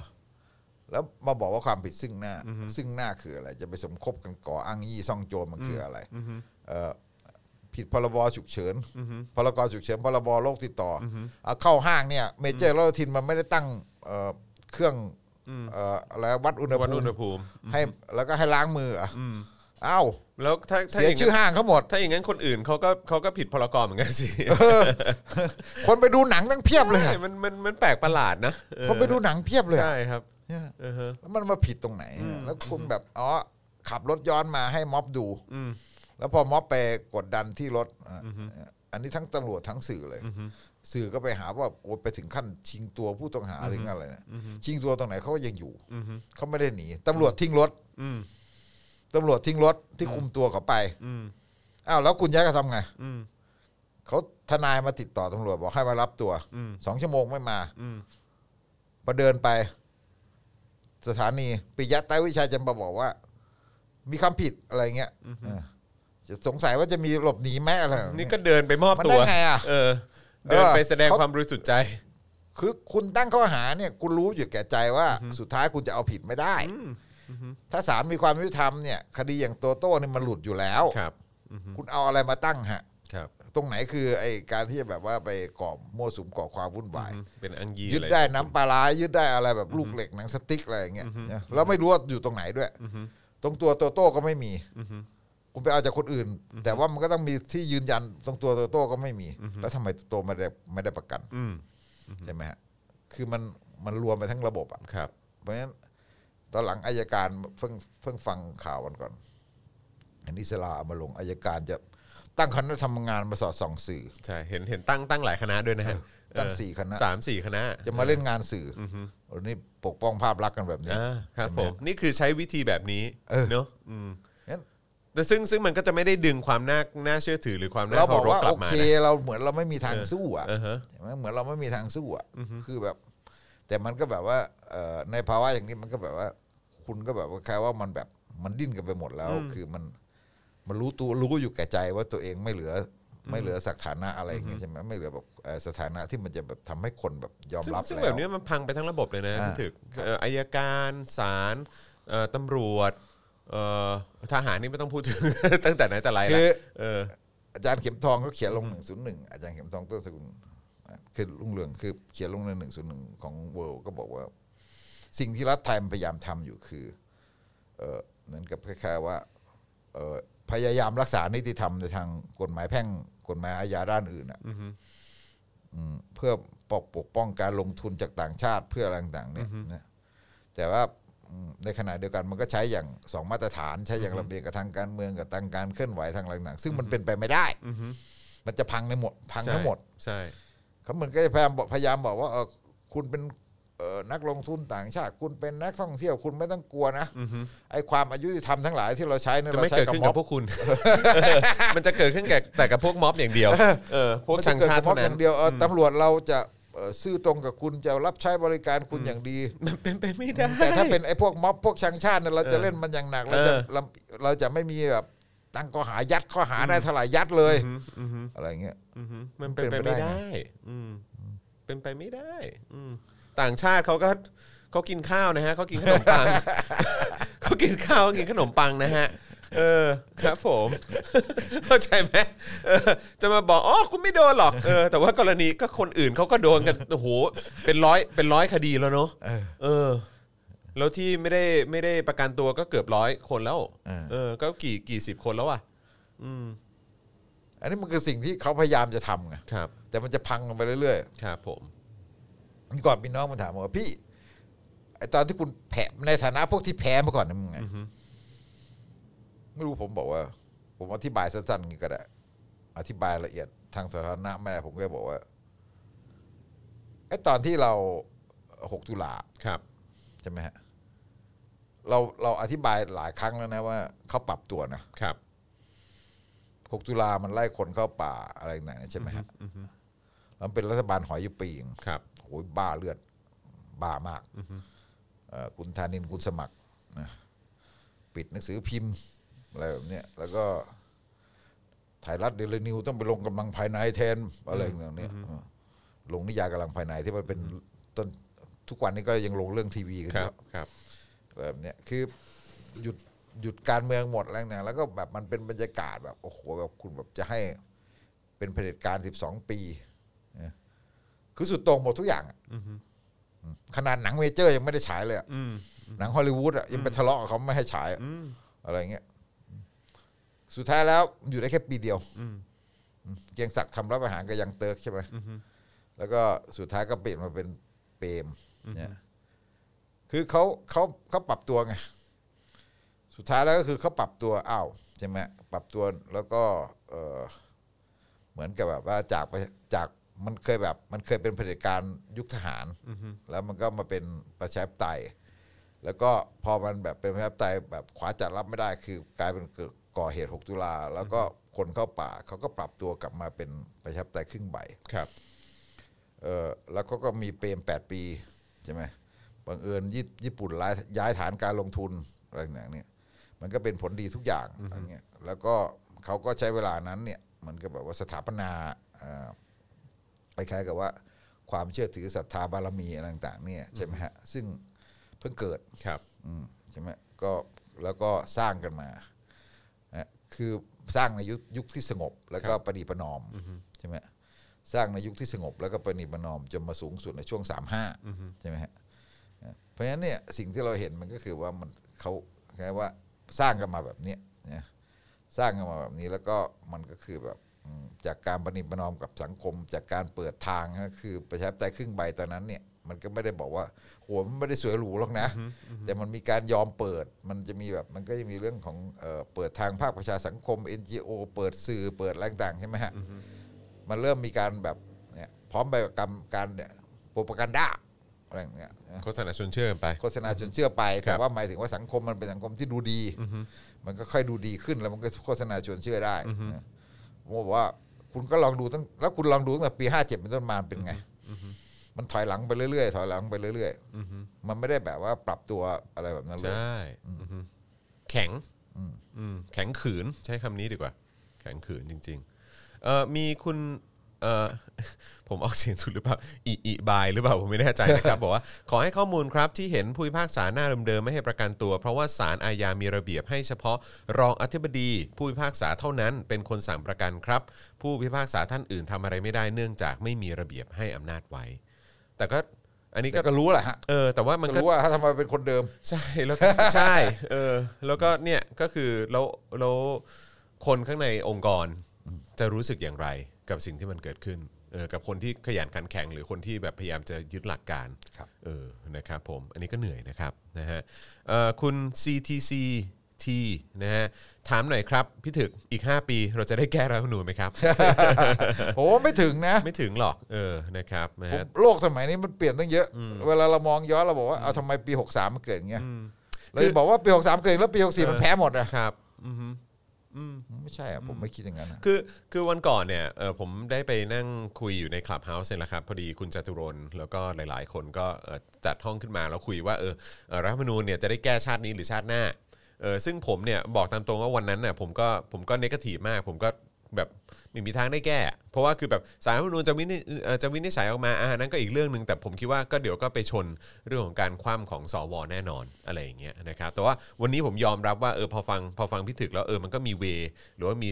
S3: แล้วมาบอกว่าความผิดซึ่งหน้า
S2: อือฮึ
S3: ซึ่งหน้าคืออะไร จะไปสมคบกันก่ออ้างยี่ซ่องโจรมันคืออะไร
S2: อือฮึ
S3: เออผิดพรบฉุกเฉิน
S2: อือฮึ
S3: พรกฉุกเฉินพรบโรคติดต่ออ
S2: อฮึ
S3: เอาเข้าห้างเนี่ย เมเจอร์โรทินมันไม่ได้ตั้งเอ่อเครื่อง
S2: อืม
S3: เอ่ออะไรวัดอุณห
S2: วัดอุณห
S3: ภูมิ
S2: ภูมิ
S3: ให้แล้วก็ให้ล้างมืออะ
S2: อืม
S3: เอ้าว
S2: แล้วถ้าถ้า
S3: เสีย
S2: อย่าง
S3: ชื่อ
S2: นั้น
S3: ห้างเขาหมด
S2: ถ้าอย่างนั้นคนอื่นเขาก็เขาก็ผิดพลกรเหมือนกันสิ <laughs>
S3: คนไปดูหนัง <laughs> ตั้งเพียบเลย
S2: ใช่
S3: อะ
S2: มันมันมันแปลกประหลาดนะเออ
S3: คนไปดูหนังเพียบเลยอะ
S2: ใช่ครับ
S3: เนี่ย
S2: เออฮะ
S3: แล้วมันมาผิดตรงไหนอะแล้วคุณแบบอ๋อขับรถย้อนมาให้ม็อบดู
S2: อืม
S3: แล้วพอม็อบไปกดดันที่รถอ่ะอันนี้ทั้งตำรวจทั้งสื่อเลย สื่อก็ไปหาว่าโอยไปถึงขั้นชิงตัวผู้ต้องหาถึงอะไรนะชิงตัวตรงไหนเขาก็ยังอยู่
S2: อือฮึ
S3: เขาไม่ได้หนีตำรวจทิ้งรถ
S2: อืม
S3: ตำรวจทิ้งรถที่คุมตัวเขาไป
S2: อืม
S3: อ้าวแล้วคุณย้ายเขาทำไง
S2: อืม
S3: เขาทนายมาติดต่อตำรวจบอกให้มารับตัว
S2: อืม
S3: สองชั่วโมงไม่มา
S2: อืม
S3: พอเดินไป สถานีปิยะใต้วิชัยจำปาบอกว่า มีคำผิดอะไรเงี้ยเออจะสงสัยว่าจะมีหลบหนีไหมอะไรแบบ
S2: นี่
S3: เย
S2: ก็เดินไปมอบ
S3: มัน
S2: ตั
S3: ได้
S2: ว
S3: ไงอ่ะ
S2: เออ เดินไปแสดง
S3: เออ
S2: ความบริสุทธิ์ใจ
S3: คือคุณตั้งข้อหาเนี่ยคุณรู้อยู่แก่ใจว่าสุดท้ายคุณจะเอาผิดไม่ได้
S2: อืม
S3: ถ้าศาลมีความยุติธรรมเนี่ยคดีอย่างโตโต้เนี่ยมันหลุดอยู่แล้ว
S2: ครับ
S3: คุณเอาอะไรมาตั้งฮะ
S2: ครับ
S3: ตรงไหนคือไอ้การที่จะแบบว่าไปก่อมั่วสุมก่อความวุ่นวาย
S2: เป็นอังยี
S3: ยึด
S2: อะไร
S3: ได้น้ำปลาร้ายึดได้อะไรแบบลูกเหล็กหนังสติ๊กอะไรอย่างเงี้ยนะแล้วไม่รู้ว่าอยู่ตรงไหนด้วย ตรงตัวโตโต้ก็ไม่มี คุณไปเอาจากคนอื่น แต่ว่ามันก็ต้องมีที่ยืนยันตรงตัวโตโต้ก็ไม่มี แล้วทำไมโตโต้ไม่ได้ไม่ได้ประกัน
S2: อืม
S3: ใช่ไหมฮะคือมันมันรวมไปทั้งระบบอะ
S2: ครับ
S3: เพราะฉะนั้นตอนหลังอายการเพิ่งเพิ่งฟังข่าววันก่อน อันนี้สลาเอามาลงอายการจะตั้งคณะทำงานมาสอดส่องสื่อ
S2: ใช่ เห็นเห็นตั้งตั้งหลายคณะด้วยนะฮะ
S3: เออตั้ง
S2: เออ
S3: สี่คณะ
S2: สามสี่คณะ
S3: จะมาเล่นงานสื่ออโอ้นี่ปกป้องภาพลักษณ์กันแบบนี้
S2: อ่าครับผม นี่คือใช้วิธีแบบนี้
S3: เออ
S2: เนอะอืม
S3: งั้น
S2: แต่ซึ่งซึ่งมันก็จะไม่ได้ดึงความน่าน่าเชื่อถือหรือความน่า
S3: เราบอ
S2: เคากรพ
S3: ว่าก
S2: ลั
S3: โอบ
S2: มา
S3: เค
S2: นะ
S3: เราเหมือนเราไม่มีทางสู้อ่ะ
S2: เออฮะ
S3: ใช่ไหมเหมือนเราไม่มีทางสู้อ่ะคือแบบ แต่มันก็แบบว่าเอ่อในภาวะอย่างนี้มันก็แบบว่า คุณก็แบบว่าแค่ว่ามันแบบมันดิ้นกันไปหมดแล้ว คือมัน มันรู้ตัวรู้อยู่แก่ใจว่าตัวเองไม่เหลืออไม่เหลือสักฐานะอะไรอย่างเงี้ยใช่ไหมไม่เหลือแบบเอ่อสถานะที่มันจะแบบทำให้คนแบบยอม
S2: ซึ่ง
S3: รับ
S2: ซึ่ง
S3: แล้
S2: แบ
S3: ว
S2: บนี้มันพังไปทั้งระบบเลยนะ
S3: อ่า
S2: คุณถึกเอ่ออายการศาลเอ่อตำรวจเอ่อทหารนี่ไม่ต้องพูดถึง <laughs> ตั้งแต่ไหนแต่ไร
S3: คื
S2: ละ
S3: อ
S2: เออ
S3: อาจารย์เข็มทองก็เขียนลงหนึ่งศูนย์หนึ่งอาจารย์เข็มทองต้นสกุลคือลุงเรืองคือเขียนลงในหนึ่งศูนย์หนึ่งของเวิลก็บอกว่า สิ่งที่รัฐไทยมันพยายามทำอยู่คือ เออเหมือนกับคล้ายๆว่าเออพยายามรักษานิติธรรมในทางกฎหมายแพ่งกฎหมายอาญาด้านอื่นอ่ะ
S2: อือฮึ
S3: อืมเพื่อปกปกป้องการลงทุนจากต่างชาติเพื่ออะไรต่างๆเนี่ยนะแต่ว่าอืมในขณะเดียวกันมันก็ใช้อย่างสองมาตรฐานใช้อย่างระเบียบกับทางการเมืองกับทางการเคลื่อนไหวทางอะไรต่างๆซึ่งมันเป็นไปไม่ได้
S2: อือฮึ
S3: มันจะพังในหมดพังทั้งหมด
S2: ใช่
S3: เขาเหมือนก็จะพยายามบอกพยายามบอกว่าเออคุณเป็นเอ่อนักลงทุนต่างชาติ คุณเป็นนักท่องเที่ยวคุณไม่ต้องกลัวนะ
S2: อือฮึ
S3: ไอ้ความอายุที่ทำทั้งหลายที่เราใช้เนี่ย
S2: จะ
S3: เรา
S2: ไม่
S3: ใช้
S2: เกิด
S3: กับ
S2: ขึ้น
S3: ม็
S2: กั
S3: อ
S2: บบ พวก
S3: <laughs>
S2: คุณ มันจะเกิดขึ้นแต่แต่กับพวกม็อบอย่างเดียวเออพวกชังชาติ
S3: มั
S2: เท่าน
S3: จะกิดกับม็อบอ
S2: นั้
S3: ย่าน งเดียวเอออตำรวจเราจะเอ่อซื่อตรงกับคุณจะรับใช้บริการคุณอย่างดี
S2: มันเป็นไปไม่ได้
S3: แต่ถ้าเป็นไอ้พวกม็อบพวกชังชาติเนี่ยเราจะเล่นมันอย่างหนัก เราจะ
S2: เออ
S3: เราเราจะไม่มีแบบตั้งข้อหายัดข้อหาได้เท่าไหร่ยัดเลย
S2: อือฮึอือฮึ
S3: อะไรเงี้ย
S2: อือฮึมันเป็นไป
S3: เป็นไป
S2: ไม่
S3: ได้
S2: ได้อืมเป็นไปไม่ได้อืมต่างชาติเขาก็เขากินข้าวนะฮะเขากินขนม <laughs> ปัง เขากินข้าวเขากินขนมปังนะฮะ เออครับผม <laughs> เข้าใจไหมเออจะมาบอกอ๋อคุณไม่โดนหรอกเออแต่ว่ากรณีก็คนอื่นเขาก็โดนกันโอ้โหเป็นร้อยเป็นร้อยคดีแล้วเนาะเออ แล้วที่ไม่ได้ไม่ได้ประกันตัวก็เกือบร้อยคนแล้ว
S3: เออ
S2: เออ ก็กี่กี่สิบคนแล้วอ่ะ อืม
S3: อันนี้มันคือสิ่งที่เขาพยายามจะทำไง
S2: ครับ
S3: แต่มันจะพังลงไปเรื่อย
S2: ครับผม
S3: ๆนี่ก่อนมีน้องมาถามว่าพี่ไอตอนที่คุณแพ้ในฐานะพวกที่แพ้มาก่อนนี่มึงไง
S2: อือฮึ
S3: ไม่รู้ผมบอกว่า ผมอธิบายสั้นๆอย่างงี้ก็ได้อธิบายละเอียดทางสาธารณะไม่ได้ผมก็บอกว่าไอตอนที่เราหกตุลา
S2: ครับ
S3: ใช่ไหมฮะเราเราอธิบายหลายครั้งแล้วนะว่าเขาปรับตัวนะ
S2: ครับ
S3: 6 ตุลามันไล่คนเข้าป่าอะไรหนักใช่ไหมฮะแล้วมันเป็นรัฐบาลหอยอยู่ปีเอง
S2: ครับ
S3: โอ้ยบ้าเลือด บ้ามากเอ่อคุณธานินคุณสมัครนะปิดหนังสือพิมพ์อะไรแบบเนี้ยแล้วก็ไทยรัฐเดลินิวต้องไปลงกำลังภายในแทนอะไรอย่างเนี้ยเออลงนิยายกำลังภายในที่มันเป็นต้นทุกวันนี้ก็ยังลงเรื่องทีวีกัน
S2: ค
S3: อ
S2: รับ
S3: ยู่
S2: ครับ
S3: แบบเนี้ยคือหยุดหยุดการเมืองหมดแล้วเนี่ยแล้วก็แบบมันเป็นบรรยากาศแบบโอ้โหแบบคุณแบบจะให้เป็นเผด็จการสิบสองปีนะคือสุดโต่งหมดทุกอย่างอะขนาดหนังเมเจอร์ยังไม่ได้ฉายเลยอะ
S2: อืม
S3: หนังฮอลลีวูดอะยังไปทะเลาะกับเขาไม่ให้ฉายอะ
S2: อืม
S3: อะไรเงี้ยสุดท้ายแล้วอยู่ได้แค่ปีเดียว
S2: อืม
S3: อืมเกรียงศักดิ์ทำรับอาหารกับยังเติร์กใช่ไหมแล้วก็สุดท้ายก็เปลี่ยนมาเป็นเปรมเนี่ยคือเขาเขาเขาปรับตัวไง สุดท้ายแล้วก็คือเขาปรับตัวอ้าวใช่ไหมปรับตัวแล้วก็เออเหมือนกับแบบว่าจากไปจากมันเคยแบบ มันเคยเป็นเผด็จการยุคทหารแล้วมันก็มาเป็นประชาธิปไตย แล้วก็พอมันแบบเป็นประชาธิปไตยแบบขวาจัดรับไม่ได้ คือกลายเป็นเกิดก่อเหตุ 6 ตุลา แล้วก็คนเข้าป่าเขาก็ปรับตัวกลับมาเป็นประชาธิปไตยครึ่งใบ
S2: ครับ
S3: เออแล้วก็ก็มีเปรมแปดปีใช่ไหมบังเอิญญี่ญี่ปุ่นย้ายย้ายฐานการลงทุนอะไรต่างๆเนี่ยมันก็เป็นผลดีทุกอย่างอะไรเงี้ยแล้วก็เขาก็ใช้เวลานั้นเนี่ยมันก็แบบว่าสถาปนาเอ่อคล้ายๆกับว่าความเชื่อถือศรัทธาบารมีอะไรต่างๆเนี่ยใช่ไหมฮะซึ่งเพิ่งเกิด
S2: ครับ
S3: อืมใช่ไหมก็แล้วก็สร้างกันมานะคือสร้างในยุคยุคที่สงบ แล้วก็ประนีประนอมใช่ไหมสร้างในยุคที่สงบ แล้วก็ประนีประนอมจนมาสูงสุดในช่วงสามห้าใช่ไหมฮะนะเพราะฉะนั้นเนี่ยสิ่งที่เราเห็นมันก็คือว่ามันเขาแค่ว่าสร้างกันมาแบบเนี้ยนะสร้างกันมาแบบนี้แล้วก็มันก็คือแบบอืมจากการประนีประนอมกับสังคม จากการเปิดทางก็คือประชาธิปไตยครึ่งใบตอนนั้นเนี่ยมันก็ไม่ได้บอกว่าโหมันไม่ได้สวยหรูหรอกนะ แต่มันมีการยอมเปิด มันจะมีแบบ มันก็จะมีเรื่องของเอ่อเปิดทางภาคประชาสังคม NGO เปิดสื่อ เปิดอะไรต่างๆใช่ไหมฮะ มันเริ่มมีการแบบเนี่ยพร้อมไปกับการการเนี่ยโปรปกันด้าอะไรอย่างเงี้ยนะ
S2: โฆษณาชวนเชื่อกันไป
S3: โฆษณาจนเชื่อไป
S2: ครั
S3: แต่
S2: บ
S3: ว่าหมายถึงว่าสังคมมันเป็นสังคมที่ดูดี มันก็ค่อยดูดีขึ้นแล้วมันก็โฆษณาชวนเชื่อได้นะผมบอกว่าคุณก็ลองดูตั้งแล้วคุณลองดูตั้งแต่ปีห้าเจ็ดเป็นต้นมาเป็นไง มันถอยหลังไปเรื่อยๆถอยหลังไปเรื่อยๆมันไม่ได้แบบว่าปรับตัวอะไรแบบนั้นเลย
S2: ใช่อืมแข็งอืมแข็งขืนใช้คำนี้ดีกว่า แข็งขืนจริง ๆ เอ่อมีคุณเอ่อ <laughs> ผมออกเสียงถูกหรือเปล่าอีอีบายหรือเปล่าผมไม่แน่ใจนะครับ
S3: <laughs>
S2: บอกว่าขอให้ข้อมูลครับที่เห็นผู้พิพากษาหน้าเดิมๆไม่ให้ประกันตัว เพราะว่าศาลอาญามีระเบียบให้เฉพาะรองอธิบดีผู้พิพากษาเท่านั้น เป็นคนสั่งประกันครับ ผู้พิพากษาท่านอื่นทำอะไรไม่ได้เนื่องจากไม่มีระเบียบให้อำนาจไว้ แต่ก็อันนี้ก็
S3: แต่ก็รู้แหละฮะ
S2: เออแต่ว่ามัน
S3: ก็
S2: ก็
S3: รู้ว่าถ้าทำไมเป็นคนเดิม
S2: ใช่แล้วก็ <laughs> ใช่เออแล้วก็เนี่ยก็คือแล้วแล้วคนข้างในองค์กรจะรู้สึกอย่างไรกับสิ่งที่มันเกิดขึ้นเออกับคนที่ขยันขันแข็งหรือคนที่แบบพยายามจะยึดหลักการ
S3: ครับ
S2: เออนะครับผมอันนี้ก็เหนื่อยนะครับนะฮะเอ่อคุณ CTC T นะฮะถามหน่อยครับพี่ถึกอีก 5 ปีเราจะได้แก้รัฐธรรมนูญไหมครับ
S3: ผมว่าไม่ถึงนะ
S2: ไม่ถึงหรอกเออนะครับนะ
S3: ผม
S2: ฮะ
S3: โลกสมัยนี้มันเปลี่ยนตั้งเยอะ เวลาเรามองย้อนเราบอกว่าเอาทำไมปี 63 มันเกิดอย่างเงี้ยเราจะบอกว่าปี 63 เกิดแล้วปี 64 มัน
S2: เออ
S3: แพ้หมดอะ
S2: ครับอือฮึ
S3: ไม่ใช่อะผมไม่คิดอย่างนั้นอะ
S2: คือคือวันก่อนเนี่ยเออผมได้ไปนั่งคุยอยู่ในคลับเฮาส์เนี่ยแหละครับ พอดีคุณจตุรนต์แล้วก็หลาย ๆ คนก็เอ่อจัดห้องขึ้นมาแล้วคุยว่าเออเอ่อรัฐธรรมนูญเนี่ยจะได้แก้ชาตินี้หรือชาติหน้าเออซึ่งผมเนี่ยบอกตามตรงว่าวันนั้นน่ะผมก็ผมก็เนกาทีฟมาก ผมก็แบบไม่มีทางได้แก้ เพราะว่าคือแบบสารรัฐธรรมนูญจะวินิจเอ่อจะวินิจฉัยออกมาอ่านั้นก็อีกเรื่องหนึ่งแต่ผมคิดว่าก็เดี๋ยวก็ไปชนเรื่องของการคว่ำของสวแน่นอนอะไรอย่างเงี้ยนะครับแต่ว่าวันนี้ผมยอมรับว่าเออพอฟังพอฟังพิถึกแล้วเออมันก็มีเวหรือว่ามี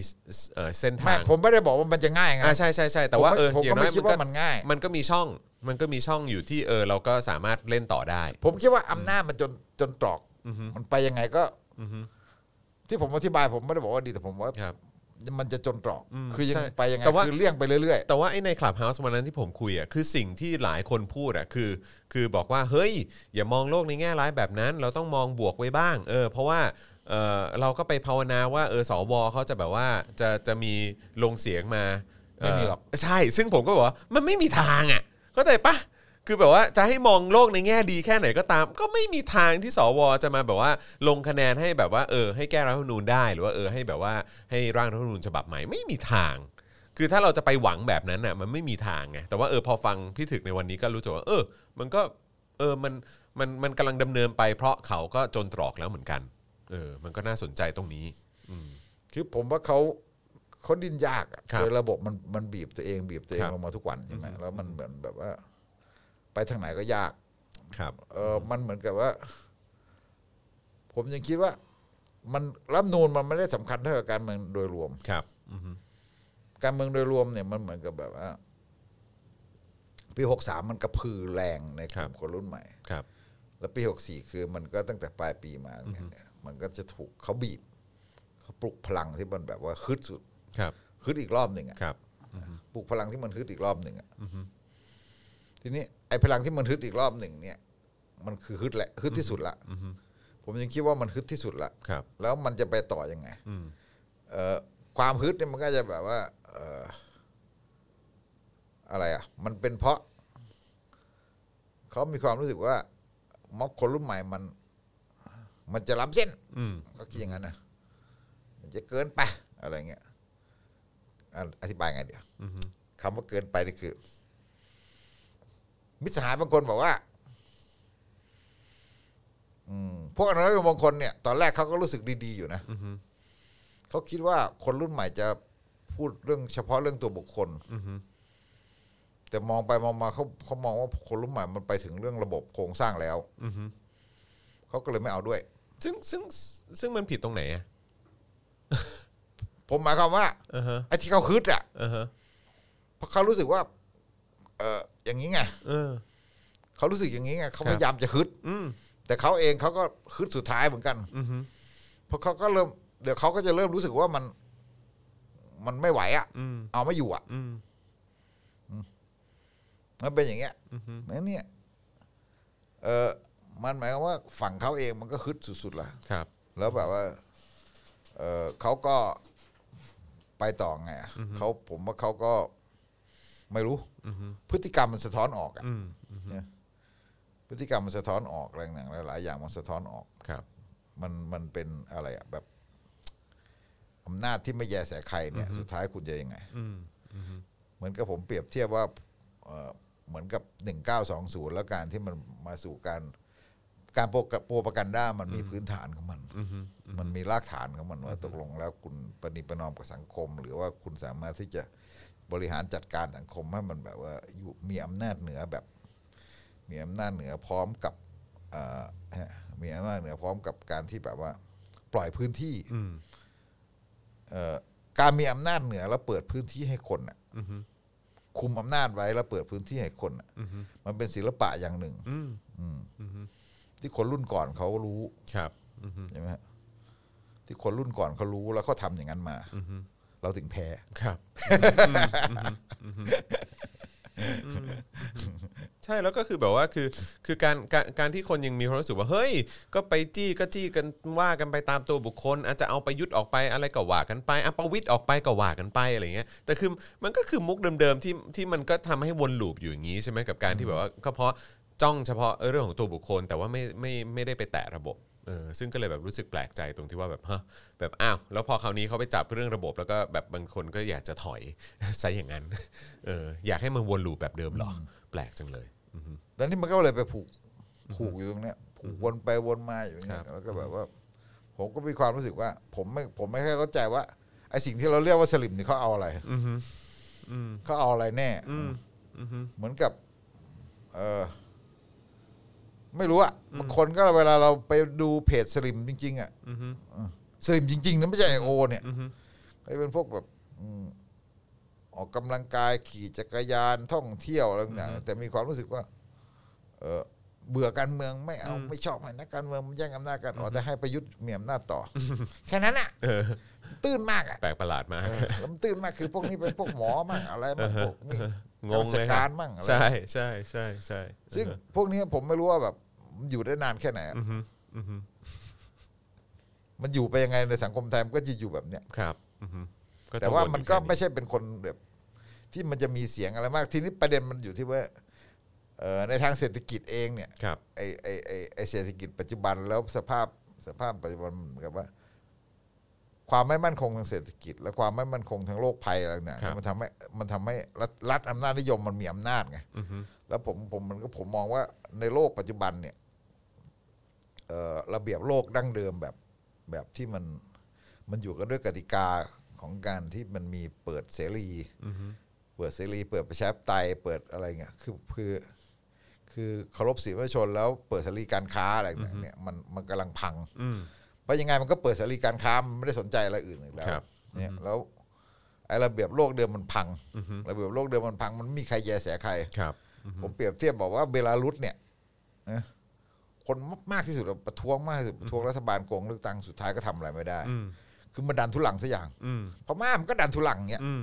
S2: เอ่อเส้น
S3: ไม่
S2: ทาง
S3: ผมไม่ได้บอกว่ามันจะง่ายไง
S2: อ่าใช่ใช่ใช่แต่ว่าเออ
S3: ผม
S2: อ
S3: ก็
S2: ย่างน้อ
S3: ไม่
S2: ย
S3: คิดว่ามันง่าย
S2: มันก็มีช่องมันก็มีช่องอยู่ที่เออเราก็สามารถเล่นต่อได้
S3: ผมคิดว่าอำนาจมันจนจนตรอก มันไปยังไงก็ที่ผมอธิบายผมไม่ได้บอกว่าดีแต่ผมว่า
S2: ครับ
S3: มันจะจนตรอก
S2: อืม
S3: คือยัง
S2: ใช่
S3: ไปยังไง
S2: แต่ว่า
S3: คือเลี่ยงไปเรื่อย
S2: แต่ว่าไอ้ในคลับเฮาส์วันนั้นที่ผมคุยอ่ะคือสิ่งที่หลายคนพูดอ่ะคือ คือบอกว่าเฮ้ย อย่ามองโลกในแง่ร้ายแบบนั้น เราต้องมองบวกไว้บ้างเออเพราะว่าเออเราก็ไปภาวนาว่าเออสวเขาจะแบบว่าจะจะมีลงเสียงมา
S3: ไม่มีหรอก
S2: เใช่ ซึ่งผมก็บอกว่ามันไม่มีทางอ่ะเข้าใจปะ คือแบบว่าจะให้มองโลกในแง่ดีแค่ไหนก็ตาม ก็ไม่มีทางที่สวจะมาแบบว่าลงคะแนนให้แบบว่าเออให้แก้รัฐธรรมนูญได้หรือว่าเออให้แบบว่าให้ร่างรัฐธรรมนูญฉบับใหม่ไม่มีทาง คือถ้าเราจะไปหวังแบบนั้นน่ะมันไม่มีทางไงแต่ว่าเออพอฟังพี่ถึกในวันนี้ก็รู้จักว่า เออ มันก็เออมันมันมันกำลังดำเนินไป เพราะเขาก็จนตรอกแล้วเหมือนกัน เออ มันก็น่าสนใจตรงนี้
S3: คือผมว่าเขาเขาดิ้นยากอะ
S2: ครับ
S3: โดยระบบมันมันบีบตัวเองบีบตัวเอ
S2: ครั
S3: ง
S2: บ
S3: ลงมาทุกวันใช่ไหมแล้วมันเหมือนแบบว่า ไปทางไหนก็ยาก
S2: ครับ
S3: เออมันเหมือนกับว่า ผมยังคิดว่า มันรัฐธรรมนูนมันไม่ได้สำคัญเท่ากับการเมืองโดยรวม
S2: ครับอือฮึ
S3: การเมืองโดยรวมเนี่ยมันเหมือนกับแบบว่าปีหกสามมันกระพือแรงในกลุ่มคนรุ่นใหม่
S2: ครับ
S3: แล้วปีหกสี่คือมันก็ตั้งแต่ปลายปีมาเนี่ยมันก็จะถูกเขาบีบเขาปลุกพลังที่มันแบบว่าฮึดสุด
S2: ครับ
S3: ฮึดอีกรอบหนึ่งอะ
S2: ครับ
S3: ปลุกพลังที่มันฮึดอีกรอบหนึ่งอะทีนี้ไอ้พลังที่มันฮึดอีกรอบหนึ่งเนี่ย มันคือฮึดแหละฮึดที่สุดละผมยังคิดว่ามันฮึดที่สุดละ
S2: ครับ
S3: แล้วมันจะไปต่อยังไง
S2: อืม
S3: เอ่อความฮึดเนี่ยมันก็จะแบบว่า เอ่ออะไรอะมันเป็นเพราะเขามีความรู้สึกว่าม็อบคนรุ่นใหม่มัน มันจะล้ำเส้น
S2: อืม
S3: ก็คิดอย่างนั้นนะมันจะเกินไปอะไรเงี้ยอ่ะอธิบายไงเดี๋ยว
S2: อือฮึ
S3: คำว่าเกินไปนี่คือ มิตรสหายบางคนบอกว่า อืมพวกอนุรักษ์บางคนเนี่ย ตอนแรกเขาก็รู้สึกดีๆอยู่นะ
S2: อือฮึ
S3: เขาคิดว่าคนรุ่นใหม่จะพูดเรื่องเฉพาะเรื่องตัวบุคคล
S2: อือฮึ
S3: แต่มองไปมองมาเขาเขามองว่าคนรุ่นใหม่มันไปถึงเรื่องระบบโครงสร้างแล้ว
S2: อือฮึ
S3: เขาก็เลยไม่เอาด้วย
S2: ซึ่งซึ่งซึ่งมันผิดตรงไหนอ่ะ
S3: ผมหมายความว่า
S2: อือฮะ
S3: ไอ้ที่เขาฮึดอ่ะ
S2: อือฮะ
S3: เพราะเขารู้สึกว่า เอออย่างนี้ไง
S2: เออ
S3: เขารู้สึกอย่างนี้ไงเขา
S2: ครับ
S3: พยายามจะฮึด
S2: อืม
S3: แต่เขาเองเขาก็ฮึดสุดท้ายเหมือนกัน
S2: อือฮึ
S3: เพราะเขาก็เริ่มเดี๋ยวเขาก็จะเริ่มรู้สึกว่ามัน มันไม่ไหวอะ่ะ
S2: อืม
S3: เอาไม่อยู่อะ่ะ
S2: อืม
S3: มันเป็นอย่างเงี้ย
S2: อือฮึ
S3: นั่นเนี่ย เออมันหมายความว่าฝั่งเขาเองมันก็ฮึดสุดๆละ
S2: ครับ
S3: แล้วแบบว่า เออเขาก็ไปต่อไงอะเขาผมว่าเขาก็ไม่รู้
S2: อือฮึ
S3: พฤติกรรมมันสะท้อนออกอะ
S2: อืมอือฮึ
S3: พฤติกรรมมันสะท้อนออกอะไรต่างๆหลายๆอย่างมันสะท้อนออก
S2: ครับ
S3: มันมันเป็นอะไรอะแบบอำนาจที่ไม่แยแสใครเนี่ย สุดท้ายคุณจะยังไง
S2: อืมอือฮึ
S3: เหมือนกับผมเปรียบเทียบว่าเอ่อเหมือนกับหนึ่งเก้าสองศูนย์แล้วการที่มันมาสู่การ การโปรโปรปกันด้ามันมีพื้นฐานของมัน
S2: อือฮึ
S3: มันมีรากฐานของมันว่าตกลงแล้วคุณปณิประนอมกับสังคม หรือว่าคุณสามารถที่จะบริหารจัดการสังคมให้มันแบบว่าอยู่มีอำนาจเหนือแบบ มีอำนาจเหนือพร้อมกับเอ่ <coughs> อฮะมีอำนาจเหนือพร้อมกับการที่แบบว่า ปล่อยพื้นที่
S2: อืม
S3: เอ่อการมีอำนาจเหนือแล้วเปิดพื้นที่ให้คนน่ะ
S2: อือฮึ
S3: คุมอำนาจไว้แล้วเปิดพื้นที่ให้คนน่ะ
S2: อือฮึ
S3: มันเป็นศิลปะอย่างหนึ่ง
S2: อืม
S3: อืม
S2: อือฮึ
S3: ที่คนรุ่นก่อนเขารู้
S2: ครับอือฮึ
S3: ใช่ไหมฮะที่คนรุ่นก่อนเขารู้แล้วเขาทำอย่างนั้นมา
S2: อือฮึ
S3: เราถึงแพ้
S2: ครับอือฮึอือฮึอือฮึใช่แล้วก็คือแบบว่าคือคือการการการที่คนยังมีความรู้สึกว่าเฮ้ย ก็ไปจี้ก็จี้กันว่ากันไปตามตัวบุคคล อาจจะเอาประยุทธ์ออกไปอะไรก็ว่ากันไปเอาประวิทย์ออกไปก็ว่ากันไปอะไรเงี้ยแต่คือมันก็คือมุกเดิมๆที่ที่มันก็ทำให้วนลูปอยู่อย่างนี้ใช่ไหมกับการที่แบบว่าก็เพราะจ้องเฉพาะเรื่องของตัวบุคคล แต่ว่าไม่ไม่ไม่ได้ไปแตะระบบเออซึ่งก็เลยแบบรู้สึกแปลกใจตรงที่ว่าแบบฮะแบบอ้าวแล้วพอคราวนี้เขาไปจับเรื่องระบบ แล้วก็แบบบางคนก็อยากจะถอย <laughs> ซะอย่างนั้นเอออยากให้มันวนลูปแบบเดิมเหรอแปลกจังเลย อือฮึ
S3: แล้วนี่มันก็เลยไปผูกผูกอยู่ตรงเนี้ยผูกวนไปวนมาอยู่อย่างเงี้ย
S2: ครับ
S3: แล้วก็แบบว่า ผมก็มีความรู้สึกว่า ผมไม่ผมไม่ค่อยเข้าใจว่าไอสิ่งที่เราเรียกว่าสลิมนี่เขาเอาอะไร
S2: อือฮึอืม
S3: เขาเอาอะไรแน่
S2: อืมอือฮึ
S3: เหมือนกับ เออไม่รู้อะบางคนก็เวลาเราไปดูเพจสลิมจริงๆอะ
S2: อือฮึ
S3: สลิมจริงๆนะไม่ใช่ไอโอเนี่ย
S2: อือฮึ
S3: ไอเป็นพวกแบบอืมออกกำลังกายขี่จักรยานท่องเที่ยวอะไรต่างๆแต่มีความรู้สึกว่า เออเบื่อการเมืองไม่เอา
S2: อืม
S3: ไม่ชอบให้นักการเมืองมันแย่งอำนาจกันอ๋อแต่ให้ประยุทธ์มีอำนาจต่ออแค่นั้นอะ
S2: เออ
S3: ตื้นมากอะ
S2: แปลกประหลาดมาก
S3: เออแล้วมันตื้นมากคือพวกนี้เป็นพวกหมอมั่งอะไรมั่งพวกนี่
S2: งงเลย
S3: ข้าราชการ
S2: คั
S3: รมั่งอะไร
S2: ใช่ใช่ใช่ใช่
S3: ซึ่งพวกนี้ผมไม่รู้ว่าแบบอยู่ได้นานแค่ไหนอะ
S2: อือฮึอือฮึ
S3: มันอยู่ไปยังไงในสังคมไทยมันก็จะอยู่แบบเนี้ย
S2: ครับอือฮึจะ
S3: แต่ว่า
S2: อยู่
S3: มันก็
S2: แค่
S3: ไม่ใช่เป็นคนแบบ ที่มันจะมีเสียงอะไรมาก ทีนี้ประเด็นมันอยู่ที่ว่า เอ่อในทางเศรษฐกิจเองเนี่ย
S2: ครับ
S3: ไอไอไอไอเศรษฐกิจปัจจุบันแล้วสภาพสภาพปัจจุบันเหมือนกับว่า ความไม่มั่นคงทางเศรษฐกิจ และความไม่มั่นคงทางโลกภัยอะไรเนี่ย
S2: ครับ
S3: มันทำให้มันทำให้รัฐรัฐอำนาจนิยมมันมีอำนาจไง
S2: อือฮึ
S3: แล้วผมผมมันก็ผมมองว่าในโลกปัจจุบันเนี่ยเอ่อระเบียบโลกดั้งเดิมแบบแบบที่มันมันอยู่กันด้วยกติกาของการที่มันมีเปิดเสรี
S2: อือฮึ
S3: เปิดเสรีเปิดประชาธิปไตยเปิดอะไรเงี้ยคือคือคือเคารพสิทธิมนุษยชนแล้วเปิดเสรีการค้าอะไรต่างๆเนี่ยมันมันกำลังพัง
S2: อืม
S3: เพราะยังไงมันก็เปิดเสรีการค้ามันไม่ได้สนใจอะไรอื่นอีกแล้ว
S2: ครับ
S3: เนี่ยแล้วไอ้ระเบียบโลกเดิมมันพัง
S2: อือฮึ
S3: ระเบียบโลกเดิมมันพัง มันไม่มีใครแยแสใคร
S2: ครับ
S3: ผมเปรียบเทียบบอกว่าเบลารุสเนี่ยนะคนมากที่สุดอะประท้วงมากที่สุดประท้วงรัฐบาลโกงเลือกตั้งสุดท้ายก็ทำอะไรไม่ได้
S2: อืม
S3: คือมันดันทุลังซะอย่าง
S2: อืม
S3: พม่ามันก็ดันทุลังเนี่ย
S2: อืม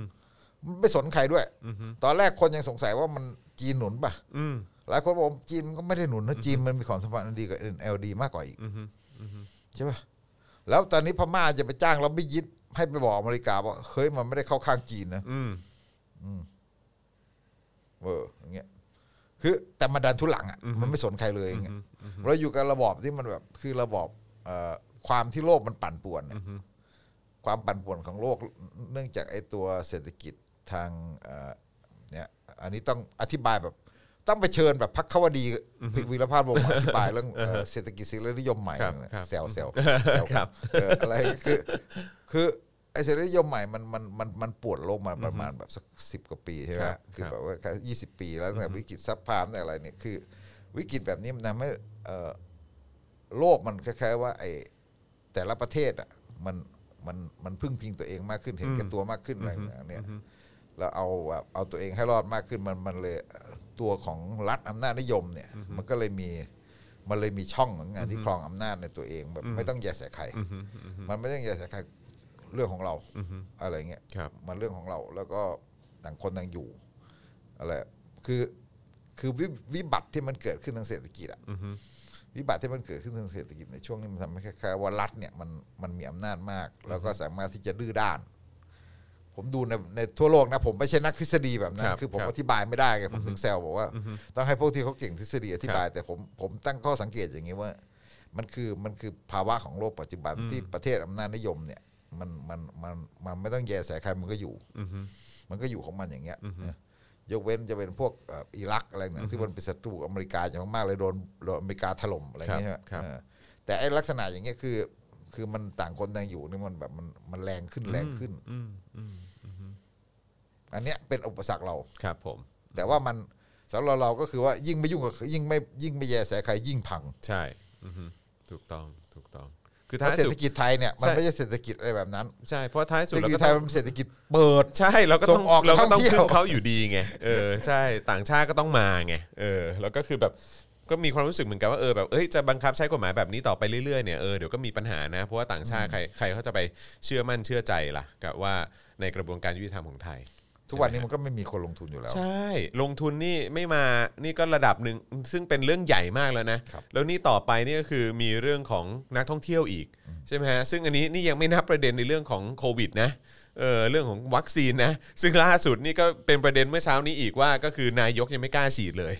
S3: มันไม่สนใครด้วย
S2: อืม
S3: ตอนแรกคนยังสงสัยว่ามันจีนหนุนปะ
S2: อืม
S3: หลายคนบอกว่าจีนมันก็ไม่ได้หนุนนะจีนมันมีความสัมพันธ์อันดีกับเอลดีมากกว่าอีก
S2: อืม
S3: ใช่ปะแล้วตอนนี้พม่าจะไปจ้างล็อบบี้ยิสต์ให้ไปบอกอเมริกาว่าเฮ้ยมันไม่ได้เข้าข้างจีนนะ
S2: อืม
S3: เอออย่างเงี้ยคือแต่มันดันทุหลังอ่ะมันไม่สนใครเลยอย่างเงี้ยเราอยู่กับระบอบที่มันแบบคือระบอบเอ่อความที่โลกมันปั่นป่วนอะความปั่นป่วนของโลกเนื่องจากไอ้ตัวเศรษฐกิจทางเอ่อเนี่ยอันนี้ต้องอธิบายแบบ ต้องไปเชิญแบบพักขวดีวีรภาพวงศ์มาอธิบายเรื่องเอ่อเศรษฐกิจเสรีนิยมใหม่
S2: ครับ
S3: เนี่ย
S2: ครับ
S3: แซวแซว
S2: ครับ
S3: เอออะไรคือคือไอเสรีนิยมใหม่มันมันมันมันปวดโลกมาประมาณแบบสักสิบกว่าปีใช่ไหม
S2: ครับ
S3: คือ
S2: ครับ
S3: แบบว่ายี่สิบปีแล้วตั้งแต่วิกฤตซับพลาร์มตั้งแต่อะไรเนี่ยคือ วิกฤตแบบนี้มันทำให้เอ่อโลกมันคล้ายๆว่าไอแต่ละประเทศอ่ะมันมันมันพึ่งพิงตัวเองมากขึ้นเห็นแก่ตัวมากขึ้นอะไรอย่างเนี้ย แล้วเอาแบบเอาตัวเองให้รอดมากขึ้นมันมันเลยตัวของรัฐอำนาจนิยมเนี่ย มันก็เลยมีมันเลยมีช่องของงานที่ครองอำนาจในตัวเองแบบไม่ต้องแยแสใครมันไม่ต้องแยแสใครเรื่องของเราอะไรเงี้ย
S2: ครับ
S3: มันเรื่องของเราแล้วก็ต่างคนต่างอยู่อะไรคือคือวิวิบัติที่มันเกิดขึ้นทางเศรษฐกิจอะ
S2: อืม
S3: วิบัติที่มันเกิดขึ้นทางเศรษฐกิจในช่วงนี้มันทำให้คล้ายๆว่ารัฐเนี่ยมันมันมีอำนาจมาก แล้วก็สามารถที่จะดื้อด้าน ผมดูในในทั่วโลกนะ ผมไม่ใช่นักทฤษฎีแบบนั้น
S2: ครับ
S3: คือผม
S2: ครับ
S3: อธิบายไม่ได้ไงผมถึงแซวบอกว่า ต้องให้พวกที่เขาเก่งทฤษฎีอธิบาย แต่ผมผมตั้งข้อสังเกตอย่างนี้ว่า มันคือมันคือภาวะของโลกปัจจุบันที่ประเทศอำนาจนิยมเนี่ย มันมันมันมันไม่ต้องแยแสใครมันก็อยู่มันก็อยู่ของมันอย่างเงี้ยนะยกเว้นจะเป็นพวกเอ่ออิรักอะไรเนี่ยซึ่งมันเป็นศัตรูกับอเมริกาอย่างมากๆเลยโดนโดนอเมริกาถล่มอะไรอย่างเงี้ย
S2: ครับครับ
S3: เออแต่ไอ้ลักษณะอย่างเงี้ยคือ คือมันต่างคนต่างอยู่นี่มันแบบมันมันแรงขึ้นแรงขึ้น
S2: อืมอืม
S3: อันเนี้ยเป็นอุปสรรคเรา
S2: ครับผม
S3: แต่ว่ามันสำหรับเราก็คือว่ายิ่งไม่ยุ่งกับยิ่งไม่ยิ่งไม่แยแสใครยิ่งพัง
S2: ใช่อือฮึถูกต้องถูกต้อง คือ
S3: เพ
S2: ท้าย
S3: ราะเศรษ
S2: สุด
S3: ฐกิจไทยเนี่ยมัน
S2: ใช่
S3: ไม่ใช่เศรษฐกิจอะไรแบบนั้น
S2: ใช่เพราะท้ายสุ
S3: เศร
S2: ด
S3: ษฐ
S2: เรา
S3: กิจ
S2: ก็
S3: ไท
S2: ต้
S3: ย
S2: อง
S3: มันเศรษฐกิจเปิด
S2: ใช่เราก็ต้
S3: ส่
S2: อง
S3: งออก
S2: เราก็ต้อง
S3: ท่องเที่ยว
S2: พึ่งเขาอยู่ดีไงเออใช่ต่างชาติก็ต้องมาไงเออแล้วก็คือแบบก็มีความรู้สึกเหมือนกันว่าเออแบบเอ้ยจะบังคับใช้กฎหมายแบบนี้ต่อไปเรื่อยๆเนี่ยเออเดี๋ยวก็มีปัญหานะเพราะว่าต่างชาติใครใครเขาจะไปเชื่อมั่นเชื่อใจล่ะกับว่าในกระบวนการยุติธรรมของไทย
S3: ทุกวันนี้มันก็ไม่มีคนลงทุนอยู่แล้ว
S2: ใช่ลงทุนนี่ไม่มานี่ก็ระดับหนึ่งซึ่งเป็นเรื่องใหญ่มากแล้วนะ
S3: ครับ
S2: แล้วนี่ต่อไปนี่ก็คือมีเรื่องของนักท่องเที่ยวอีกใช่ไหมฮะซึ่งอันนี้นี่ยังไม่นับประเด็นในเรื่องของโควิดนะเออเรื่องของวัคซีนนะ ซึ่งล่าสุดนี่ก็เป็นประเด็นเมื่อเช้านี้อีกว่าก็คือนายกยังไม่กล้าฉีด
S3: <laughs>
S2: เลย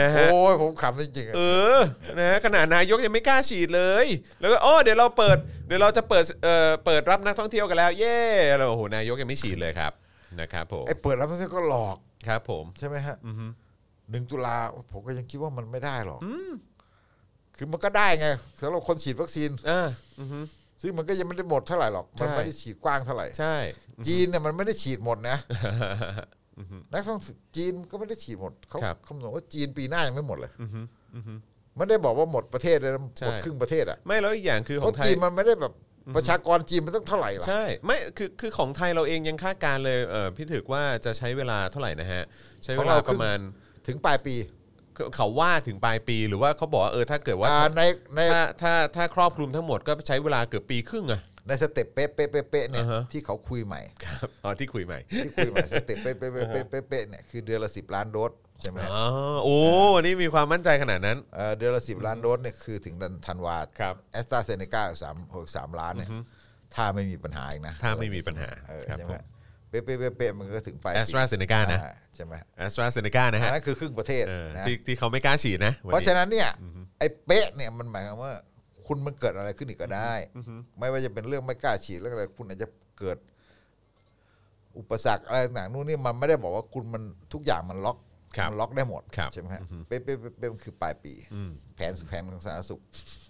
S2: นะฮะ
S3: โอ้ยผมขำจริงๆอะ
S2: เออ นะ ขนาดนายกยังไม่กล้าฉีดเลย แล้วก็อ๋อเดี๋ยวเราเปิด เดี๋ยวเราจะเปิด เอ่อ เปิดรับนักท่องเที่ยวกันแล้ว เย้แล้วโอ้โห นายกยังไม่ฉีดเลยครับ นะครับผม
S3: ไอ้เปิดรับท่องเที่ยวก็หลอก
S2: ครับผม
S3: ใช่ไหมฮะหนึ่งตุลาผมก็ยังคิดว่ามันไม่ได้หรอกคือมันก็ได้ไงสำหรับคนฉีดวัคซีน
S2: อ่าอือฮึ
S3: ซึ่งมันก็ยังไม่ได้หมดเท่าไหร่หรอกมัน
S2: ใช่
S3: ไม่ได้ฉีดกว้างเท่าไหร่
S2: ใช่
S3: จีนเนี่ยมันไม่ได้ฉีดหมดนะนักท่องเที่ยวจีนก็ไม่ได้ฉีดหมดเขา
S2: ครับ
S3: คำนวณว่าจีนปีหน้ายังไม่หมดเลยไม่ได้บอกว่าหมดประเทศเลยนะ
S2: ใช่
S3: หมดครึ่งประเทศอ่ะ
S2: ไม่แล้วอีกอย่างคือ
S3: เพ
S2: ของ
S3: ราะ
S2: ไท
S3: จี
S2: ย
S3: นมันไม่ได้แบบประชากรจีนมันต้องเท่าไหร่ล่ะ
S2: ใช่ ไม่ คือ คือของไทยเราเองยังคาดการณ์เลย เอ่อ พี่ถือว่าจะใช้เวลาเท่าไหร่นะฮะ ใช้เวลา
S3: ของเรา
S2: ป
S3: ครึ่
S2: ระ
S3: ง
S2: มาณ
S3: ถึงปลายปี
S2: เขาว่าถึงปลายปี หรือว่าเขาบอกว่าเออ ถ้าเกิดว่า
S3: อ่าในใน
S2: ถ้า ถ้า ถ้าครอบคลุมทั้งหมดก็ใช้เวลาเกือบปีครึ่งอะ
S3: ในสเต็ปเป๊ะเป๊ะเป๊ะเป๊ะเนี่ย
S2: อ่าฮะ
S3: ที่เขาคุยใหม่
S2: ครับ อ๋อ ที่คุยใหม่
S3: ที่คุยใหม่สเต็ปเป๊ะเป๊ะเป๊ะเป๊ะเป๊ะเป๊ะเนี่ยคือเดือนละสิบล้านโดสใช่ไหม
S2: อ๋อโอ้นี่มีความมั่นใจขนาดนั้น
S3: เอ่อเดือนละสิบล้านโดสเนี่ยคือถึงเดือนธันวา
S2: ครับ
S3: แอสตราเซเนกาสามหกสามล้านเนี่ยถ้าไม่มีปัญหาอีกนะ
S2: ถ้าไม่มีปัญหา
S3: เออ
S2: ครับ
S3: ใช่
S2: ผ
S3: ไหม
S2: ม
S3: เป๊ะเป๊ะเป๊ะเป๊ะมันก็ถึงปลายปี
S2: AstraZeneca นะ
S3: อ่ใช่ไหม
S2: แอสตราเซเนกานะ
S3: อั
S2: ฮะ
S3: นนั้นคือครึ่งประเทศ
S2: เออ
S3: นะ
S2: ที่ที่เขาไม่กล้าฉีดนะวัน
S3: เพราะ
S2: นี้
S3: ฉะนั้นเนี่ยไอ้เป๊ะเนี่ยมันหมายความว่า คุณมันเกิดอะไรขึ้นอีกก็ได้ ไม่ว่าจะเป็นเรื่องไม่กล้าฉีดเรื่องอะไรคุณอาจจะเกิด อุปสรรคอะไรต่างๆนู่นนี่มันไม่ได้บอกว่าคุณมันทุกอย่างมันล็อก
S2: ครับ
S3: มันล็อกได้หมด
S2: ครับ
S3: ใช่ไหมฮะเป๊ะเป๊ะเป๊ะเป๊ะมันคือปลายปี
S2: อืม
S3: แผนแผนของสาธารณสุข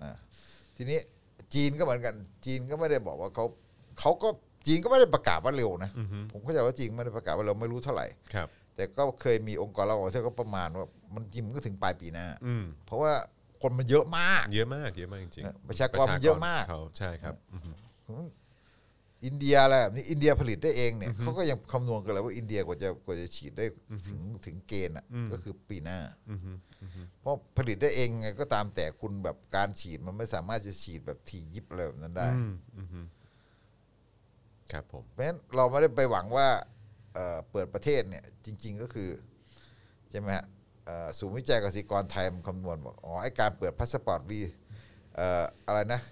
S3: อ่าทีนี้จีนก็เหมือนกัน จีนก็ไม่ได้บอกว่าเขาเขาก็จีนก็ไม่ได้ประกาศว่าเร็วนะ ผมเข้าใจว่าจีนไม่ได้ประกาศว่าเราไม่รู้เท่าไหร่
S2: ครับ
S3: แต่ก็เคยมีองค์กรระหว่างประเทศก็ประมาณว่ามันจริงมันก็ถึงปลายปีหน้า
S2: อืม
S3: เพราะว่าคนมันเยอะมาก
S2: เยอะมากเยอะมากจริง
S3: นะ
S2: ๆ
S3: ประชากรมันเยอะมาก
S2: ขใช่ครับอืม
S3: อินเดียอะไรแบบนี้อินเดียผลิตได้เองเนี่ยเขาก็ยังคำนวณกันเลยว่าอินเดียกว่าจะกว่าจะฉีดได้ถึงถึงเกณฑ์อ่ะก็คือปีหน้า
S2: อืม
S3: เพราะผลิตได้เองไงก็ตามแต่คุณแบบการฉีดมันไม่สามารถจะฉีดแบบทียิบเลยแบบนั้นได้
S2: อืมอืมครับผม
S3: เพราะฉะนั้นเราไม่ได้ไปหวังว่าเอ่อเปิดประเทศเนี่ยจริง ๆก็คือใช่ไหมฮะเอ่อศูนย์วิจัยกสิกรไทยมันคำนวณบอกอ๋อไอการเปิดพาสปอร์ตวีเอ่ออะไรนะ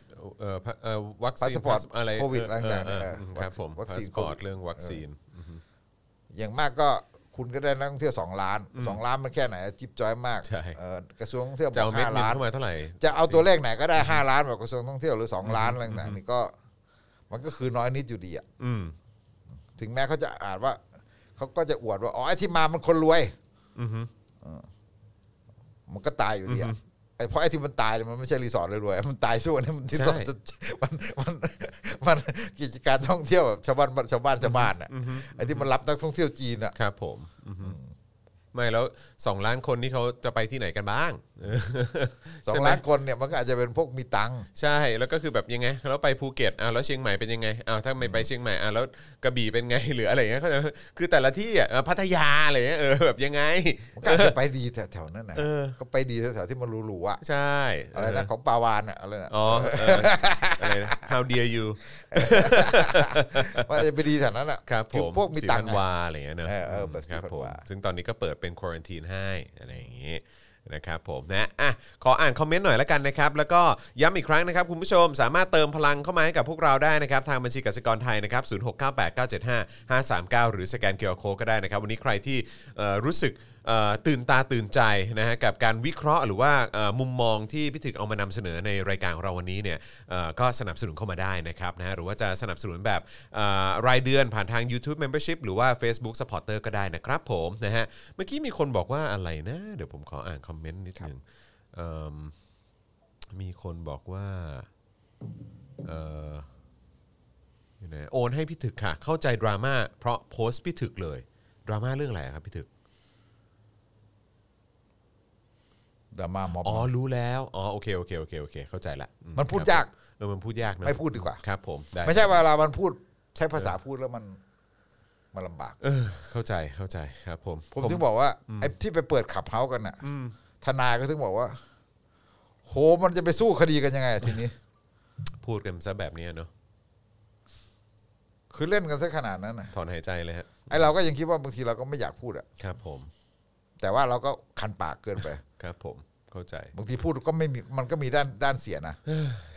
S2: เอ่อพะเอ่อวัคซีน
S3: Passport
S2: พาสอะไร
S3: โควิด
S2: เ
S3: ต่างๆ
S2: เออเออ
S3: เนี่ยเออ
S2: ครับผม
S3: วัค
S2: พา
S3: ซี
S2: ส
S3: น
S2: ปอร์ต
S3: โควิด
S2: เรื่องวัคซีนม
S3: อย่างมากก็คุณก็ได้นักท่องเที่ยว 2 ล้าน 2 ล้านมันแค่ไหนจิ๊บจ้อยมาก
S2: ใช่
S3: เอ่อกระทรวงท่องเที่ยวบ
S2: จะ
S3: อ
S2: เอา
S3: ก
S2: เม็ดเงิน
S3: ห้าล้าน
S2: เข้ามาเท่าไหร่
S3: จะเอาตัวเลขไหนก็ได้ 5 ล้านแบบกระทรวงท่องเที่ยวหรือ 2 ล้านอะไรต่างๆนี่ก็มันก็คือน้อยนิดอยู่ดีอะ
S2: อืม
S3: ถึงแม้เขาจะอ่านว่าเขาก็จะอวดว่าอ๋อไอที่มามันคนรวย
S2: อืม
S3: มันก็ตายอยู่ดีอะไอ้เพราะไอ้ที่มันตายเนี่ยมันไม่ใช่รีสอร์ทรวยๆมันตายสู้อันนี้มันที่
S2: ใช่
S3: ต้องมันมันมันกิจการท่องเที่ยวแบบชาวบ้านชาวบ้านชาวบ้านอ่ะไอ้ที่มันรับนักท่องเที่ยวจีนอ่ะ
S2: ครับผมอือฮึไม่แล้วสองล้านคนนี่เขาจะไปที่ไหนกันบ้างเออ
S3: สอ
S2: ใช่
S3: ง
S2: ไหม
S3: ล้านคนเนี่ยมันก็อาจจะเป็นพวกมีตังค์
S2: ใช่แล้วก็คือแบบยังไงแล้วไปภูเก็ตอ้าวแล้วเชียงใหม่เป็นยังไงอ้าวถ้าไม่ไปเชียงใหม่อ้าวแล้วกระบี่เป็นไง <laughs> หรืออะไรอย่างเงี้ยเขาใจไหมคือแต่ละที่อ่ะเออพัทยาอะไรเงี้ยเออแบบยังไง
S3: มันก็อาจจะไปดีแถวๆนั้นนะ
S2: เออ
S3: ก็ไปดีแถวๆที่มันหรูๆอ่ะ
S2: ใช่
S3: อะไรนะของปาวานอ่ะอะไรนะ
S2: อ๋อเอออะไรนะ how dare you
S3: ว่าจะไปดีแถวนั้นอ่ะ
S2: ครับผม
S3: พวกมีตังค์
S2: สีพัน
S3: อะ
S2: วาอะไรอย่างเงี้ยเนอะ
S3: เออเออแบบ
S2: ครั
S3: สีพัน
S2: ผม
S3: วา
S2: ซึ่งตอนนี้ก็เปิดเป็นคว a n น i ีนให้อะไรอย่างงี้นะครับผมนะอ่ะขออ่านคอมเมนต์หน่อยละกันนะครับ แล้วก็ย้ำอีกครั้งนะครับ คุณผู้ชมสามารถเติมพลังเข้ามาให้กับพวกเราได้นะครับ ทางบัญชีกสิกรไทยนะครับ 0698975539 หรือสแกนเคอร์โคก็ได้นะครับ วันนี้ใครที่เอ่อรู้สึกเอ่อตื่นตาตื่นใจนะฮะกับการวิเคราะห์หรือว่าเอ่อมุมมองที่พิถึกเอามานำเสนอในรายการของเราวันนี้เนี่ยเอ่อก็สนับสนุนเข้ามาได้นะครับนะฮะหรือว่าจะสนับสนุนแบบเอ่อรายเดือนผ่านทาง YouTube Membership หรือว่า Facebook Supporter ก็ได้นะครับผมนะฮะเมื่อกี้มีคนบอกว่าอะไรนะ เดี๋ยวผมขออ่านคอมเมนต์นิดหนึ่งเอิ่มมีคนบอกว่าเอ่อ อยู่ไหนโอนให้พี่ถึกค่ะ เข้าใจดราม่าเพราะโพสต์พี่ถึกเลย ดราม่าเรื่องอะไรอะครับพี่ถึก
S3: ดราม่าม็อบ
S2: อ๋อ รู้แล้ว อ๋อ โอเค โอเค โอเค โอเค เข้าใจละอื
S3: มันพูด
S2: ครับ
S3: ยาก
S2: เออ มันพูดยากนะ
S3: ไม่พูดดีกว่า
S2: ครับผม ได้
S3: ไม่ใช่เวลามันพูดใช้ภาษาพูดแล้วมันมันลำบาก
S2: เออ เข้าใจ เข้าใจ ครับผม
S3: ผมถึงบอกว่าไอ้ที่ไปเปิดขับเฮาส์กันน่ะทนายก็ถึงบอกว่า โหมันจะไปสู้คดีกันยังไงทีนี้
S2: พูดกันซะแบบนี้เนอะ
S3: คือเล่นกันซะขนาดนั้นนะ
S2: ถอนหายใจเลยฮะ
S3: ไอ้เราก็ยังคิดว่าบางทีเราก็ไม่อยากพูดอะ
S2: ครับผม
S3: แต่ว่าเราก็คันปากเกินไป
S2: ครับผม เข้าใจ
S3: บางทีพูดก็ไม่มีมันก็มีด้านด้านเสียนะ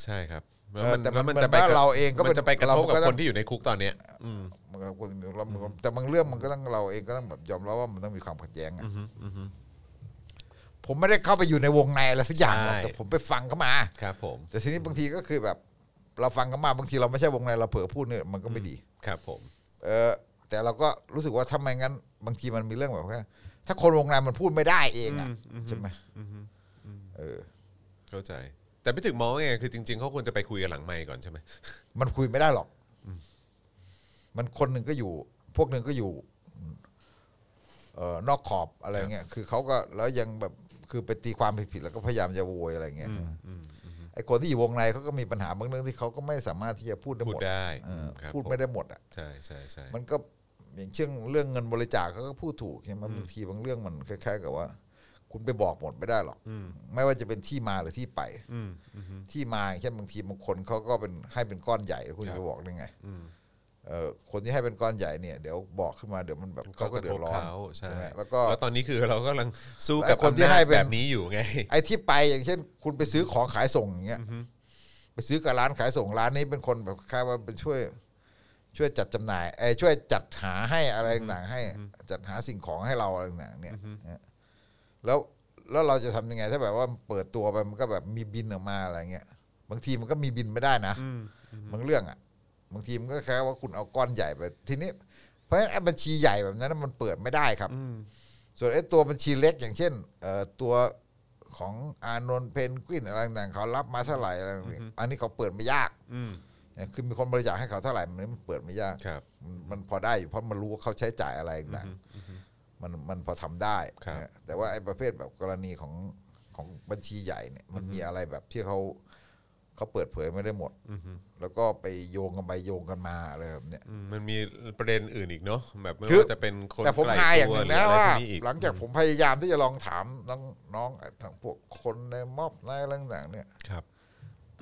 S2: ใช่ครับ
S3: เออแต่มัน
S2: จะไป
S3: เหมือน
S2: ก
S3: ว่า
S2: ระ
S3: เราเองก็
S2: มันจะไปกระทบกับ
S3: เราก็ต้
S2: ค
S3: อง
S2: นที่อยู่ในคุกตอนเนี้ย อืม
S3: มันก็คนเราแต่บางเรื่องมันก็ต้องเราเองก็ต้องแบบยอมรับว่ามันต้องมีความขัดแย้งอะผมไม่ได้เข้าไปอยู่ในวงในอะไรสักอย่างหรอกแต่ผมไปฟังเขามา
S2: ครับผม
S3: แต่ทีนี้บางทีก็คือแบบ เราฟังเขามาบางทีเราไม่ใช่วงในเราเผลอพูดเนี่ยมันก็ไม่ดี
S2: ครับผม
S3: เออแต่เราก็รู้สึกว่าทำไมงั้น บางทีมันมีเรื่องแบบว่าถ้าคนวงในมันพูดไม่ได้เองอ่ะใช่ไหมเออ
S2: เข้าใจ แต่พี่ถึกมองว่าไง คือจริงๆเขาควรจะไปคุยกันหลังไมค์ก่อนใช่ไหม
S3: มันคุยไม่ได้หรอกมันคนหนึ่งก็อยู่ พวกหนึ่งก็อยู่ เอ่อนอกขอบอะไรเงี้ยคือเขาก็แล้วยังแบบคือไปตีความผิดๆแล้วก็พยายามจะโวยอะไรเงี้ยไอ้คนที่อยู่วงในเขาก็มีปัญหาบางเรื่องที่เขาก็ไม่สามารถที่จะพูดได้
S2: พู
S3: หม
S2: ด
S3: ด
S2: ได้
S3: เออ
S2: ครับ
S3: พูดไม่
S2: ผ
S3: ได้หมดอ่ะ
S2: มใช่ใช่ใช่
S3: มันก็อย่างเช่นเรื่องเงินบริจาคเขาก็พูดถูกใช่ไหมบางทีบางเรื่องมันคล้ายๆกับว่า คุณไปบอกหมดไม่ได้หรอกไม่ว่าจะเป็นที่มาหรือที่ไป
S2: อืมอืม
S3: ที่มาอย่างเช่นบางทีบางคนเขาก็เป็นให้เป็นก้อนใหญ่แล้วคุณ
S2: ครับ
S3: จะไปบอกได้ไง
S2: อืม
S3: เออคนที่ให้เป็นก้อนใหญ่เนี่ยเดี๋ยวบอกขึ้นมาเดี๋ยวมันแบบเขาก็เดือดร้อน
S2: เขาใช่
S3: ไหม
S2: แล้
S3: แล้ว ว
S2: ก็
S3: ก็
S2: แล้วตอนนี้คือเรากำลังสู้
S3: ไอ้
S2: กับ
S3: คนที่
S2: อำาจ
S3: ให้เป็น
S2: แบบนี้อยู่ไง
S3: ไอ้ที่ไปอย่างเช่น คุณไปซื้อของขายส่งอย่างเงี้ยไปซื้อกับร้านขายส่งร้านนี้เป็นคนแบบค่ายว่าเป็นช่วย ช่วยจัดจำหน่ายเอยช่วยจัดหาให้อะไรต่างๆให้ จัดหาสิ่งของให้เราอะไรต่างๆเนี่ยนะแล้วแล้วเราจะทำยังไง ถ้าแบบว่าเปิดตัวไปมันก็แบบมีบินออกมาอะไรเงี้ยบางทีมันก็มีบินไม่ได้นะ
S2: อืม
S3: บางเรื่องอ่ะ บางทีมันก็แค่ว่าคุณเอาก้อนใหญ่ไปทีนี้ เพราะฉะนั้นไอ้บัญชีใหญ่แบบนั้นนะมันเปิดไม่ได้ครับ
S2: อืม
S3: ส่วนไอ้ตัวบัญชีเล็กอย่างเช่นเอ่อตัวของอานนท์เพนกวินอะไรต่างๆเขารับมาเท่าไหร่อะไรต่างๆอันนี้เขาเปิดไม่ยาก
S2: อืม
S3: เนี่ยคือมีคนบริจาคให้เขาเท่าไหร่มันมันเปิดไม่ยาก
S2: ครับ
S3: มันมันพอได้อยู่เพราะมันรู้ว่าเขาใช้จ่ายอะไรต่างๆมันมันพอทำได้
S2: ครับ
S3: นะแต่ว่าไอ้ประเภทแบบกรณีของของบัญชีใหญ่เนี่ยมันมีอะไรแบบที่เขาเขาเปิดเผยไม่ได้หมด
S2: อืม
S3: แล้วก็ไปโยงกันไปโยงกันมาอะไรแบบเนี้ย
S2: อืมมันมีประเด็นอื่นอีกเนาะแบบไม่
S3: คือ
S2: ว่าจะเป็นคน
S3: แต่ผม
S2: ไกล
S3: หาย
S2: ตั
S3: อย่าง
S2: ว
S3: หนึ่ง
S2: หรือ
S3: นะ
S2: อะไร
S3: ว่า
S2: พวกนี้อีก
S3: หลังจากผมพยายามที่จะลองถามน้องน้องทางพวกคนในม็อบในอะไรต่างๆเนี่ย
S2: ครับ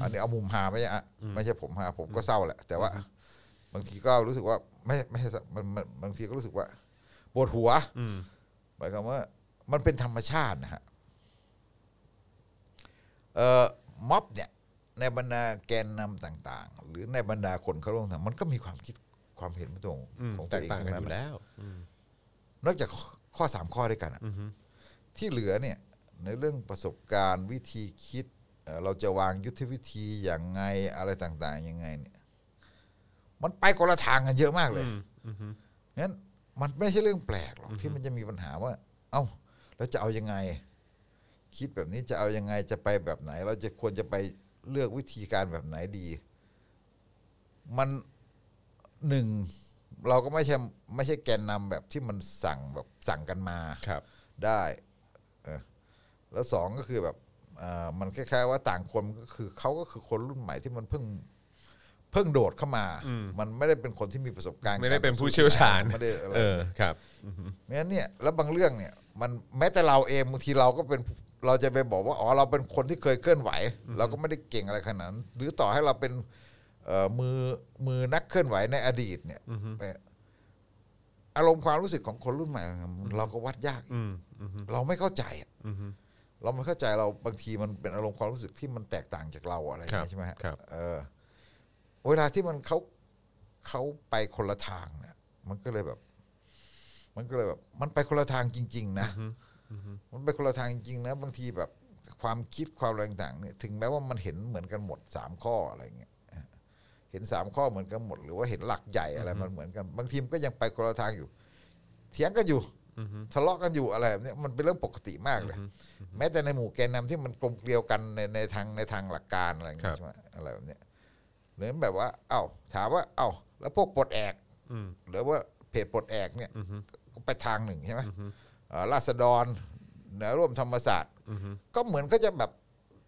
S3: อันนี้เอามุมหาไม่ใช่อะไม่ใช่ผมหาผมก็เศร้าแหละ แต่ว่า บางทีก็รู้สึกว่าไม่ไม่ใช่เศร้ามันมันบางทีก็รู้สึกว่าปวดหัว
S2: อืม
S3: หมายความว่า มันเป็นธรรมชาตินะฮะเอ่อม็อบเนี่ย ในบรรดาแกนนำต่าง ๆ หรือในบรรดาคนเขาลงมันก็มีความคิดความเห็นไม่ตรง
S2: อืม
S3: ของ
S2: แต
S3: ตัว
S2: ก
S3: เอง
S2: ต่าง
S3: ทั้
S2: กัน
S3: งนั้
S2: อน ยู่
S3: นะ
S2: แล้วอืม
S3: นอกจากข้อสามข้อด้วยกันอะ
S2: อืมฮึ
S3: ที่เหลือเนี่ยในเรื่องประสบการณ์วิธีคิดเอ่อเราจะวางยุทธวิธีอย่างไงอะไรต่างๆยังไงเนี่ยมันไปคนละทางกันเยอะมากเลย
S2: อืมอืมฮึ
S3: งั้นมันไม่ใช่เรื่องแปลกหรอกที่มันจะมีปัญหาว่า เอ้าแล้วจะเอายังไง คิดแบบนี้จะเอายังไงจะไปแบบไหน เราจะควรจะไปเลือกวิธีการแบบไหนดี มันหนึ่งเราก็ไม่ใช่ไม่ใช่แกนนำแบบที่มันสั่งแบบสั่งกันมา
S2: ครับ
S3: ได้เออแล้วสองก็คือแบบเอ่อมันคล้ายๆว่าต่างคนก็คือเขาก็คือคนรุ่นใหม่ที่มันเพิ่ง เพิ่งโดดเข้ามา มันไม่ได้เป็นคนที่มีประสบการณ์
S2: ไม่ได้เป็น
S3: การ
S2: ผู้เชี่ยวชาญ <laughs>
S3: ไม่ได้อะไร
S2: เออครับ
S3: เพราะฉะนั้นเนี่ยแล้วบางเรื่องเนี่ย มันแม้แต่เราเองบางทีเราก็เป็นเราจะไปบอกว่าอ๋อเราเป็นคนที่เคยเคลื่อนไหว เราก็ไม่ได้เก่งอะไรขนาดนั้น หรือต่อให้เราเป็นเอ่อมือมือนักเคลื่อนไหวในอดีตเนี่ยเอ่ออารมณ์ความรู้สึกของคนรุ่นใหม่ เราก็วัดยากอีก
S2: อืมอืมฮึ
S3: เราไม่เข้าใจอะ
S2: อืมฮึ
S3: เราไม่เข้าใจเราบางทีมันเป็นอารมณ์ความรู้สึกที่มันแตกต่างจากเราอะไรอย่าง
S2: ครับ
S3: เงี้ยใช่ไหมฮะ
S2: ครับ
S3: เออเวลาที่มันเขาเขาไปคนละทางเนี่ย มันก็เลยแบบ มันก็เลยแบบ มันไปคนละทางจริง ๆ นะมันไปคนละทางจริงๆนะบางทีแบบความคิดความอะไรต่างๆเนี่ย ถึงแม้ว่ามันเห็นเหมือนกันหมดสามข้ออะไรอย่างเงี้ยเห็นสามข้อเหมือนกันหมด หรือว่าเห็นหลักใหญ่อะไรมันเหมือนกัน บางทีมันก็ยังไปคนละทางอยู่ เถียงกันอยู่
S2: อือฮึ
S3: ทะเลาะกันอยู่อะไรแบบเนี้ยมันเป็นเรื่องปกติมากเลย แม้แต่ในหมู่แกนนำที่มันกลมเกลียวกันในในทางในทางหลักการอะไรอย่าง
S2: ครั
S3: เงี้
S2: บ
S3: ยใช่ไหมอะไรแบบเนี้ยหรือแบบว่า เอ้า ถามว่า เอ้า แล้วพวกปลดแอก
S2: อืม
S3: หรือว่าเพจปลดแอกเนี่ย
S2: อืมฮึ
S3: ก็ไปทางหนึ่งใช่ไหมเอ่อราษฎรแนวร่วมธรรมศาสตร์
S2: อืมฮึ
S3: ก็เหมือนก็จะแบบ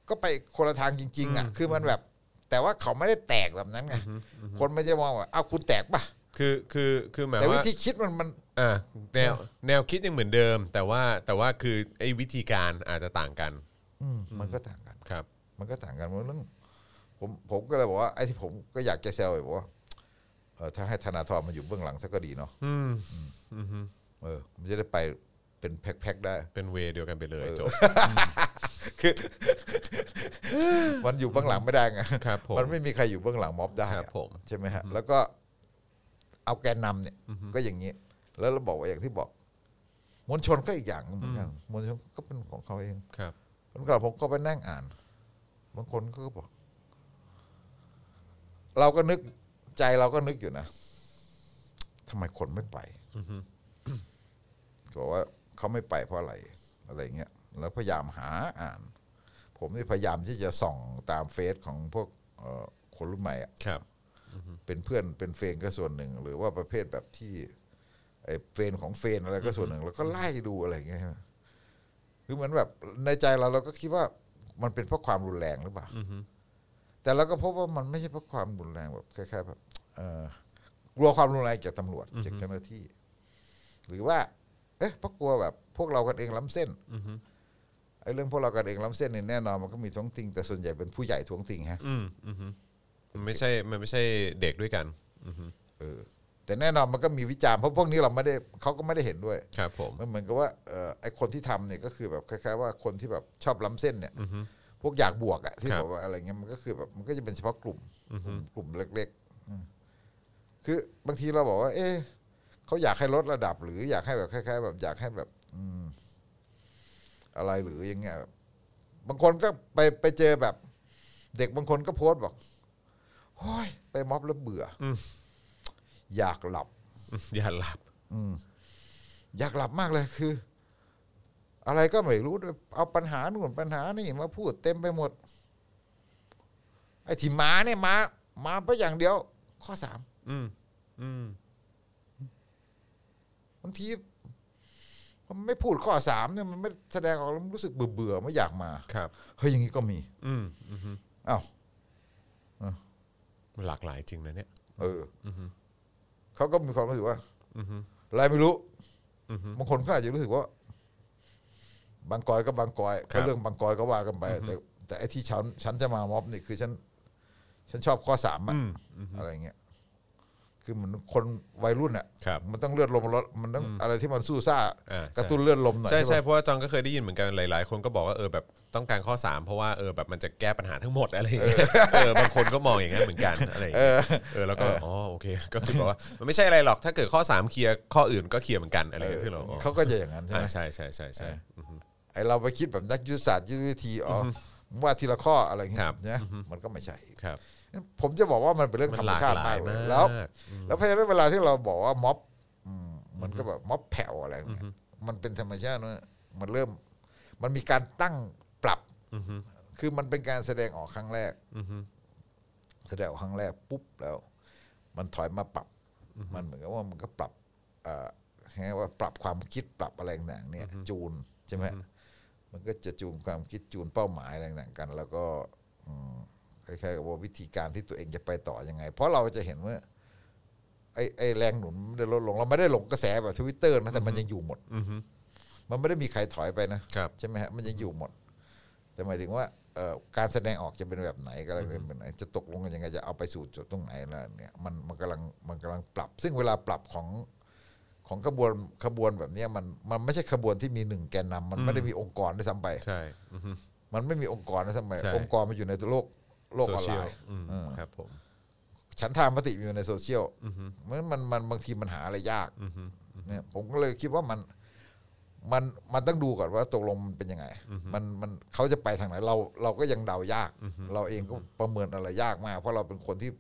S3: ก็ไปคนละทางจริง ๆ อ่ะ
S2: อืม
S3: คือมันแบบ แต่ว่าเขาไม่ได้แตกแบบนั้นไงคนมันจะมองว่าเอ้าคุณแตกป่ะ
S2: คือคือคือหมาย
S3: แต่วิ
S2: ว่า
S3: ธีคิดมันมัน
S2: อ่าแนวแนวคิดยังเหมือนเดิม แต่ว่าแต่ว่าคือไอ้วิธีการอาจจะต่างกัน
S3: อืมมันก็ต่างกัน
S2: ครับ
S3: มันก็ต่างกันมันเรื่องผมผมก็เลยบอกว่าไอ้ที่ผมก็อยากจะแซวอยู่บอกว่าเออถ้าให้ธนาธรมาอยู่เบื้องหลังสักก็ดีเนาะ
S2: อืมอืมฮึ
S3: เออมันจะได้ไปเป็นแพ็คๆได้
S2: เป็นเวย์เดียวกันไปเลย
S3: เออ
S2: จบ
S3: คือ มันอยู่เบื้องหลังไม่ได้ไง
S2: ครับผม
S3: มันไม่มีใครอยู่เบื้องหลังม็อบได้อะ
S2: ครับผม
S3: ใช่ไหมฮะแล้วก็เอาแกนนำเนี่ย ก็อย่างนี้ แล้วเราบอกว่าอย่างที่บอกมวลชนก็อีกอย่างเหมือนกันมวลชนก็เป็นของเขาเอง
S2: ครับ
S3: วันก่อนผมก็ไปนั่งอ่าน บางคนก็บอก เราก็นึกใจเราก็นึกอยู่นะทำไมคนไม่ไปก็บอกว่าเขาไม่ไปเพราะอะไร อะไรอย่างเงี้ยแล้วพยายามหาอ่าน ผมนี่พยายามที่จะส่องตามเฟซของพวกเอ่อคนรุ่นใหม่อะ
S2: ครับ
S3: เป็นเพื่อนเป็นเฟรนก็ส่วนหนึ่ง หรือว่าประเภทแบบที่ไอ้เฟรนของเฟรนอะไรก็ส่วนหนึ่ง แล้วก็ไล่ดูอะไรอย่างเงี้ยใช่ไหมคือเหมือนแบบในใจเราเราก็คิดว่ามันเป็นเพราะความรุนแรงหรือเปล่าแต่เราก็พบว่ามันไม่ใช่เพราะความรุนแรงแบบคล้ายๆแบบเอ่อกลัวความรุนแรงจากตำรวจจากเจ้าหน้าที่ หรือว่า เอ๊ะเพราะกลัวแบบ พวกเรากันเองล้ำเส้น
S2: อือฮึ
S3: ไอ้เรื่องพวกเรากันเองล้ำเส้นเนี่ยแน่นอนมันก็มีท้วงติงแต่ส่วนใหญ่เป็นผู้ใหญ่ท้วงติงฮะ
S2: อืมอืมฮึมันไม่ใช่มันไม่ใช่เด็กด้วยกัน อืมฮึ
S3: เออแต่แน่นอนมันก็มีวิจารณ์เพราะพวกนี้เราไม่ได้เขาก็ไม่ได้เห็นด้วย
S2: ครับผม
S3: มันเหมือนกับว่าเออไอคนที่ทำเนี่ยก็คือแบบคล้าย ๆ ว่าคนที่แบบชอบล้ำเส้นเนี่ยพวกอยากบวกอะที่บอกว่าอะไรเงี้ยมันก็คือแบบมันก็จะเป็นเฉพาะกลุ่มกลุ่มกลุ่มเล็กๆอืม คือบางทีเราบอกว่า เอ๊ะเขาอยากให้ลดระดับ หรืออยากให้แบบคล้ายๆแบบอยากให้แบบ อืม อะไรหรืออย่างเงี้ยแบบบางคนก็ไปไปเจอแบบ เด็กบางคนก็โพสต์บอกโอ้ยไปม็อบแล้วเบื่ออ
S2: ม
S3: อยากหลับ
S2: อย่าหลับ
S3: อืม อยากหลับมากเลยคือ อะไรก็ไม่รู้ด้วยเอาปัญหาหนุนปัญหานี่มาพูดเต็มไปหมด ไอ้ที่มาเนี่ยมามาเพราะอย่างเดียว ข้อสาม
S2: อืมอืม
S3: บางทีมันไม่พูดข้อสามเนี่ยมันไม่แสดงออกแล้วมันรู้สึกเบื่อเบื่อๆไม่อยากมา
S2: ครับ
S3: เฮ้ยอย่างนี้ก็มี
S2: อืมอือฮึ
S3: อ้าว
S2: หลากหลายจริงนะเนี่ย
S3: เอออ
S2: อฮึ
S3: เขาก็มีความรู้สึกว่า
S2: อือฮึ
S3: อะไรไม่รู้
S2: อือฮึ
S3: บางคนก็อาจจะรู้สึกว่า บางกอยก็บางกอย
S2: ครั
S3: ก็
S2: บ
S3: เรื่องบางกอยก็ว่ากันไป แต่แต่ไอ้ที่ฉันฉันจะมาม็อบนี่คือฉัน ฉันชอบข้อสามอะ
S2: อืม
S3: อะไรเงี้ยคือเหมือนคนวัยรุ่นอะ
S2: ครับ
S3: มันต้องเลือดลมร้อนมันต้องอะไรที่มันสู้ซ่า
S2: อ่าใช่
S3: กระตุ้นเลือดลมหน่อย
S2: ใช่ใช่
S3: ปะ
S2: เพราะว่าจองก็เคยได้ยินเหมือนกันหลายๆ คนก็บอกว่าเออแบบต้องการข้อ 3 เพราะว่าเออแบบมันจะแก้ปัญหาทั้งหมดอะไรอย่างเงี้ยเออบางคนก็มองอย่างนั้นเหมือนกันอะไรอย่างเงี้ยเออแล้วก็อ๋อโอเค ก็คือบอกว่ามันไม่ใช่อะไรหรอกถ้าเกิดข้อ 3 เคลียร์ข้ออื่นก็เคลียร์เหมือนกันอะไรอย่างเงี้ยซึ่งเราอ๋อ
S3: เขาก็จะอย่างนั้นใช่ไหม
S2: อ่าใช่ใช่ใช่ใช่อือฮึ
S3: ไอเราไปคิดแบบนักยุทธศาสตร์ยุทธวิธีอ๋ออว่าทีละข้ออะไรเงี้
S2: ครั
S3: ย
S2: บ
S3: นะมันก็ไม่ใช่
S2: ครับ
S3: ผมจะบอกว่ามันเป็นเรื่อง
S2: มัน
S3: ธรร
S2: ห
S3: ม
S2: ลาก
S3: ชา
S2: หลาม
S3: ติาย กเล
S2: มาก
S3: ยแล้ว แล้วเพราะฉะนั้นเวลาที่เราบอกว่าม็อบอืมมันก็แบบม็อบแผ่วอะไรอย่างเงี้ยมันเป็นธรรมชาติเนอะมันเริ่ม มันมีการตั้งปรับ
S2: อือฮึ
S3: คือมันเป็นการแสดงออกครั้งแรก
S2: อือฮึ
S3: แสดงออกครั้งแรกปุ๊บแล้ว มันถอยมาปรับ มันเหมือนกับว่ามันก็ปรับเอ่อให้ว่าปรับความคิดปรับอะไรต่างๆเนี่ย จูนใช่ไหมมันก็จะจูนความคิดจูนเป้าหมายอะไรต่างๆกัน แล้วก็อืมคล้ายๆกับว่าวิธีการที่ตัวเองจะไปต่อยังไง เพราะเราจะเห็นว่าไอ้ไอ้แรงหนุนมันไม่ได้ลดลงเราไม่ได้หลงกระแสแบบทวิตเตอร์นะแต่มันยังอยู่หมด
S2: อือฮึ
S3: มันไม่ได้มีใครถอยไปนะครับ ใช่ไหมฮะมันยังอยู่หมด แต่หมายถึงว่าเอ่อการแสดงออกจะเป็นแบบไหนก็แล้วกันเป็นไหนจะตกลงกันยังไงจะเอาไปสู่จุดตรงไหนแล้วเนี่ยมันมันกำลังมันกำลังปรับ ซึ่งเวลาปรับของของขบวนขบวนแบบเนี้ยมันมันไม่ใช่ขบวนที่มีหนึ่งแกนนำมันไม่ได้มีองค์กรด้วยซ้ำไป
S2: ใช่อือฮึ
S3: มันไม่มีองค์กรด้วยซ้ำไป
S2: ใช่
S3: องค์กรมันอยู่ในโลกโลกออนไล
S2: Social
S3: น์
S2: อืม
S3: เออ
S2: ครับผม
S3: ฉันทางมติอยู่ในโซเชียล
S2: อือฮึ
S3: มันมันมันบางทีมันหาอะไรยาก
S2: อือฮึ
S3: เนี่ยผมก็เลยคิดว่ามันมันมันต้องดูก่อนว่าตกลงมันเป็นยังไง มันมันเขาจะไปทางไหนเราเราก็ยังเดายาก เราเองก็ประเมินอะไรยากมาก เพราะเราเป็นคนที่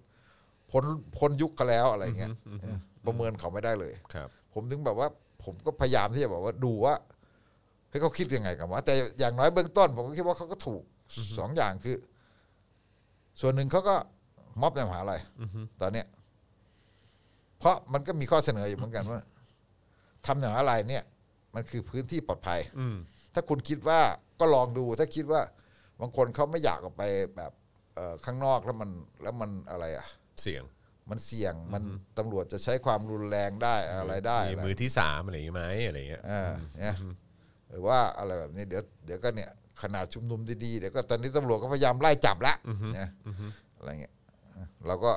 S3: พ้นพ้นยุคกันแล้วอะไรเงี้ยเออประเมินเขาไม่ได้เลย
S2: ครับ
S3: ผมถึงแบบว่า ผมก็พยายามที่จะแบบว่าดูว่าเฮ้ยเขาคิดยังไงกันวะแต่อย่างน้อยเบื้องต้น ผมก็คิดว่าเขาก็ถูกสองอย่างคือ ส่วนหนึ่งเขาก็ม็อบในมหาลัยตอนเนี้ย เพราะมันก็มีข้อเสนออยู่เหมือนกันว่าทำในมหาลัยเนี่ย มันคือพื้นที่ปลอดภัย
S2: อืม
S3: ถ้าคุณคิดว่าก็ลองดู ถ้าคิดว่า บางคนเขาไม่อยากออกไปแบบเอ่อข้างนอกแล้วมัน แล้วมันอะไรอ่ะ
S2: เสียง
S3: มันเสี่ยงมันตำรวจจะใช้ความรุนแรงได้อะไรได้
S2: มี
S3: อะไร
S2: มือที่สามอะไรอย่างงี้ไหมอะไรอย่างเงี้ย
S3: เออเนี่ยหรือว่าอะไรแบบนี้เดี๋ยวเดี๋ยวก็เนี่ยขนาดชุมนุมดีๆเดี๋ยวก็ตอนนี้ตำรวจก็พยายามไล่จับละเนี่ยอะไรเงี้ยเราก็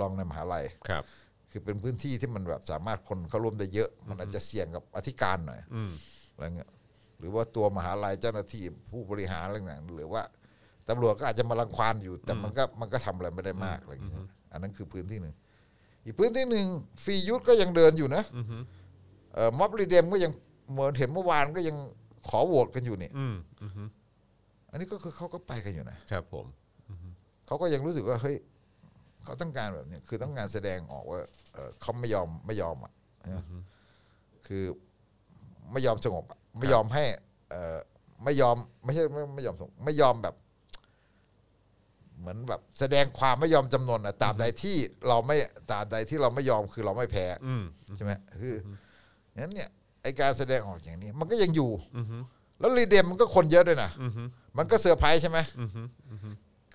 S3: ลองในมหาลัย
S2: ครับ
S3: คือเป็นพื้นที่ที่มันแบบสามารถคนเข้าร่วมได้เยอะ มันอาจจะเสี่ยงกับอธิการหน่อย
S2: อืม
S3: อะไรเงี้ยหรือว่าตัวมหาลัยเจ้าหน้าที่ผู้บริหารอะไรต่างๆหรือว่าตำรวจก็อาจจะมารังควานอยู่ แต่มันก็มันก็ทำอะไรไม่ได้มากอะไรอย่างเงี้ยอันนั้นคือพื้นที่หนึ่งอีกพื้นที่หนึ่งฟรียุทธก็ยังเดินอยู่นะ
S2: อือฮึ
S3: เอ่อม็อบรีเดมก็ยังเหมือนเห็นเมื่อวานก็ยังขอโหวตกันอยู่นี่
S2: อืมอือฮึ
S3: อันนี้ก็คือเขาก็ไปกันอยู่นะครับ
S2: ผม
S3: เขาก็ยังรู้สึกว่าเฮ้ยเขาต้องการแบบเนี้ยคือต้องการแสดงออกว่าเอ่อเขาไม่ยอมไม่ยอมอ่ะนะคือไม่ยอมสงบอะไม่ยอมให้ เอ่อไม่ยอมไม่ใช่ไม่ไม่ยอมสงบไม่ยอมแบบ เหมือนแบบ แสดงความไม่ยอมจำนนอ่ะตราบใดที่เราไม่ตราบใดที่เราไม่ยอมคือเราไม่แพ้
S2: อืม
S3: ใช่ไหมคือนั้นเนี่ยไอการแสดงออกอย่างนี้ มันก็ยังอยู่
S2: อือฮึ
S3: แล้วรีเดมมันก็คนเยอะด้วยนะ
S2: อือฮึ
S3: มันก็เซอร์ไพรส์ใช่ไหม
S2: อือฮึ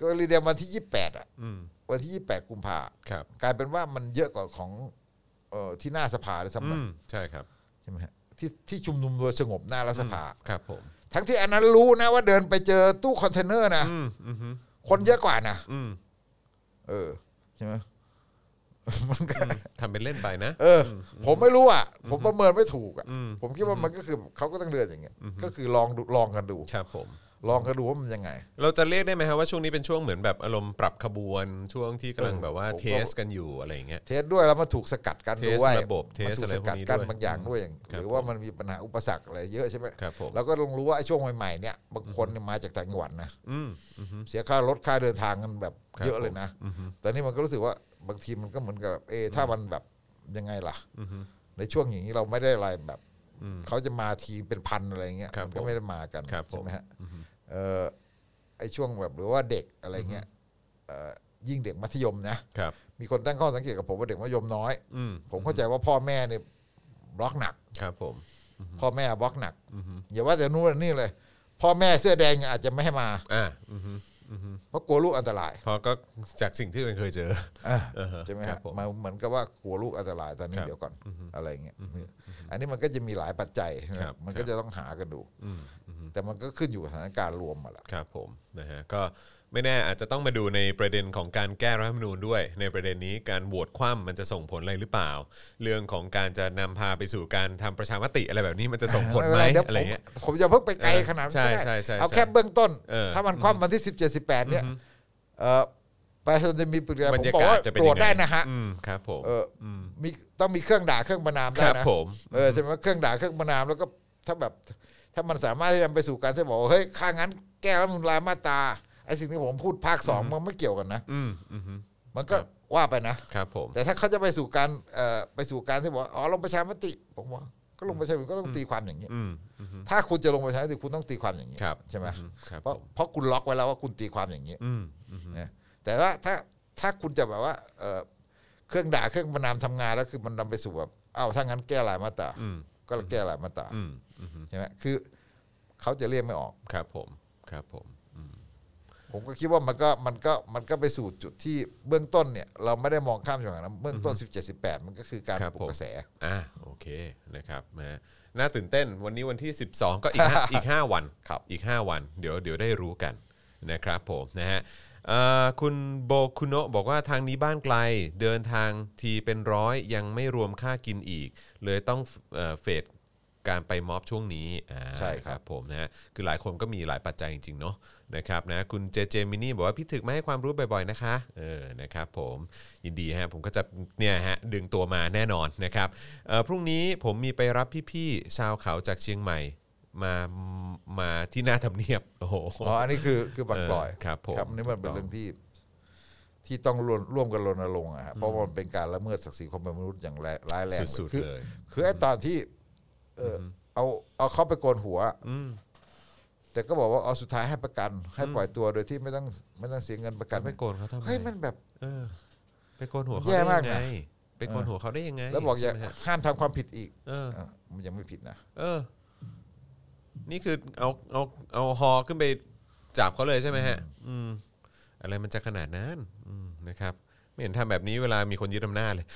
S3: ก็รีเดมวันที่ยี่แปดอ่ะ
S2: อืม
S3: วันที่ยี่แปดกุมภา
S2: ครับ
S3: กลายเป็นว่ามันเยอะกว่าของเอ่อที่หน้าสภาเลยสำห
S2: อื
S3: รับ
S2: มใช่ครับ
S3: ใช่ไหมฮะที่ที่ชุมนุมโดยสงบหน้ารัฐสภา
S2: ครับผม
S3: ทั้งที่อันนั้นรู้นะว่าเดินไปเจอตู้คอนเทนเนอร์นะ
S2: อืมอือฮึ
S3: คนเยอะกว่านะ
S2: อืม
S3: เออ ใช่ไหม มันก็
S2: ทำเป็นเล่นไปนะ
S3: เอออผมไม่รู้อ่ะ ผมประเมินไม่ถูกอ่ะ
S2: อืม
S3: ผมคิดว่ามันก็คือเขาก็ต้องเดินอย่างเงี้ย ก็คือลองดูลองกันดู
S2: ครับผม
S3: ลองก็ดูว่ามันยังไง
S2: เราจะเรียกได้ไหมฮะว่าช่วงนี้เป็นช่วงเหมือนแบบอารมณ์ปรับขบวนช่วงที่กำลัง
S3: เออ
S2: แบบว่า
S3: ผมก็
S2: เทสกันอยู่อะไรอย่างเงี้ย
S3: เทสด้วยแล้วมาถูกสกัดกัน
S2: เทส
S3: ด้วย
S2: ระบบเทส
S3: มันถูกสกัด
S2: อะไรพวกนี้
S3: กัน
S2: ด้วย
S3: บางอย่างด้วยอย่าง
S2: ครั
S3: ห
S2: บ
S3: รือว่ามันมีปัญหาอุปสรรคอะไรเยอะใช่ไหม
S2: ครับผม
S3: เราก็ต้องรู้ว่าไอ้ช่วงใหม่ๆเนี่ยบางคนเนี่ยมาจากต่างจังหวัดนะ
S2: อืมอืม
S3: เสียค่ารถค่าเดินทางกันแบบ
S2: ครับ
S3: เยอะเลยนะ
S2: ผมอือฮึ
S3: แต่นี่มันก็รู้สึกว่าบางทีมันก็เหมือนกับเออถ้ามันแบบยังไงล่ะ
S2: อืม
S3: ในช่วงอย่างนี้เราไม่ได้อะไรแบบ
S2: อืม
S3: เขาจะมาทีเป็นพันอะไรเงี้ย
S2: ครับ
S3: มันก็ไม่ได้มากัน
S2: ครับผม
S3: ใช่ไหมฮะเอ่อไอช่วงแบบหรือว่าเด็กอะไรเงี้ยเอ่อยิ่งเด็กมัธยมนะครับ มีคนตั้งข้อสังเกตกับผมว่าเด็กมัธยมน้อย
S2: อืม
S3: ผมเข้าใจว่าพ่อแม่เนี่ยบล็อกหนัก
S2: ครับผม
S3: พ่อแม่บล็อกหนักอย่าว่าแต่นู่นนี่เลย พ่อแม่เสื้อแดงยังอาจจะไม่ให้มา
S2: อ่าอืมฮึอืมฮึ
S3: เพราะกลัวลูกอันตราย
S2: พอก็จากสิ่งที่มันเคยเจอ <laughs> อ่าฮะ
S3: ใช่ไหม
S2: ครั
S3: ฮะ
S2: บผม
S3: มาเหมือนกับว่ากลัวลูกอันตรายตอนนี้
S2: ครับ
S3: เดี๋ยวก่อนอะไรเงี้ยอันนี้มันก็จะมีหลายปัจจัยใช่ไหม
S2: ครับ
S3: มัน
S2: ค
S3: ก็
S2: รับ
S3: จะต้องหากันดู
S2: อืมอืม
S3: แต่มันก็ขึ้นอยู่กับสถานการณ์รวมมาละ
S2: ครับผมนะฮะก็ไม่แน่อาจจะต้องมาดูในประเด็นของการแก้รัฐธรรมนูญด้วย ในประเด็นนี้การโหวตคว่ำมันจะส่งผลอะไรหรือเปล่า เรื่องของการจะนำพาไปสู่การทำประชามติอะไรแบบนี้มันจะส่งผลไหม
S3: เดี๋ยว
S2: อะไรเงี้ย
S3: ผมผมจะเพิ่งไปไกลขนาดนั้น
S2: ใช่
S3: ไม่ได้
S2: ใช่ใช่
S3: เอา
S2: ใช่
S3: แค่เบื้องต้น
S2: เออ
S3: ถ้ามันคว่ำวันที่สิบเจ็ดสิบแปดเนี่ยเอ่อประชาชนจะมีปฏิกิริยา
S2: บร
S3: ผม
S2: รยา
S3: บอก
S2: กาศ
S3: ว่า
S2: จะเป็น
S3: โกร
S2: ยัง
S3: ธ
S2: ไง
S3: ได้นะฮะ
S2: อืมครับผม
S3: เอออมีต้องมีเครื่องด่าเครื่องประนาม
S2: ค
S3: ได้
S2: รับ
S3: นะ
S2: ผม
S3: เออใช่ไหมเครื่องด่าเครื่องประนามแล้วก็ถ้าแบบ ถ้ามันสามารถที่จะนำไปสู่การที่บอกว่าเฮ้ยข้างั้นแก้รัฐธรรมนูญรายมาตราไอ้สิ่งที่ผมพูดภาคสองมันไม่เกี่ยวกันนะ
S2: อืมอืมฮึ
S3: มันก็ว่าไปนะ
S2: ครับผม
S3: แต่ถ้าเขาจะไปสู่การเอ่อไปสู่การที่บอกว่าอ๋อลงประชามติผมว่าก็ลงประชามติก็ต้องตีความอย่างนี้
S2: อืมอืมฮึ
S3: ถ้าคุณจะลงประชามติคุณต้องตีความอย่างนี้
S2: ครับ
S3: ใช่ไหม
S2: อืครับ
S3: เพราะเพราะคุณล็อกไว้แล้วว่าคุณตีความอย่างนี้
S2: อืมอืมฮึ
S3: นะแต่ว่าถ้าถ้าคุณจะแบบว่าเอ่อเครื่องด่าเครื่องประนามทำงานแล้วคือมันนำไปสู่แบบอ้าวถ้างั้นแก้หลายมาตรา
S2: อืม
S3: ก็แก้หลายมาตรา
S2: อืมอืมฮึ
S3: ใช่ไหมคือเขาจะเรียกไม่ออก
S2: ครับผมครับผม
S3: ผมก็คิดว่ามันก็มันก็มันก็ไปสู่จุดที่เบื้องต้นเนี่ยเราไม่ได้มองข้ามอย่างนั้นเบื้องต้น 17 18 มันก็คือการ
S2: ครับ
S3: ปลุก
S2: ผม
S3: กระแส
S2: อ่าโอเคนะครับนะฮะน่าตื่นเต้นวันนี้วันที่ 12 ก็อี
S3: <laughs>
S2: กห้า อีกห้าวัน
S3: ครับ
S2: อีก 5 วันเดี๋ยวเดี๋ยวได้รู้กันนะครับผมนะฮะเอ่อคุณโบคุโนะบอกว่าทางนี้บ้านไกลเดินทางทีเป็นร้อยยังไม่รวมค่ากินอีก เลยต้องเอ่อเฟดการไปม็อบช่วงนี้อ่า
S3: ใช่ครับ
S2: ผมนะฮะคือหลายคนก็มีหลายปัจจัยจริง ๆ เนาะนะครับนะคุณเจเจมินี่บอกว่าพี่ถึกมาให้ความรู้บ่อย ๆ นะคะเออนะครับผมยินดีฮะผมก็จะเนี่ยฮะดึงตัวมาแน่นอนนะครับเอ่อพรุ่งนี้ผมมีไปรับพี่ๆชาวเขาจากเชียงใหม่ มามาที่หน้าทำเนียบ <laughs> โอ้โห
S3: อ๋อ อันนี้คือคือบักปล่อย
S2: เออครับผม
S3: อันนี่มันเป็น
S2: ถูกต้อง
S3: เรื่องที่ที่ต้องร่วมร่วมกันรณรงค์อะฮะเพราะว่ามันเป็นการละเมิดศักดิ์ศรีความเป็นมนุษย์อย่างแรงร้ายแรง
S2: สุด
S3: คื
S2: ๆเลย
S3: คือไอ้ตอนที่ เอออเอาเอาเขาไปโกนหัวแต่ก็บอกว่าเอาสุดท้ายให้ประกัน ให้ปล่อยตัวโดยที่ไม่ต้องไม่ต้องเสียเงินประกัน
S2: ไปโกนเขาทำไม
S3: เฮ้ยมันแบบ
S2: เออ ไปโกนหัวเขา
S3: แย่
S2: ได้
S3: มา
S2: ยัง
S3: ก
S2: ไง
S3: นะ
S2: ไปโกนหัวเขาได้ยังไง
S3: แล้วบอกอย่า
S2: ใช่ไหมฮะ
S3: ห้ามทำความผิดอีก
S2: เออ
S3: อ่ะมันยังไม่ผิดนะ
S2: เออ นี่คือเอาเอาเอาฮอขึ้นไปจับเขาเลยใช่ไหมฮะ อืม อะไรมันจะขนาดนั้นอืมนะครับ ไม่เห็นทำแบบนี้เวลามีคนยึดอำนาจเลย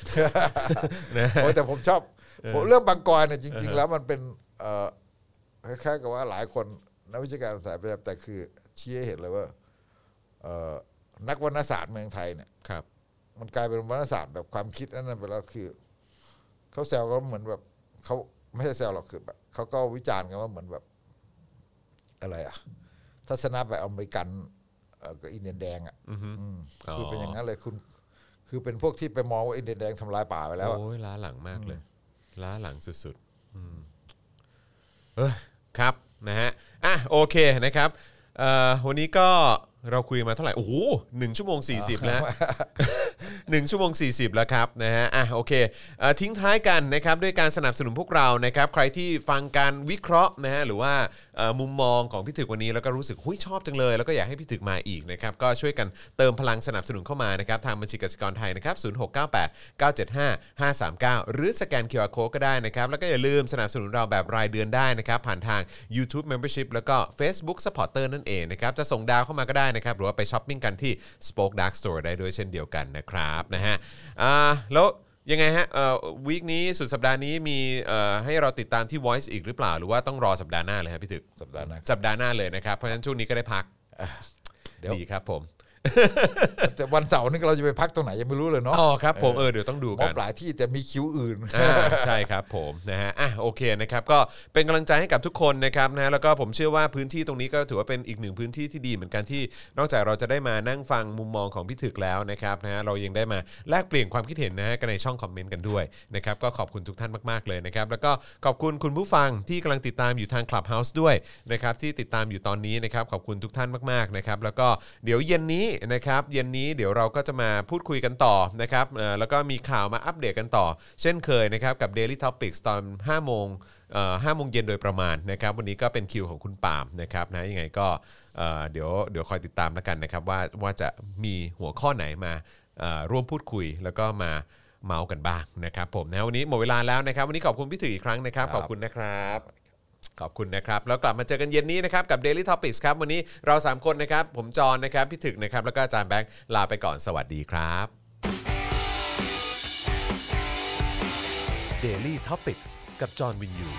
S2: <laughs>
S3: โอ้ยแต่ <laughs> ผมชอบผมเรื่องบางกรเนี่ยจริง ๆ แล้วมันเป็น เอ่อคล้ายๆกับว่าหลายคนนักวิชาการสายประชาธิปไตยคือชี้ให้เห็นเลยว่า เอ่อนักวรรณศาสตร์เมืองไทยเนี่ย
S2: ครับ
S3: มันกลายเป็นวรรณศาสตร์แบบความคิดอันนั้นไปแล้วคือเขาแซวก็เหมือนแบบเขาไม่ใช่แซวหรอกคือแบบเขาก็วิจารณ์กันว่าเหมือนแบบ อะไรอะทัศนะแบบอเมริกันเอ่อกับอินเดียนแดงอะ
S2: อือฮึ
S3: อืม
S2: อ๋อ
S3: คือเป็นอย่างนั้นเลยคุณ คือเป็นพวกที่ไปมองว่าอินเดียนแดงทำลายป่าไปแล้วอะ
S2: โอ้ยล้าหลังมากเลย ล้าหลังสุดๆอืมเอ้ยครับนะฮะอ่ะโอเคนะครับเอ่อวันนี้ก็เราคุยมาเท่าไหร่ โอ้โหหนึ่งชั่วโมง 40
S3: <laughs>
S2: แล้ว หนึ่งชั่วโมง 40 แล้วครับนะฮะอ่ะโอเคเอ่อทิ้งท้ายกันนะครับด้วยการสนับสนุนพวกเรานะครับใครที่ฟังการวิเคราะห์นะฮะหรือว่าเอ่อมุมมองของพี่ถึกวันนี้แล้วก็รู้สึกหุ้ยชอบจังเลย แล้วก็อยากให้พี่ถึกมาอีกนะครับก็ช่วยกันเติมพลังสนับสนุนเข้ามานะครับทางบัญชีกสิกรไทยนะครับ0698 975 539 หรือสแกน QR Code ก็ได้นะครับแล้วก็อย่าลืมสนับสนุนเราแบบรายเดือนได้นะครับผ่านทาง YouTube Membership แล้วก็ Facebook Supporter นั่นเองนะครับจะส่งดาวเข้ามาก็ได้นะครับหรือว่าไปช้อปปิ้งกันที่ Spoke Dark Store ได้ด้วยเช่นเดียวกันนะครับนะฮะอ่าแล้วยังไงฮะเอ่อวีคนี้สุดสัปดาห์นี้มีเอ่อให้เราติดตามที่ Voice อีกหรือเปล่า หรือว่าต้องรอสัปดาห์หน้าเลยครับพี่ถึก
S3: สัปดาห์หน้า
S2: สัปดาห์หน้าเลยนะครับเพราะฉะนั้นช่วงนี้ก็ได้พัก
S3: เดี๋ยว
S2: ดีครับผม
S3: แต่วันเสาร์นี่เราจะไปพักตรงไหนยังไม่รู้เลยเนาะ
S2: อ๋อครับผมเออเดี๋ยวต้องดู
S3: ม
S2: กั
S3: อบ
S2: น
S3: หลายที่แต่มีคิวอื่น <laughs>
S2: อ่าใช่ครับผมนะฮะอ่ะโอเคนะครับก็เป็นกำลังใจให้กับทุกคนนะครับนะฮะแล้วก็ผมเชื่อว่าพื้นที่ตรงนี้ก็ถือว่าเป็นอีกหนึ่งพื้นที่ที่ดีเหมือนกันที่ นอกจากเราจะได้มานั่งฟังมุมมองของพี่ถึกแล้วนะครับนะฮะเรายังได้มาแลกเปลี่ยนความคิดเห็นนะฮะกันในช่องคอมเมนต์กันด้วยนะครับก็ขอบคุณทุกท่านมากๆเลยนะครับแล้วก็ขอบคุณคุณผู้ฟังที่กำลังติดตามอยู่ทาง Clubhouse ด้วยนะครับที่ติดตามอยู่ตอนนี้นะครับขอบคุณทุกท่านมากๆนะครับแล้วก็เดี๋ยวเย็นนี้นะครับเย็นนี้เดี๋ยวเราก็จะมาพูดคุยกันต่อนะครับเอ่อแล้วก็มีข่าวมาอัปเดตกันต่อ เช่นเคยนะครับกับ Daily Topics ตอน 5 โมงเอ่อ5โมงเย็นโดยประมาณนะครับวันนี้ก็เป็นคิวของคุณปาล์มนะครับนะยังไงก็เอ่อเดี๋ยวเดี๋ยวคอยติดตามแล้วกันนะครับว่าว่าจะมีหัวข้อไหนมาเอ่อร่วมพูดคุยแล้วก็มาเมาส์กันบ้างนะครับผมนะวันนี้หมดเวลาแล้วนะครับวันนี้ขอบคุณพี่ถืออีกครั้งนะครับ
S3: ครับ
S2: ขอบคุณนะครับ ขอบคุณนะครับ แล้วกลับมาเจอกันเย็นนี้นะครับกับ Daily Topics ครับวันนี้เราสามคนนะครับผมจอห์นนะครับพี่ถึกนะครับแล้วก็อาจารย์แบงค์ลาไปก่อนสวัสดีครับ
S1: Daily t o p i c กกับจอห์นวินยู